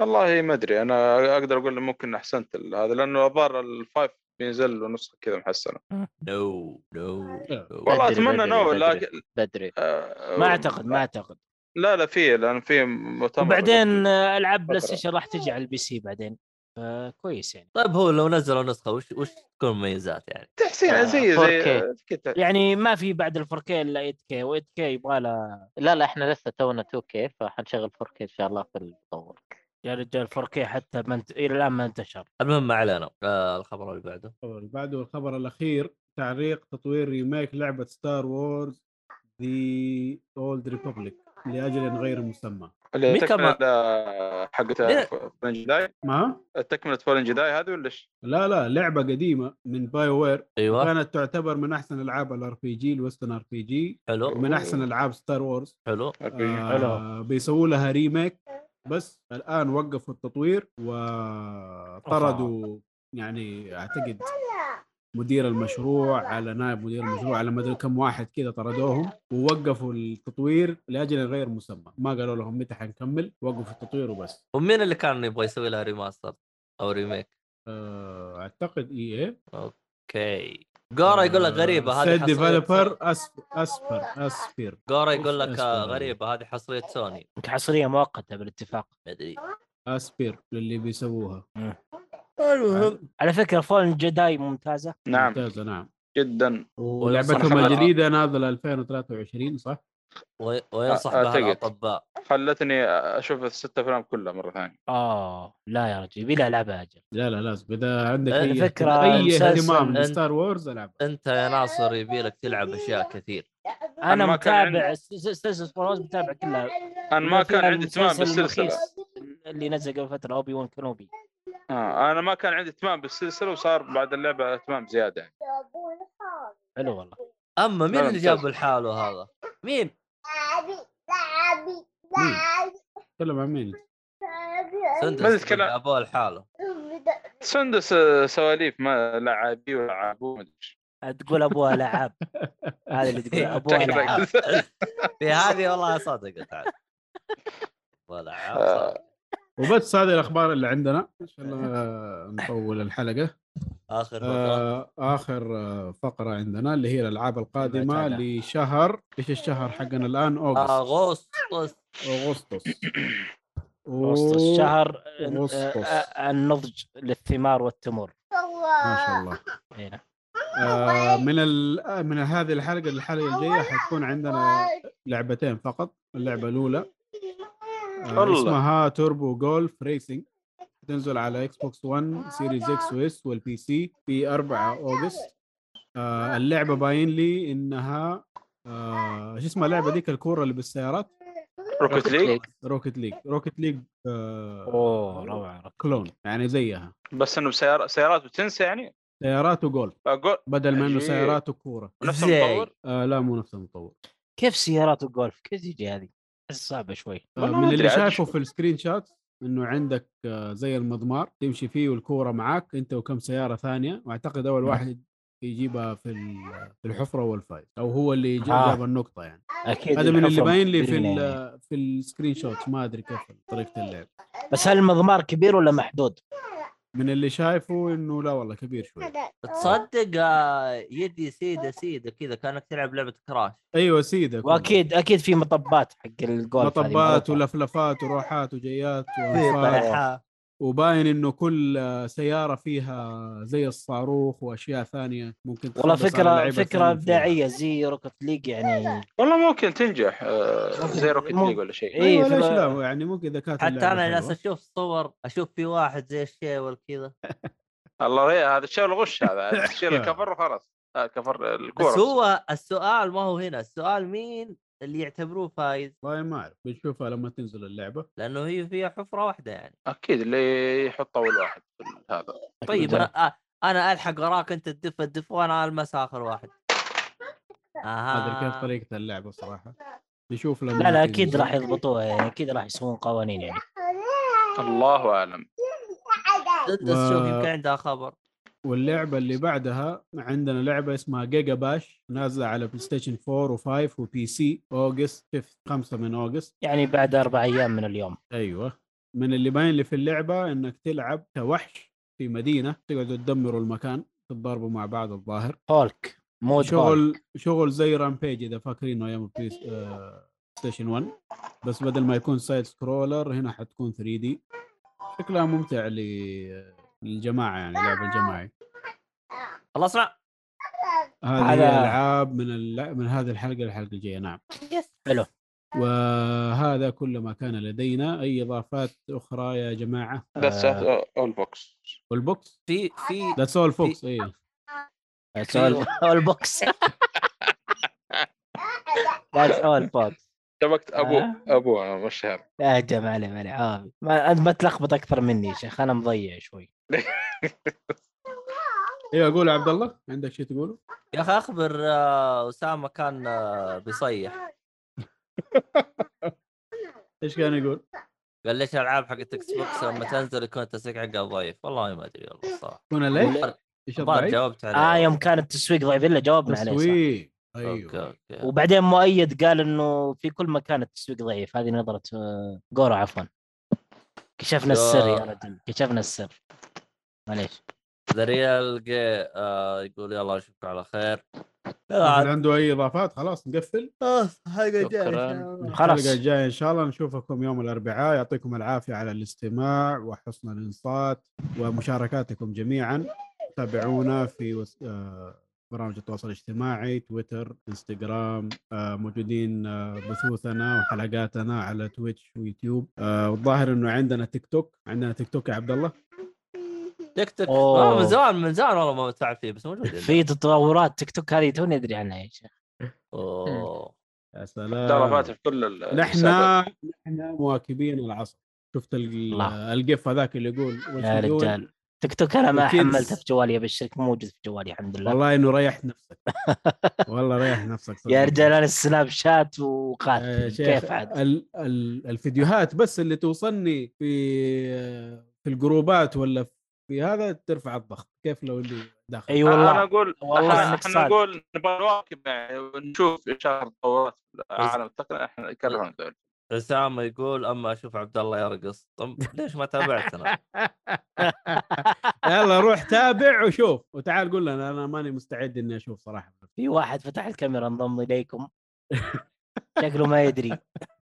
S5: والله ما ادري انا اقدر اقول ممكن احسنت ال- هذا لانه الظاهر الفايف بينزل له نسخه كذا محسنه
S6: نو نو نو.
S5: والله
S3: بدري،
S5: اتمنى
S3: بدري،
S5: نو
S3: بدري.
S5: لكن
S3: بدري
S5: آه،
S4: ما اعتقد ما اعتقد
S5: لا لا في لان في مؤتمر
S4: وبعدين آه، العاب بلاي
S5: فترة.
S4: ستيشن راح تجي على البي سي بعدين فكويس يعني
S6: طيب هو لو نزلوا نسخه وش وش تكون مميزات يعني؟
S5: تحسين زي زي
S3: 4K.
S5: كده.
S4: يعني ما في بعد ال 4K الا 8K و 8K يبغى لها
S3: لا لا احنا لسه تونا 2K فحنشغل 4K ان شاء الله في التطور
S4: يا رجال 4K حتى ما انت... الى الان ما انتشر
S6: المهم ما علينا آه الخبر اللي بعده
S2: الخبر اللي بعده الخبر الاخير تعريق تطوير ريميك لعبه ستار وورز ذا اولد ريبوبليك لاجل غير مسمى
S5: اللي
S6: ميكا
S5: التكملة حقت فولن جداي
S2: ما
S5: تكملة فولن جداي هذه ولا ايش؟
S2: لا لا لعبه قديمه من باي وير
S6: ايوه
S2: كانت تعتبر من احسن العاب الار بي جي الويسترن ار بي جي
S6: حلو
S2: من احسن العاب ستار وورز
S6: حلو
S2: آه بيسووا لها ريميك بس الان وقفوا التطوير وطردوا يعني اعتقد مدير المشروع على نائب مدير المشروع على ما ادري كم واحد كذا طردوهم ووقفوا التطوير لاجل غير مسمى ما قالوا لهم متى حنكمل وقفوا التطوير وبس
S6: ومين اللي كان يبغى يسوي لها ريماستر او ريميك؟
S2: آه اعتقد اي اي
S6: اوكي
S4: آه،
S6: جورا يقول لك غريبه هذه
S2: آه، سيد
S6: حصرية
S2: ديفلوبر
S6: سوني.
S2: اسفر اسفر
S6: جورا يقول لك آه،
S2: أسفل.
S6: غريبه هذه حصريه سوني
S4: حصريه مؤقته بالاتفاق
S6: مدري
S2: اسبير للي بيسووها
S4: على فكره فولن جداي ممتازه
S5: نعم
S2: ممتازه نعم
S5: جدا
S2: ولعبتهم
S5: صراحة-
S2: الجديده نازله 2023 صح؟
S6: وي- وينصح
S5: أ-
S6: بها
S5: أعتقد.
S6: الاطباء
S5: خلتني اشوف الست افلام كلها مرة ثانية
S4: اه لا يا رجل يبي لها لعبه اجل
S2: لا لا لازم اذا عندك
S6: على
S2: اي
S4: فكرة
S2: اهتمام- اي
S4: مسلسل
S2: اهتمام
S6: أن-
S2: لستار وورز العبها
S6: انت يا ناصر يبي لك تلعب اشياء كثير
S4: انا
S5: ما كان
S4: متابع سلسله فولن متابع كلها
S5: انا ما
S4: بما فيها
S5: كان عندي اهتمام
S4: المسلسل
S5: بالسلسلة
S4: المخيس اللي نزل قبل فتره اوبي وان كنوبي
S5: آه. انا ما كان عندي اهتمام بالسلسلة وصار بعد اللعبة اهتمام زيادة يعني.
S4: حلو والله
S6: اما مين
S5: لا،
S6: اللي
S5: ممتاز.
S6: جابه لحاله هذا؟ مين؟
S2: تكلم عن مين؟
S6: سندس
S5: ما تتكلم.
S6: جابوه لحاله
S5: سندس آه، سواليف ما لا عابي ولا عابو ما ادري إيش.
S4: تقول ابوها لعاب هذا اللي تقول ابوها
S5: شكلك.
S4: لعاب
S6: في هذه والله صدقت عاد ولا عاد صدق.
S2: وبس هذه الاخبار اللي عندنا ان شاء الله آه، نطول الحلقه
S6: اخر فقره
S2: آه اخر آه، فقره عندنا اللي هي الالعاب القادمه
S4: نتابع.
S2: لشهر ايش الشهر حقنا الان
S6: آه،
S2: اوغست
S6: اغسطس
S2: اغسطس
S4: اغسطس شهر
S2: أغسطس.
S4: آه، آه، النضج للثمار إيه، نعم. والتمر
S2: ما شاء الله
S4: هنا
S2: آه من ال... آه، من هذه الحلقه للحلقه الجايه حتكون عندنا لعبتين فقط اللعبه الاولى آه،
S5: والله.
S2: اسمها توربو جولف ريسنج تنزل على اكس بوكس 1 سيريز اكس واس والبي سي في 4 اوغست آه اللعبه باين لي انها آه شو اسمها اللعبه ذيك الكوره اللي بالسيارات
S5: روكت ليج
S2: روكت ليج روكت ليج آه
S4: اوه روعه
S2: كلون يعني زيها
S5: بس انه بسيارة سيارات وتنسى يعني
S2: سيارات وجولف
S5: أقول
S2: بدل ما انه
S5: عجيب.
S2: سيارات وكوره
S5: نفس
S1: زي.
S5: المطور
S2: آه لا مو نفس المطور
S4: كيف سيارات الجولف كيف تجي هذه؟ أحس صعبه شوي
S2: آه،
S5: والله
S2: من
S5: ما
S2: اللي
S5: أدري، عاد
S2: شايفه
S5: نشوف.
S2: في السكرين شات انه عندك آه، زي المضمار تمشي فيه والكوره معاك انت وكم سياره ثانيه واعتقد اول
S5: نعم.
S2: واحد يجيبها في ال- في الحفره هو الفايز او هو اللي يجي-
S4: آه.
S2: جاب النقطه يعني
S5: إيه،
S4: اكيد
S2: هذا من اللي
S4: الحفرة
S2: باين لي في
S4: مبينة
S2: ال-
S4: يعني.
S2: في السكرين شوت ما ادري كيف طريقه اللعب
S4: بس هل المضمار كبير ولا محدود؟
S2: من اللي شايفه انه لا والله كبير شوي
S1: تصدق آه، يدي سيده سيده كذا كانك تلعب لعبه كراش
S2: ايوه سيده كله.
S4: واكيد اكيد في مطبات حق الجولف هذه
S2: مطبات
S4: معروفة.
S5: يعني
S2: ولفلفات وروحات وجيات
S6: طيب،
S1: في
S2: وأنفاق.
S1: طيحه
S2: وباين انه كل سياره فيها زي الصاروخ واشياء ثانيه ممكن
S4: والله
S2: تخلص على
S4: فكره
S2: اللعيبة
S4: فكره
S2: الثانية فيها.
S4: ابداعيه زي روكت ليج يعني
S5: والله ممكن تنجح آه، زي روكت
S4: ممكن.
S5: ليج ولا شيء
S4: إيه،
S2: ايوه
S4: في
S2: ليش
S4: ب-
S2: لا يعني ممكن اذا كانت
S1: حتى
S2: اللعبة
S1: انا جالس
S2: حلوة.
S1: اشوف صور اشوف في واحد زي الشيول كذا
S5: الله هي هذا الشيء الغش هذا تشيل الكفر وخلاص آه، كفر
S1: بس
S5: الكوره
S1: هو السؤال ما هو هنا السؤال مين اللي يعتبروه فايز
S2: والله ما اعرف بنشوفها لما تنزل اللعبه
S1: لانه هي فيها حفره واحده يعني
S5: اكيد اللي يحط اول واحد في هذا
S1: طيب انا انا الحق وراك انت تدف الدف وانا المس اخر واحد
S2: ما ادري كيف
S1: اها
S2: طريقه اللعبه صراحه نشوف لما
S4: آه. لا لا
S2: تنزل.
S4: اكيد راح يضبطوها يعني اكيد راح يسوون قوانين يعني
S5: الله اعلم
S1: انت
S2: و-
S1: تشوف يمكن عندها خبر
S2: واللعبه اللي بعدها عندنا لعبه اسمها جيجا باش نازله على بلاي ستيشن 4 و5 وبي سي اوجست 5 من اوجست
S4: يعني بعد اربع ايام من اليوم
S2: ايوه من اللي باين لي في اللعبه انك تلعب كوحش في مدينه تقعدوا تدمروا المكان تتضاربوا مع بعض الظاهر
S4: هولك مود هولك.
S2: شغل شغل زي رامبيج اذا فاكرينه ايام بلاي آه، ستيشن 1 بس بدل ما يكون سايد سكرولر هنا حتكون 3 دي شكلها ممتع ل- للجماعه يعني لعب الجماعي
S1: خلصنا
S2: هذه
S4: هذا-
S2: هي العاب من الل- من هذه الحلقه للحلقه الجايه نعم
S4: حلو
S2: وهذا كل ما كان لدينا اي اضافات اخرى يا جماعه
S5: ذاتس
S4: آه.
S5: اول بوكس
S2: والبوكس
S1: في في
S2: ذاتس اول فوكس اي
S4: That's all- all box. That's all box.
S5: سبقت ابوه
S4: آه.
S5: ابوه أنا مش هذا
S4: لا هجم علي مالي عافي ما انت ما تلخبط اكثر مني يا شيخ انا مضيع شوي
S2: ايوه قول يا عبد الله عندك شيء تقوله؟
S1: يا اخي اخبر آه، اسامه كان آه، بيصيح
S2: ايش كان يقول؟
S1: قال ليش الالعاب حقت اكس بوكس لما تنزل يكون التسويق حقها ضعيف والله ما ادري والله الصراحه
S2: كنا ليش؟ ايش
S1: الظاهر
S2: الضعيف؟
S1: جاوبت
S4: اه
S1: عليه
S4: يوم كان التسويق ضعيف الا جاوبنا عليه صح؟
S2: تسويق
S1: اوكي
S2: ايوه
S6: آه.
S1: اوكي
S4: وبعدين مؤيد قال انه في كل مكان التسويق ضعيف هذه نظره آه، جورو عفوا كشفنا السر يا
S1: آه.
S4: رجل كشفنا السر معليش
S1: ذا ريال جي آه، يقول يلا اشوفك على خير
S2: أحد عنده اي اضافات خلاص نقفل
S6: خلاص حلقه جايه إن
S5: شكراً.
S6: شاء الله.
S4: خلاص.
S2: الحلقه الجايه ان شاء الله نشوفكم يوم الاربعاء يعطيكم العافيه على الاستماع وحسن الانصات ومشاركاتكم جميعا تابعونا في وس... آه، برامج التواصل الاجتماعي تويتر انستغرام آه، موجودين آه، بثوثنا وحلقاتنا على تويتش ويوتيوب آه، والظاهر انه عندنا تيك توك عندنا تيك توك يا عبد الله
S1: تيك توك
S4: أوه.
S1: والله آه، من زمان من زمان والله ما متفاعل فيه بس موجود عندنا.
S4: في تطورات تيك توك هذه توني ادري عنها يا شيخ
S1: اوه
S2: يا
S4: آه.
S5: ترى
S2: سلام
S5: فاتح كل ال-
S2: نحن
S5: الحسابات.
S2: نحن مواكبين العصر شفت ال-
S4: الله.
S2: القف هذاك اللي يقول وش
S4: يا
S2: يقول؟
S4: رجال تيك توك انا ما
S2: Kids.
S4: حملته في جوالي ابشرك موجود في جوالي الحمد لله
S2: والله انه ريحت نفسك والله ريح نفسك صدق.
S4: يا رجال انا السناب شات
S2: آه، يا
S4: وقاتل
S2: شيخ
S4: كيف عاد
S2: ال- ال- الفيديوهات بس اللي توصلني في في الجروبات ولا في هذا ترفع الضغط كيف لو اللي داخل
S4: اي
S5: انا
S4: والله
S5: اقول
S4: والله
S5: إحنا-
S4: إنك
S5: احنا
S4: صادق.
S5: نقول نبغى نواكب يعني ونشوف ايش التطورات في العالم التقني احنا نكرهون ذول
S1: اسامه يقول اما اشوف عبد الله يرقص طب ليش ما تابعتنا؟
S2: يلا روح تابع وشوف وتعال قول لنا انا ماني مستعد اني اشوف صراحه
S4: في واحد فتح الكاميرا انضم اليكم شكله ما يدري
S1: لا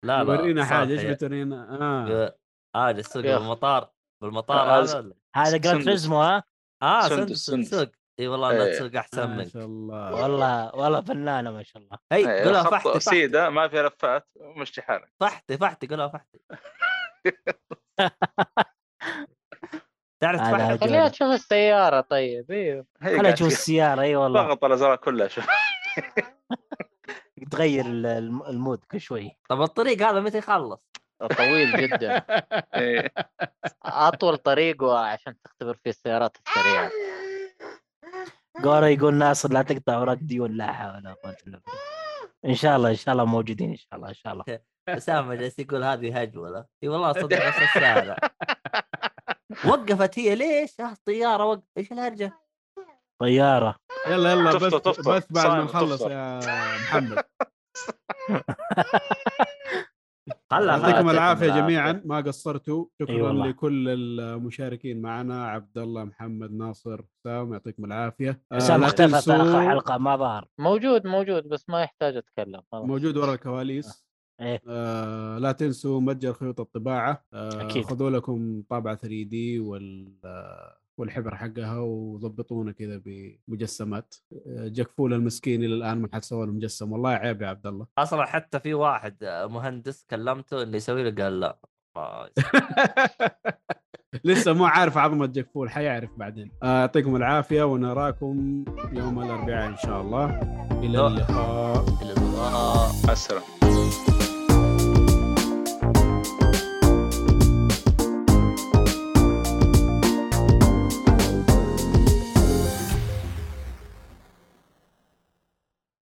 S1: لا
S2: ورينا حاجه
S1: صالح
S2: ايش
S1: يا-
S2: بتورينا اه
S1: يا- اه السوق
S5: يا أخ.
S1: بالمطار بالمطار
S5: آه،
S1: هذا ولا؟
S4: هذا جراند
S5: سندس.
S4: تريزمو ها
S1: اه
S5: سندس،
S1: سندس
S5: سندس.
S1: السوق اي والله انها
S5: إيه.
S1: تسوق احسن
S2: آه، ما
S1: منك
S2: شاء
S5: آه.
S2: الله
S4: والله والله فنانه ما شاء الله
S1: هي
S5: إيه،
S1: قولها
S5: خط
S1: فحتي فحتي
S5: سيده ما في لفات مشي حالك
S1: فحتي فحتي قولها فحتي
S6: تعرف
S4: أنا
S6: تفحط
S4: أجل.
S3: خليها تشوف السياره طيب ايوه
S5: هي
S4: خليني
S5: إيه، قاعد
S4: اشوف
S5: فيها.
S4: السياره اي والله
S5: ضغط الازرار كلها شوف
S4: تغير ال- الم- المود كل شوي
S6: طب الطريق هذا متى يخلص؟
S3: طويل جدا
S5: إيه.
S3: اطول طريق عشان تختبر فيه السيارات السريعه
S4: جورا يقول ناصر لا تقطع وراك ديون لا حول ولا قوه الا بالله ان شاء الله ان شاء الله موجودين ان شاء الله ان شاء الله
S6: اسامه جالس يقول هذه هجوله اي والله صدق نفس الشارع وقفت هي ليش؟ آه، الطياره وقف ايش الهرجه؟
S4: طياره
S2: يلا يلا
S5: تفطر-
S2: بس
S5: تفطر.
S2: بس بعد ما
S5: صايم
S2: نخلص
S5: تفطر.
S2: يا
S6: خلها
S2: محمد
S3: الله
S2: يعطيكم
S3: يعطيكم
S2: العافيه
S3: العافية.
S2: جميعا ما قصرتوا
S4: أي
S2: شكرا
S4: والله.
S2: لكل المشاركين معنا عبد الله محمد ناصر سام يعطيكم العافيه آه،
S4: حسام
S2: لا
S4: اختفى في
S2: تنسوا-
S4: اخر حلقه ما ظهر
S3: موجود موجود بس ما يحتاج اتكلم خلاص
S2: موجود ورا الكواليس
S4: إيه.
S2: آه لا تنسوا متجر خيوط الطباعه آه
S4: أكيد.
S2: خذوا لكم طابعه 3 دي وال آه، والحبر حقها وضبطونا كذا بمجسمات آه، جكفول المسكين الى الان ما حد سوى له مجسم والله عيب يا عبد الله
S6: اصلا حتى في واحد آه، مهندس كلمته انه يسوي له قال لا ما يصير.
S2: لسه مو عارف عظمه جكفول حيعرف بعدين آه، يعطيكم العافيه ونراكم يوم الاربعاء ان شاء الله الى
S6: لا.
S2: اللقاء
S6: الإضاءة
S5: مع السلامه